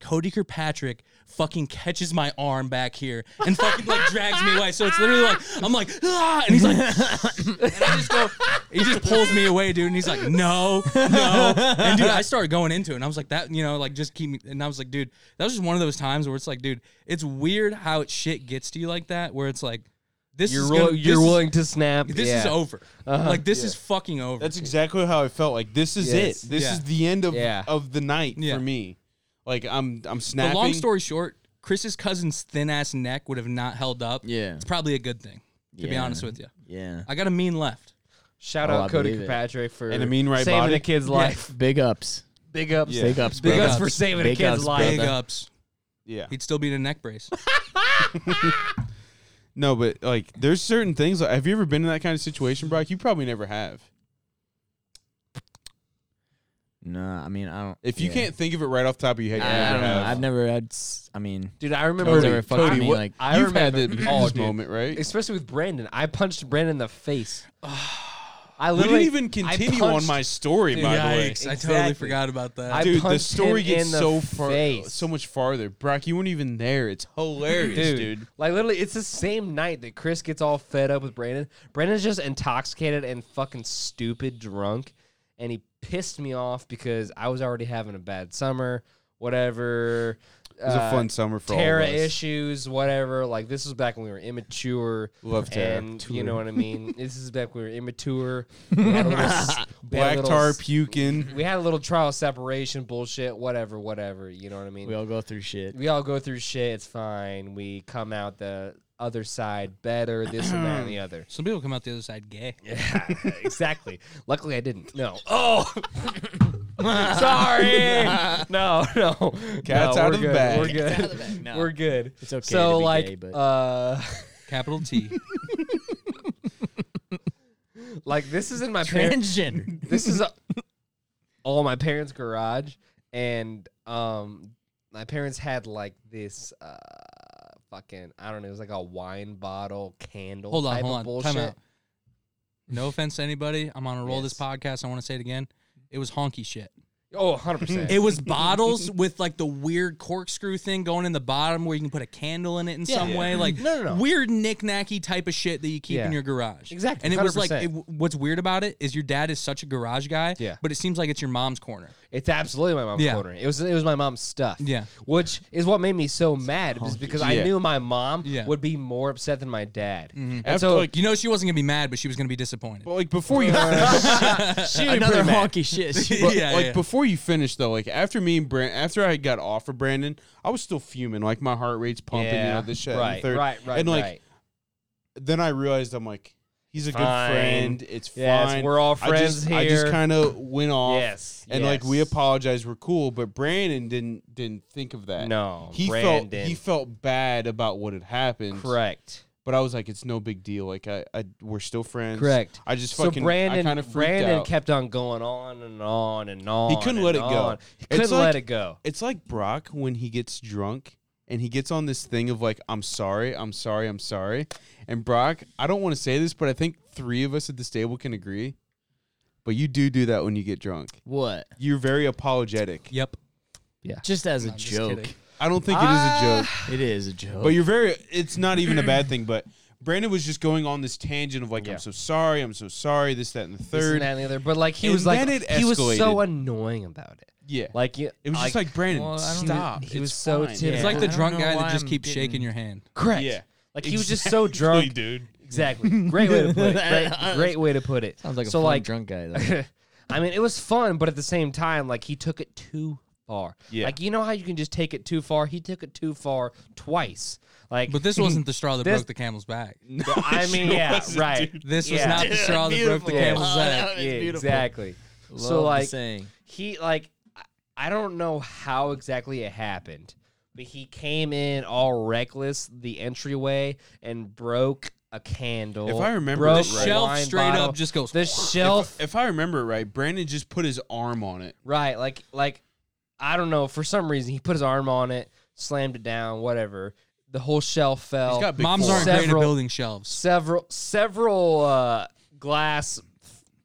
C: Cody Kirkpatrick fucking catches my arm back here and fucking like drags me away. So it's literally like, I'm like, ah, and he's like, and I just go, he just pulls me away, dude. And he's like, no, no. And dude, I started going into it. And I was like, that, you know, like just keep me. And I was like, dude, that was just one of those times where it's like, dude, it's weird how it shit gets to you like that, where it's like, this
D: You're
C: is
D: will-
C: gonna-
D: you're
C: this is-
D: willing to snap.
C: this is
D: Yeah.
C: over. Like this is fucking over.
A: That's exactly how I felt. Like this is
D: Yes.
A: it. This
C: Yeah.
A: is the end of
D: Yeah.
A: of the night
C: Yeah.
A: for me. Like I'm I'm snapping.
C: but long story short, Chris's cousin's thin ass neck would have not held up.
B: Yeah.
C: It's probably a good thing, to be
B: Yeah.
C: honest with you.
B: Yeah.
C: I got a mean left.
D: Shout
B: Oh,
D: out
B: I
D: Cody
B: believe it.
D: Kirkpatrick for
A: And a mean right
D: saving
A: body.
D: a kid's
A: (laughs)
D: life.
B: Big ups.
D: Big ups.
A: Yeah.
B: Big ups, bro.
D: Big
C: Big
D: ups
C: ups.
D: for saving a
B: Big
D: kid's
B: ups,
D: life.
C: Big ups.
A: Yeah.
C: He'd still be in a
D: (laughs)
C: neck brace.
A: No, but like there's certain things like, have you ever been in that kind of situation, Brock? You probably never have.
B: No, I mean I don't.
A: If you
B: yeah.
A: can't think of it right off the top of your head, you
B: I,
A: never
B: I don't know.
A: have.
B: I've never had. s- I mean,
D: Dude, I remember
B: Cody, never fucked
D: Cody,
B: me
D: what-
B: like.
D: I
A: You've had
D: remember,
A: the
D: (laughs) oh,
A: this
D: dude.
A: moment, right?
D: especially with Brandon. I punched Brandon in the
A: (sighs)
D: face. I
A: We
D: literally
A: didn't even continue
D: I
A: on
D: punched-
A: my story, by the way.
C: Yikes, I
D: Exactly.
C: totally forgot about that.
D: I
A: Dude, the
D: punched
A: story
D: him
A: gets
D: in the
A: so far,
D: face.
A: so much farther. Brock, you weren't even there. It's hilarious,
D: Dude,
A: dude.
D: like literally, it's the same night that Chris gets all fed up with Brandon. Brandon's just intoxicated and fucking stupid drunk, and he pissed me off because I was already having a bad summer. Whatever.
A: It was
D: Uh,
A: a fun summer for
D: Terra
A: all of us.
D: issues, whatever. Like this was back when we were immature.
A: Love Terra.
D: and you know what I mean.
A: (laughs)
D: this is back when we were immature. We had a little s- we had a
A: Black
D: little
A: tar
D: s- Mm-hmm.
A: puking.
D: We had a little trial separation bullshit, whatever, whatever. You know what I mean?
B: We all go through shit.
D: we all go through shit. It's fine. We come out the other side better, this and that and the other.
C: Some people come out the other side gay.
D: Yeah, exactly. Luckily, I didn't. No. Oh, sorry. No, no.
A: Cat's
D: No,
A: out
D: we're
A: of the
D: good.
A: bag.
D: We're good.
B: No.
D: We're good.
B: It's okay
D: So,
B: to be
D: like,
B: gay, but-
D: uh, (laughs)
C: Capital T.
D: like this is in my parents.
B: Transgender.
D: this is a, (laughs) all my parents' garage, and um, my parents had like this uh fucking I don't know, it was like a wine bottle candle.
C: hold on,
D: type
C: hold
D: of
C: on.
D: bullshit.
C: Time out. No offense to anybody. I'm on a roll this
D: Yes.
C: podcast. I want to say it again. It was honky shit.
D: Oh, 100
A: (laughs)
D: percent. (laughs)
C: It was bottles with like the weird corkscrew thing going in the bottom where you can put a candle in it in some way, like
D: No, no, no.
C: weird knickknacky type of shit that you keep
D: Yeah.
C: in your garage.
D: Exactly,
C: And it was like,
D: 100%.
C: it, what's weird about it is your dad is such a garage guy.
D: Yeah.
C: But it seems like it's your mom's corner.
D: It's absolutely my mom's
C: Yeah.
D: corner. It was it was my mom's stuff.
C: Yeah.
D: Which is what made me so mad is because I
A: Yeah.
D: knew my mom
C: Yeah.
D: would be more upset than my dad.
A: After,
D: And so
A: like,
C: You know, she wasn't gonna be mad, but she was gonna be disappointed. (laughs)
A: but, like
D: (laughs)
A: before (laughs) you,
B: Another honky shit.
A: but,
C: yeah,
A: like
C: yeah.
A: before you finish though, like after me and Brand, after I got off of Brandon, I was still fuming. Like my heart rate's pumping. You know this shit. and the
D: Right,
A: third.
D: right, right,
A: And like
D: right.
A: then I realized I'm like, he's a
D: Fine.
A: good friend. It's fine.
D: Yes, we're all
A: I
D: friends
A: just- I just
D: here.
A: kind of went off.
D: Yes,
A: and like we
D: yes.
A: apologized, we're cool. But Brandon didn't didn't think of that.
D: No,
A: he
D: Brandon.
A: felt he felt bad about what had happened.
D: Correct.
A: But I was like, it's no big deal. Like I, I we're still friends.
D: Correct.
A: I just
D: So
A: fucking
D: Brandon,
A: I kind of freaked
D: Brandon
A: out.
D: kept on going on and on and on.
A: He couldn't
D: and
A: let it go.
D: on. He
A: It's
D: couldn't
A: like-
D: let it go.
A: it's like Brock when he gets drunk and he gets on this thing of like, I'm sorry, I'm sorry, I'm sorry. And Brock, I don't want to say this, but I think three of us at this table can agree. But you do do that when you get drunk.
B: What?
A: You're very apologetic.
C: Yep.
B: Just as a
C: I'm just
B: joke.
C: kidding.
A: I don't think it
D: Ah.
A: is a joke.
B: it is a joke.
A: But you're very. It's not even a bad thing. But Brandon was just going on this tangent of like,
D: Yeah.
A: I'm so sorry, I'm so sorry, this, that, and the
D: This and
A: third.
D: that and the other. But like he
A: And
D: was like
A: then it
D: he was so
A: escalated.
D: annoying about it.
A: Yeah,
D: Like you,
A: it was just like Brandon,
C: well, I don't know.
A: stop.
D: He
A: It's
D: was so
A: fine."
D: timid.
C: It's
D: Yeah.
C: like
A: (laughs)
C: the
D: I don't
C: drunk
B: know
C: guy
B: why
C: that just
B: I'm
C: keeps shaking
B: getting-
C: your hand.
D: correct.
A: Yeah.
D: Like he
A: (laughs)
D: was just so drunk.
A: dude.
D: Exactly. Great way to put it. Great,
A: (laughs)
D: great way to put it.
B: Sounds like a
D: so
B: fun
D: like
B: drunk guy. (laughs) Though.
D: (laughs) I mean, it was fun, but at the same time, like he took it too far.
A: Yeah.
D: Like you know how you can just take it too far. He took it too far twice. Like, (laughs)
C: But this wasn't the straw that
D: This-
C: broke the camel's back. (laughs)
D: I mean, yeah, right.
C: This was
D: Yeah.
C: not the straw that broke the
D: Yeah.
C: camel's back.
D: Yeah, exactly.
B: Love
D: so
B: the
D: like
B: saying.
D: he like I- I don't know how exactly it happened, but he came in all reckless the entryway and broke a candle.
A: If I remember
D: broke
A: The
D: a
A: Right.
C: Shelf
D: Oh, wine
C: straight
D: bottle.
C: up just goes.
D: the shelf
A: If I remember it right, Brandon just put his arm on it.
D: Right, like like I don't know, for some reason he put his arm on it, slammed it down, whatever. The whole shelf fell.
A: He's got big
C: Moms
A: forearms.
C: aren't great at
D: Several-
C: building shelves.
D: several several uh glass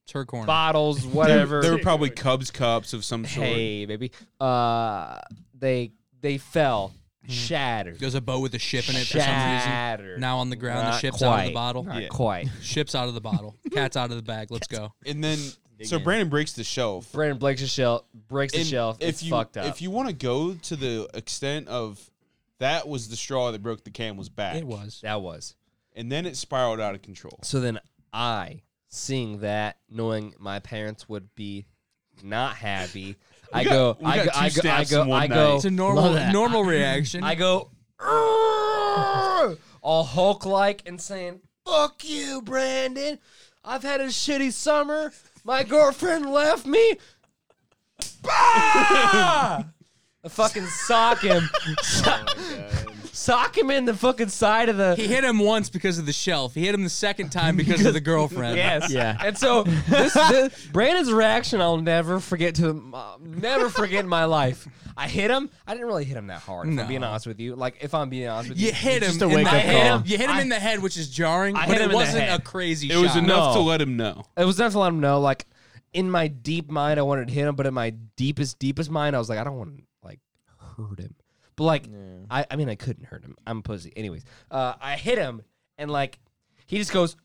C: It's her corner. (laughs)
D: bottles,
A: They
D: whatever.
A: were, they were probably Cubs cups of some sort.
D: hey, baby. Uh they they fell, shattered.
C: There's a boat with a ship in Mm-hmm. it for some reason.
D: shattered.
C: Now on the ground, the
D: Not
C: ship's
D: quite.
C: out of the bottle.
D: Not
A: Yeah.
D: quite.
C: Ship's out of
D: (laughs)
C: the bottle. Cat's out of the bag. Let's go.
A: And then, so Brandon breaks the shelf.
D: Brandon breaks the shelf breaks the
A: And
D: shelf. it's
A: you
D: fucked up.
A: if you want to go to the extent of that was the straw that broke the camel's back.
C: It was.
D: that was.
A: and then it spiraled out of control.
D: So then I, seeing that, knowing my parents would be not happy, I go,
A: we
D: I
A: got
D: go,
A: two
D: I go, I
A: snaps in
D: go,
A: one
D: I go,
C: It's a normal
B: Love that.
C: normal reaction.
D: (laughs) I go, "Argh," all Hulk like and saying, "Fuck you, Brandon. I've had a shitty summer. My girlfriend left me." Bah! (laughs) I fucking sock him,
A: (laughs) Oh
D: sock, (laughs) sock him in the fucking side of the.
C: he hit him once because of the shelf. He hit him the second
D: (laughs)
C: time because of the girlfriend.
D: Yes.
B: Yeah.
D: And so this, this Brandon's reaction, I'll never forget to uh, never forget in my life. I hit him. I didn't really hit him that hard. If
C: No.
D: I'm being honest with you, like if I'm being honest with you,
C: You hit him.
B: a
C: in
B: wake-up
C: the head.
B: call.
C: You hit him
D: I-
C: in the head, which is jarring,
D: I
C: but
D: hit him in
C: it
D: the
C: wasn't
D: head.
C: a crazy
A: It
C: shot.
A: was enough
D: No.
A: to let him know.
D: it was enough to let him know. Like in my deep mind, I wanted to hit him, but in my deepest, deepest mind, I was like, I don't want to like hurt him. But like, I, I mean, I couldn't hurt him. I'm a pussy. Anyways, uh, I hit him, and like, he just goes.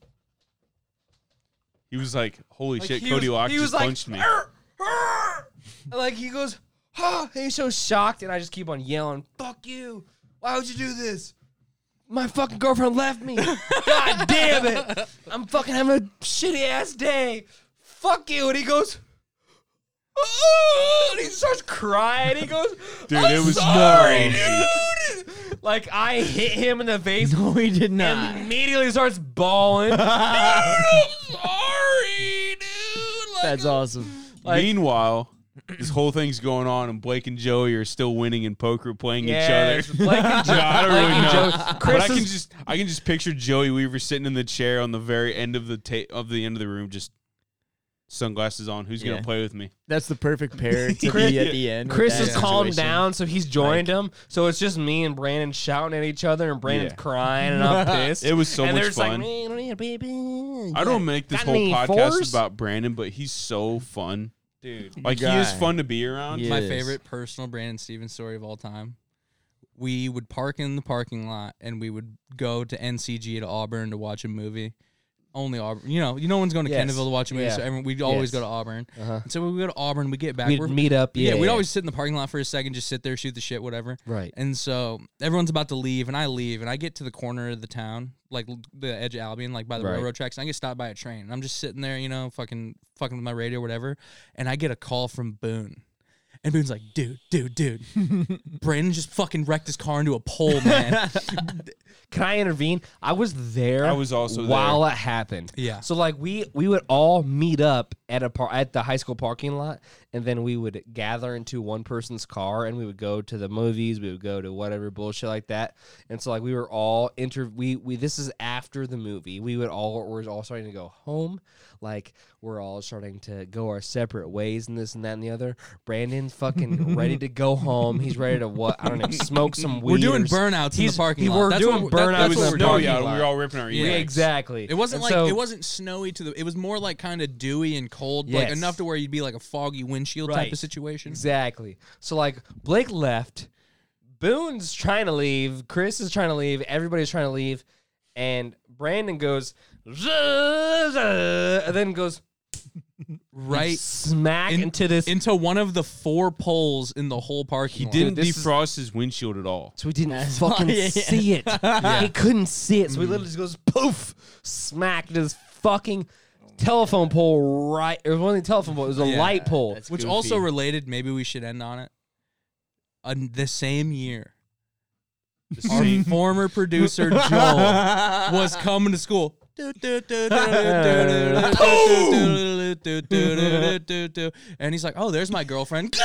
A: He was like, "Holy
D: Like,
A: shit,
D: he
A: Cody
D: was-
A: Locke
D: he
A: just
D: was like,
A: punched me."
D: "Arr, arr." like he goes, huh? and he's so shocked, and I just keep on yelling, "Fuck you! Why would you do this? My fucking girlfriend left me.
A: (laughs)
D: God damn it! I'm fucking having a shitty ass day. Fuck you!" And he goes. "Oh," and he starts crying. He goes,
A: Dude,
D: "I'm
A: it was
D: sorry,
A: gnarly."
D: dude." Like I hit him in the face
B: (laughs) No, he did not.
D: and immediately starts
A: (laughs)
D: bawling. dude, I'm sorry, dude. Like,
B: That's awesome.
D: Like-
A: Meanwhile, this whole thing's going on, and Blake and Joey are still winning in poker, playing
D: Yes,
A: (laughs) each other.
D: Blake and Joey.
A: I don't
D: Blake
A: really
D: and
A: know,
D: Joey.
A: but I
D: Chris
A: can
D: is-
A: just I can just picture Joey Weaver sitting in the chair on the very end of the ta- of the end of the room, just sunglasses on. Who's
B: Yeah.
A: gonna play with me?
B: That's the perfect (laughs) pair to
D: Chris-
B: be at the end. with
D: Chris
B: that
D: has calmed
B: situation.
D: down, so he's joined him. So it's just me and Brandon shouting at each other, and Brandon's
A: Yeah.
D: crying, and
A: (laughs)
D: I'm pissed.
A: It was so
D: and
A: much
D: they're just
A: fun.
D: Like, "Man, yeah, baby.
A: I don't make this
D: Got
A: whole
D: any
A: podcast
D: fours?
A: about Brandon, but he's so fun.
D: dude.
A: Like he is
B: Guy.
A: fun to be around.
B: Yeah.
C: my
B: Yes.
C: favorite personal Brandon Stevens story of all time. We would park in the parking lot and we would go to NCG to Auburn to watch a movie. Only Auburn, you know, you no one's going to
D: Yes.
C: Kendallville to watch a movie,
D: Yeah.
C: so everyone, we'd always
D: Yes.
C: go to Auburn.
D: Uh-huh.
C: And so we would go to Auburn, we get back,
D: We'd
C: we're-
D: meet up. Yeah,
C: yeah, we'd always sit in the parking lot for a second, just sit there, shoot the shit, whatever.
D: right.
C: And so everyone's about to leave, and I leave, and I get to the corner of the town, like l- the edge of Albion, like by the
D: Right.
C: railroad tracks, and I get stopped by a train. And I'm just sitting there, you know, fucking fucking with my radio, whatever. And I get a call from Boone. And Boone's like, dude,
D: (laughs)
C: dude, dude. Brandon just fucking wrecked his car into a pole,
D: (laughs)
C: man.
D: Can I intervene? I was there.
A: I was also
D: while it happened.
C: Yeah.
D: So like we we would all meet up at a par- at the high school parking lot, and then we would gather into one person's car, and we would go to the movies. We would go to whatever bullshit like that. And so like we were all inter. We we this is after the movie. We would all we're all starting to go home. Like we're all starting to go our separate ways, and this and that and the other. Brandon's fucking ready to
A: (laughs)
D: go home. He's ready to what? I don't know. Smoke some weed.
C: we're doing
D: or s-
C: burnouts in the
D: He's-
C: parking
D: he-
C: lot.
D: we're
C: That's
D: doing
C: what- that-
D: burnouts
C: that's
A: it
D: in
A: was
D: the
C: what we're
A: snowy
D: parking
C: doing.
A: out, and
D: lot.
A: we were all ripping our
C: Yeah,
A: ears.
D: Exactly.
C: It wasn't
D: And
C: like
D: so-
C: it wasn't snowy to the. It was more like kind of dewy and cold, like
D: Yes.
C: enough to where you'd be like a foggy windshield type
D: Right.
C: of situation.
D: Exactly. So like Blake left, Boone's trying to leave, Chris is trying to leave, everybody's trying to leave, and Brandon goes "Zuh, zuh," and then goes
C: Right
D: smack
C: in-
D: into this.
C: into one of the four poles in the whole parking
A: He
C: lot.
A: didn't
D: this is-
A: defrost his windshield at all.
D: so we didn't (laughs)
C: (laughs)
D: fucking see it. He couldn't see it, so
C: Mm.
D: he literally just goes poof, smack into this fucking telephone pole. Right, it was one of the telephone poles. It was a
C: Yeah.
D: light pole.
B: That's
C: Which
B: goofy.
C: also related, maybe we should end on it. Uh, the same year, our former producer Joel was coming to school. and he's like, "Oh, there's my girlfriend."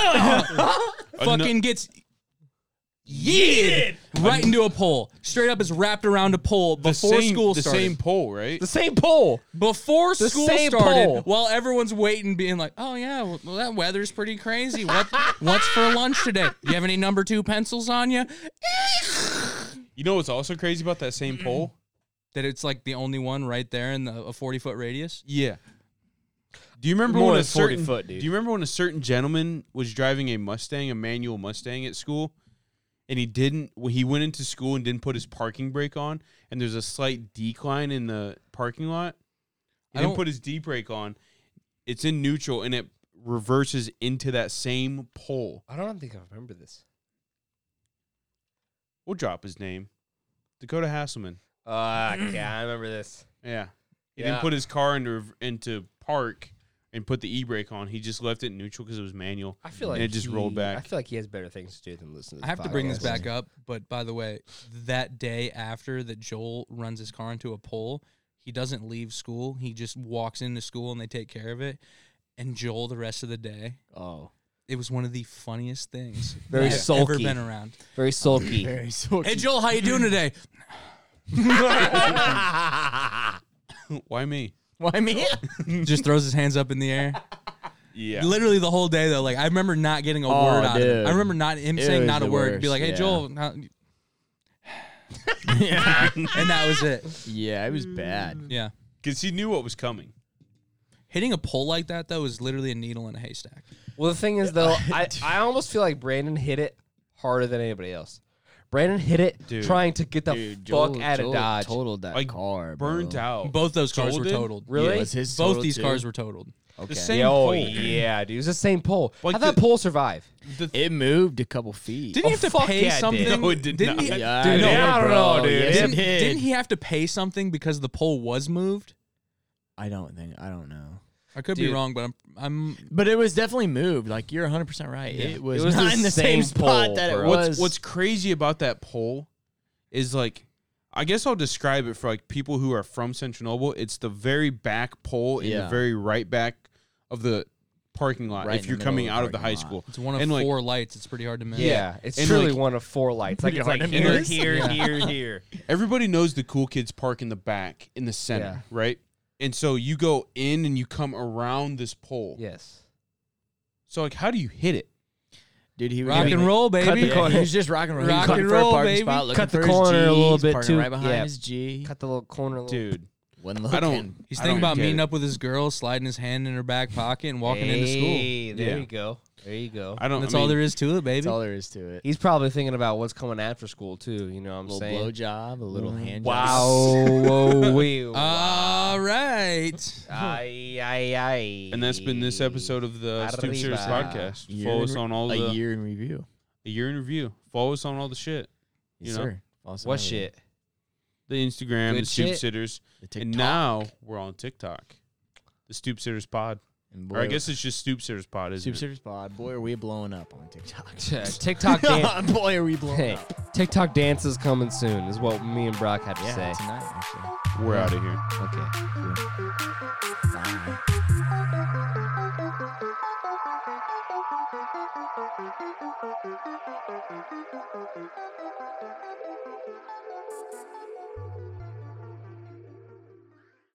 C: Fucking gets yeeted right into a pole. Straight up is wrapped around a pole
A: The
C: before
A: same,
C: school
A: the
C: started.
A: same pole, right?
D: The same pole.
C: Before
D: The
C: school
D: same
C: started,
D: pole.
C: while everyone's waiting, being like, "Oh yeah, well, well, that weather's pretty
D: (laughs)
C: crazy. What what's for lunch today? Do you have any number two pencils on you?"
A: You know what's also crazy about that same pole?
C: That it's like the only one right there in the, a forty foot radius.
A: Yeah. Do you remember
D: More
A: when a
D: than 40
A: certain
D: foot, dude.
A: Do you remember when a certain gentleman was driving a Mustang, a manual Mustang at school, and he didn't when he went into school and didn't put his parking brake on, and there's a slight decline in the parking lot. He
C: I
A: didn't
C: don't-
A: put his D brake on. It's in neutral and it reverses into that same pole.
D: I don't think I remember this.
A: We'll drop his name. Dakota Hasselman.
D: Ah, yeah, I remember this.
A: Yeah. He
D: Yeah.
A: didn't put his car into rev- into park and put the e brake on. He just left it neutral because it was manual.
D: I feel
A: And
D: like
A: it just rolled
D: he-
A: back.
D: I feel like he has better things to do than listen to. This
C: I have to bring this
D: podcast.
C: back up, but by the way, that day after that Joel runs his car into a pole, he doesn't leave school. He just walks into school and they take care of it. And Joel, the rest of the day,
B: Oh,
C: it was one of the funniest things
D: Very
C: that I've ever
D: sulky.
C: been around.
D: Very sulky.
C: (laughs)
B: very (laughs) so.
C: Hey Joel, how you doing today?
A: Why me?
B: Why me?
C: (laughs) Just throws his hands up in the (laughs) air.
A: Yeah.
C: Literally the whole day though. Like I remember not getting a
B: Oh,
C: word out. Of it.
B: dude.
C: I remember not him
B: It
C: saying
B: was
C: not a
B: the
C: word. Be
B: worst,
C: like, hey
B: yeah.
C: Joel, how-
B: yeah,
C: and that was it. (laughs)
B: (laughs) yeah, it was bad.
C: Yeah.
A: Because he knew what was coming.
C: Hitting a pole like that though is literally a needle in a haystack.
D: Well, the thing is, (laughs) though, I, I almost feel like Brandon hit it harder than anybody else. Brandon hit it
A: Dude.
D: trying to get the fuck out of Dodge.
B: Totaled that
A: Like,
B: car.
A: Burnt
B: bro.
A: out.
C: Both those cars
A: Joel
C: were
A: did?
C: totaled.
D: Really?
B: Was his
C: Both
B: total
C: these
B: too?
C: cars were totaled.
B: Okay.
A: The same
D: Yeah, oh,
A: pole.
D: yeah, dude. It's the same pole.
A: Like
D: How did that
A: the-
D: pole survive?
B: It moved a couple feet.
C: Didn't
D: Oh,
C: he have to
D: fuck
C: pay
D: yeah, it did.
C: something?
A: No, it did
C: Didn't
A: not.
C: He,
B: Yeah,
D: Dude,
B: it did,
D: I don't know,
B: bro.
D: dude.
B: Yes,
D: It-
B: it
C: didn't,
B: did.
C: didn't he have to pay something because the pole was moved?
B: I don't think. I don't know.
C: I could
D: Dude.
C: be wrong, but I'm I'm
B: But it was definitely moved. Like you're 100 percent right.
C: Yeah.
B: It was,
D: It was
B: not
D: the
B: in the
D: same
B: same, spot
D: pole,
B: that it
D: bro.
A: What's
B: was.
A: what's crazy about that pole is like I guess I'll describe it for like people who are from Central Noble. It's the very back pole in the
B: Yeah.
A: very right back of the parking lot
B: Right in
A: if
B: the
A: you're
B: middle
A: coming
B: of the
A: out of the high
B: parking lot.
A: school.
C: it's one of
A: And, like- (laughs)
C: four lights. It's pretty hard to miss.
D: Yeah, it's
A: And,
D: truly
A: like-
D: one of four lights. Like, it's like
B: Pretty (laughs)
D: here,
B: hard to
D: here,
C: miss.
D: here, here.
A: Everybody knows the cool kids park in the back in the center,
D: Yeah.
A: right? And so you go in and you come around this pole.
D: Yes.
A: So like how do you hit it?
B: dude? He was
C: Rock and roll,
B: Cut
C: baby.
B: the corner. He was just rock and roll. He was
C: Rock
B: looking
C: and
B: for a
C: roll,
B: parking
C: baby.
B: Spot, looking
D: Cut the
B: for his
D: corner a
B: G's,
D: little bit,
B: parking
D: too.
B: Right behind
D: Yeah.
B: his G.
D: Cut the little corner. a Little.
A: Dude.
B: One look.
A: I don't
C: He's
A: I
C: thinking
A: don't
C: about
A: get
C: meeting
A: it.
C: up with his girl, sliding his hand in her back pocket, and walking into school.
D: Hey, There
A: Yeah.
D: you go. There you go.
A: I don't
C: That's
A: I
C: all
A: mean,
C: there is to it,
B: That's
C: baby.
B: all there is to it.
D: He's probably thinking about what's coming after school too. You know what
B: A
D: I'm
B: little
D: saying? Mm-hmm.
B: blow job, a little hand.
D: Wow.
B: job.
D: whoa,
C: (laughs)
D: wee,
C: Uh, All right.
D: Ay, ay, ay.
A: And that's been this episode of the Stoop Series
D: Arriba.
A: podcast.
B: Year
A: Follow
B: in
A: us
B: re-
A: on all
B: a
A: the
B: year in review.
A: a year in review. Follow us on all the shit. You
B: Yes,
A: know?
B: sir. Also
D: What
B: another- (laughs)
D: shit?
A: The Instagram,
D: Good
A: the Stoop
D: shit.
A: Sitters.
B: The
A: And
B: TikTok.
A: now we're on TikTok. The Stoop Sitters Pod.
B: And
A: or I
B: boy,
A: guess it's just Stoop Sitters Pod, isn't
B: Super
A: it?
B: Serious Pod. Boy, are we blowing up on TikTok.
D: (laughs)
B: (laughs)
D: TikTok dance.
B: boy, are we blowing (laughs)
D: hey, (laughs)
B: up.
D: TikTok dance is coming soon. Is what me and Brock had to say.
B: Yeah, tonight actually.
A: We're out of here.
D: Okay.
F: Thank you.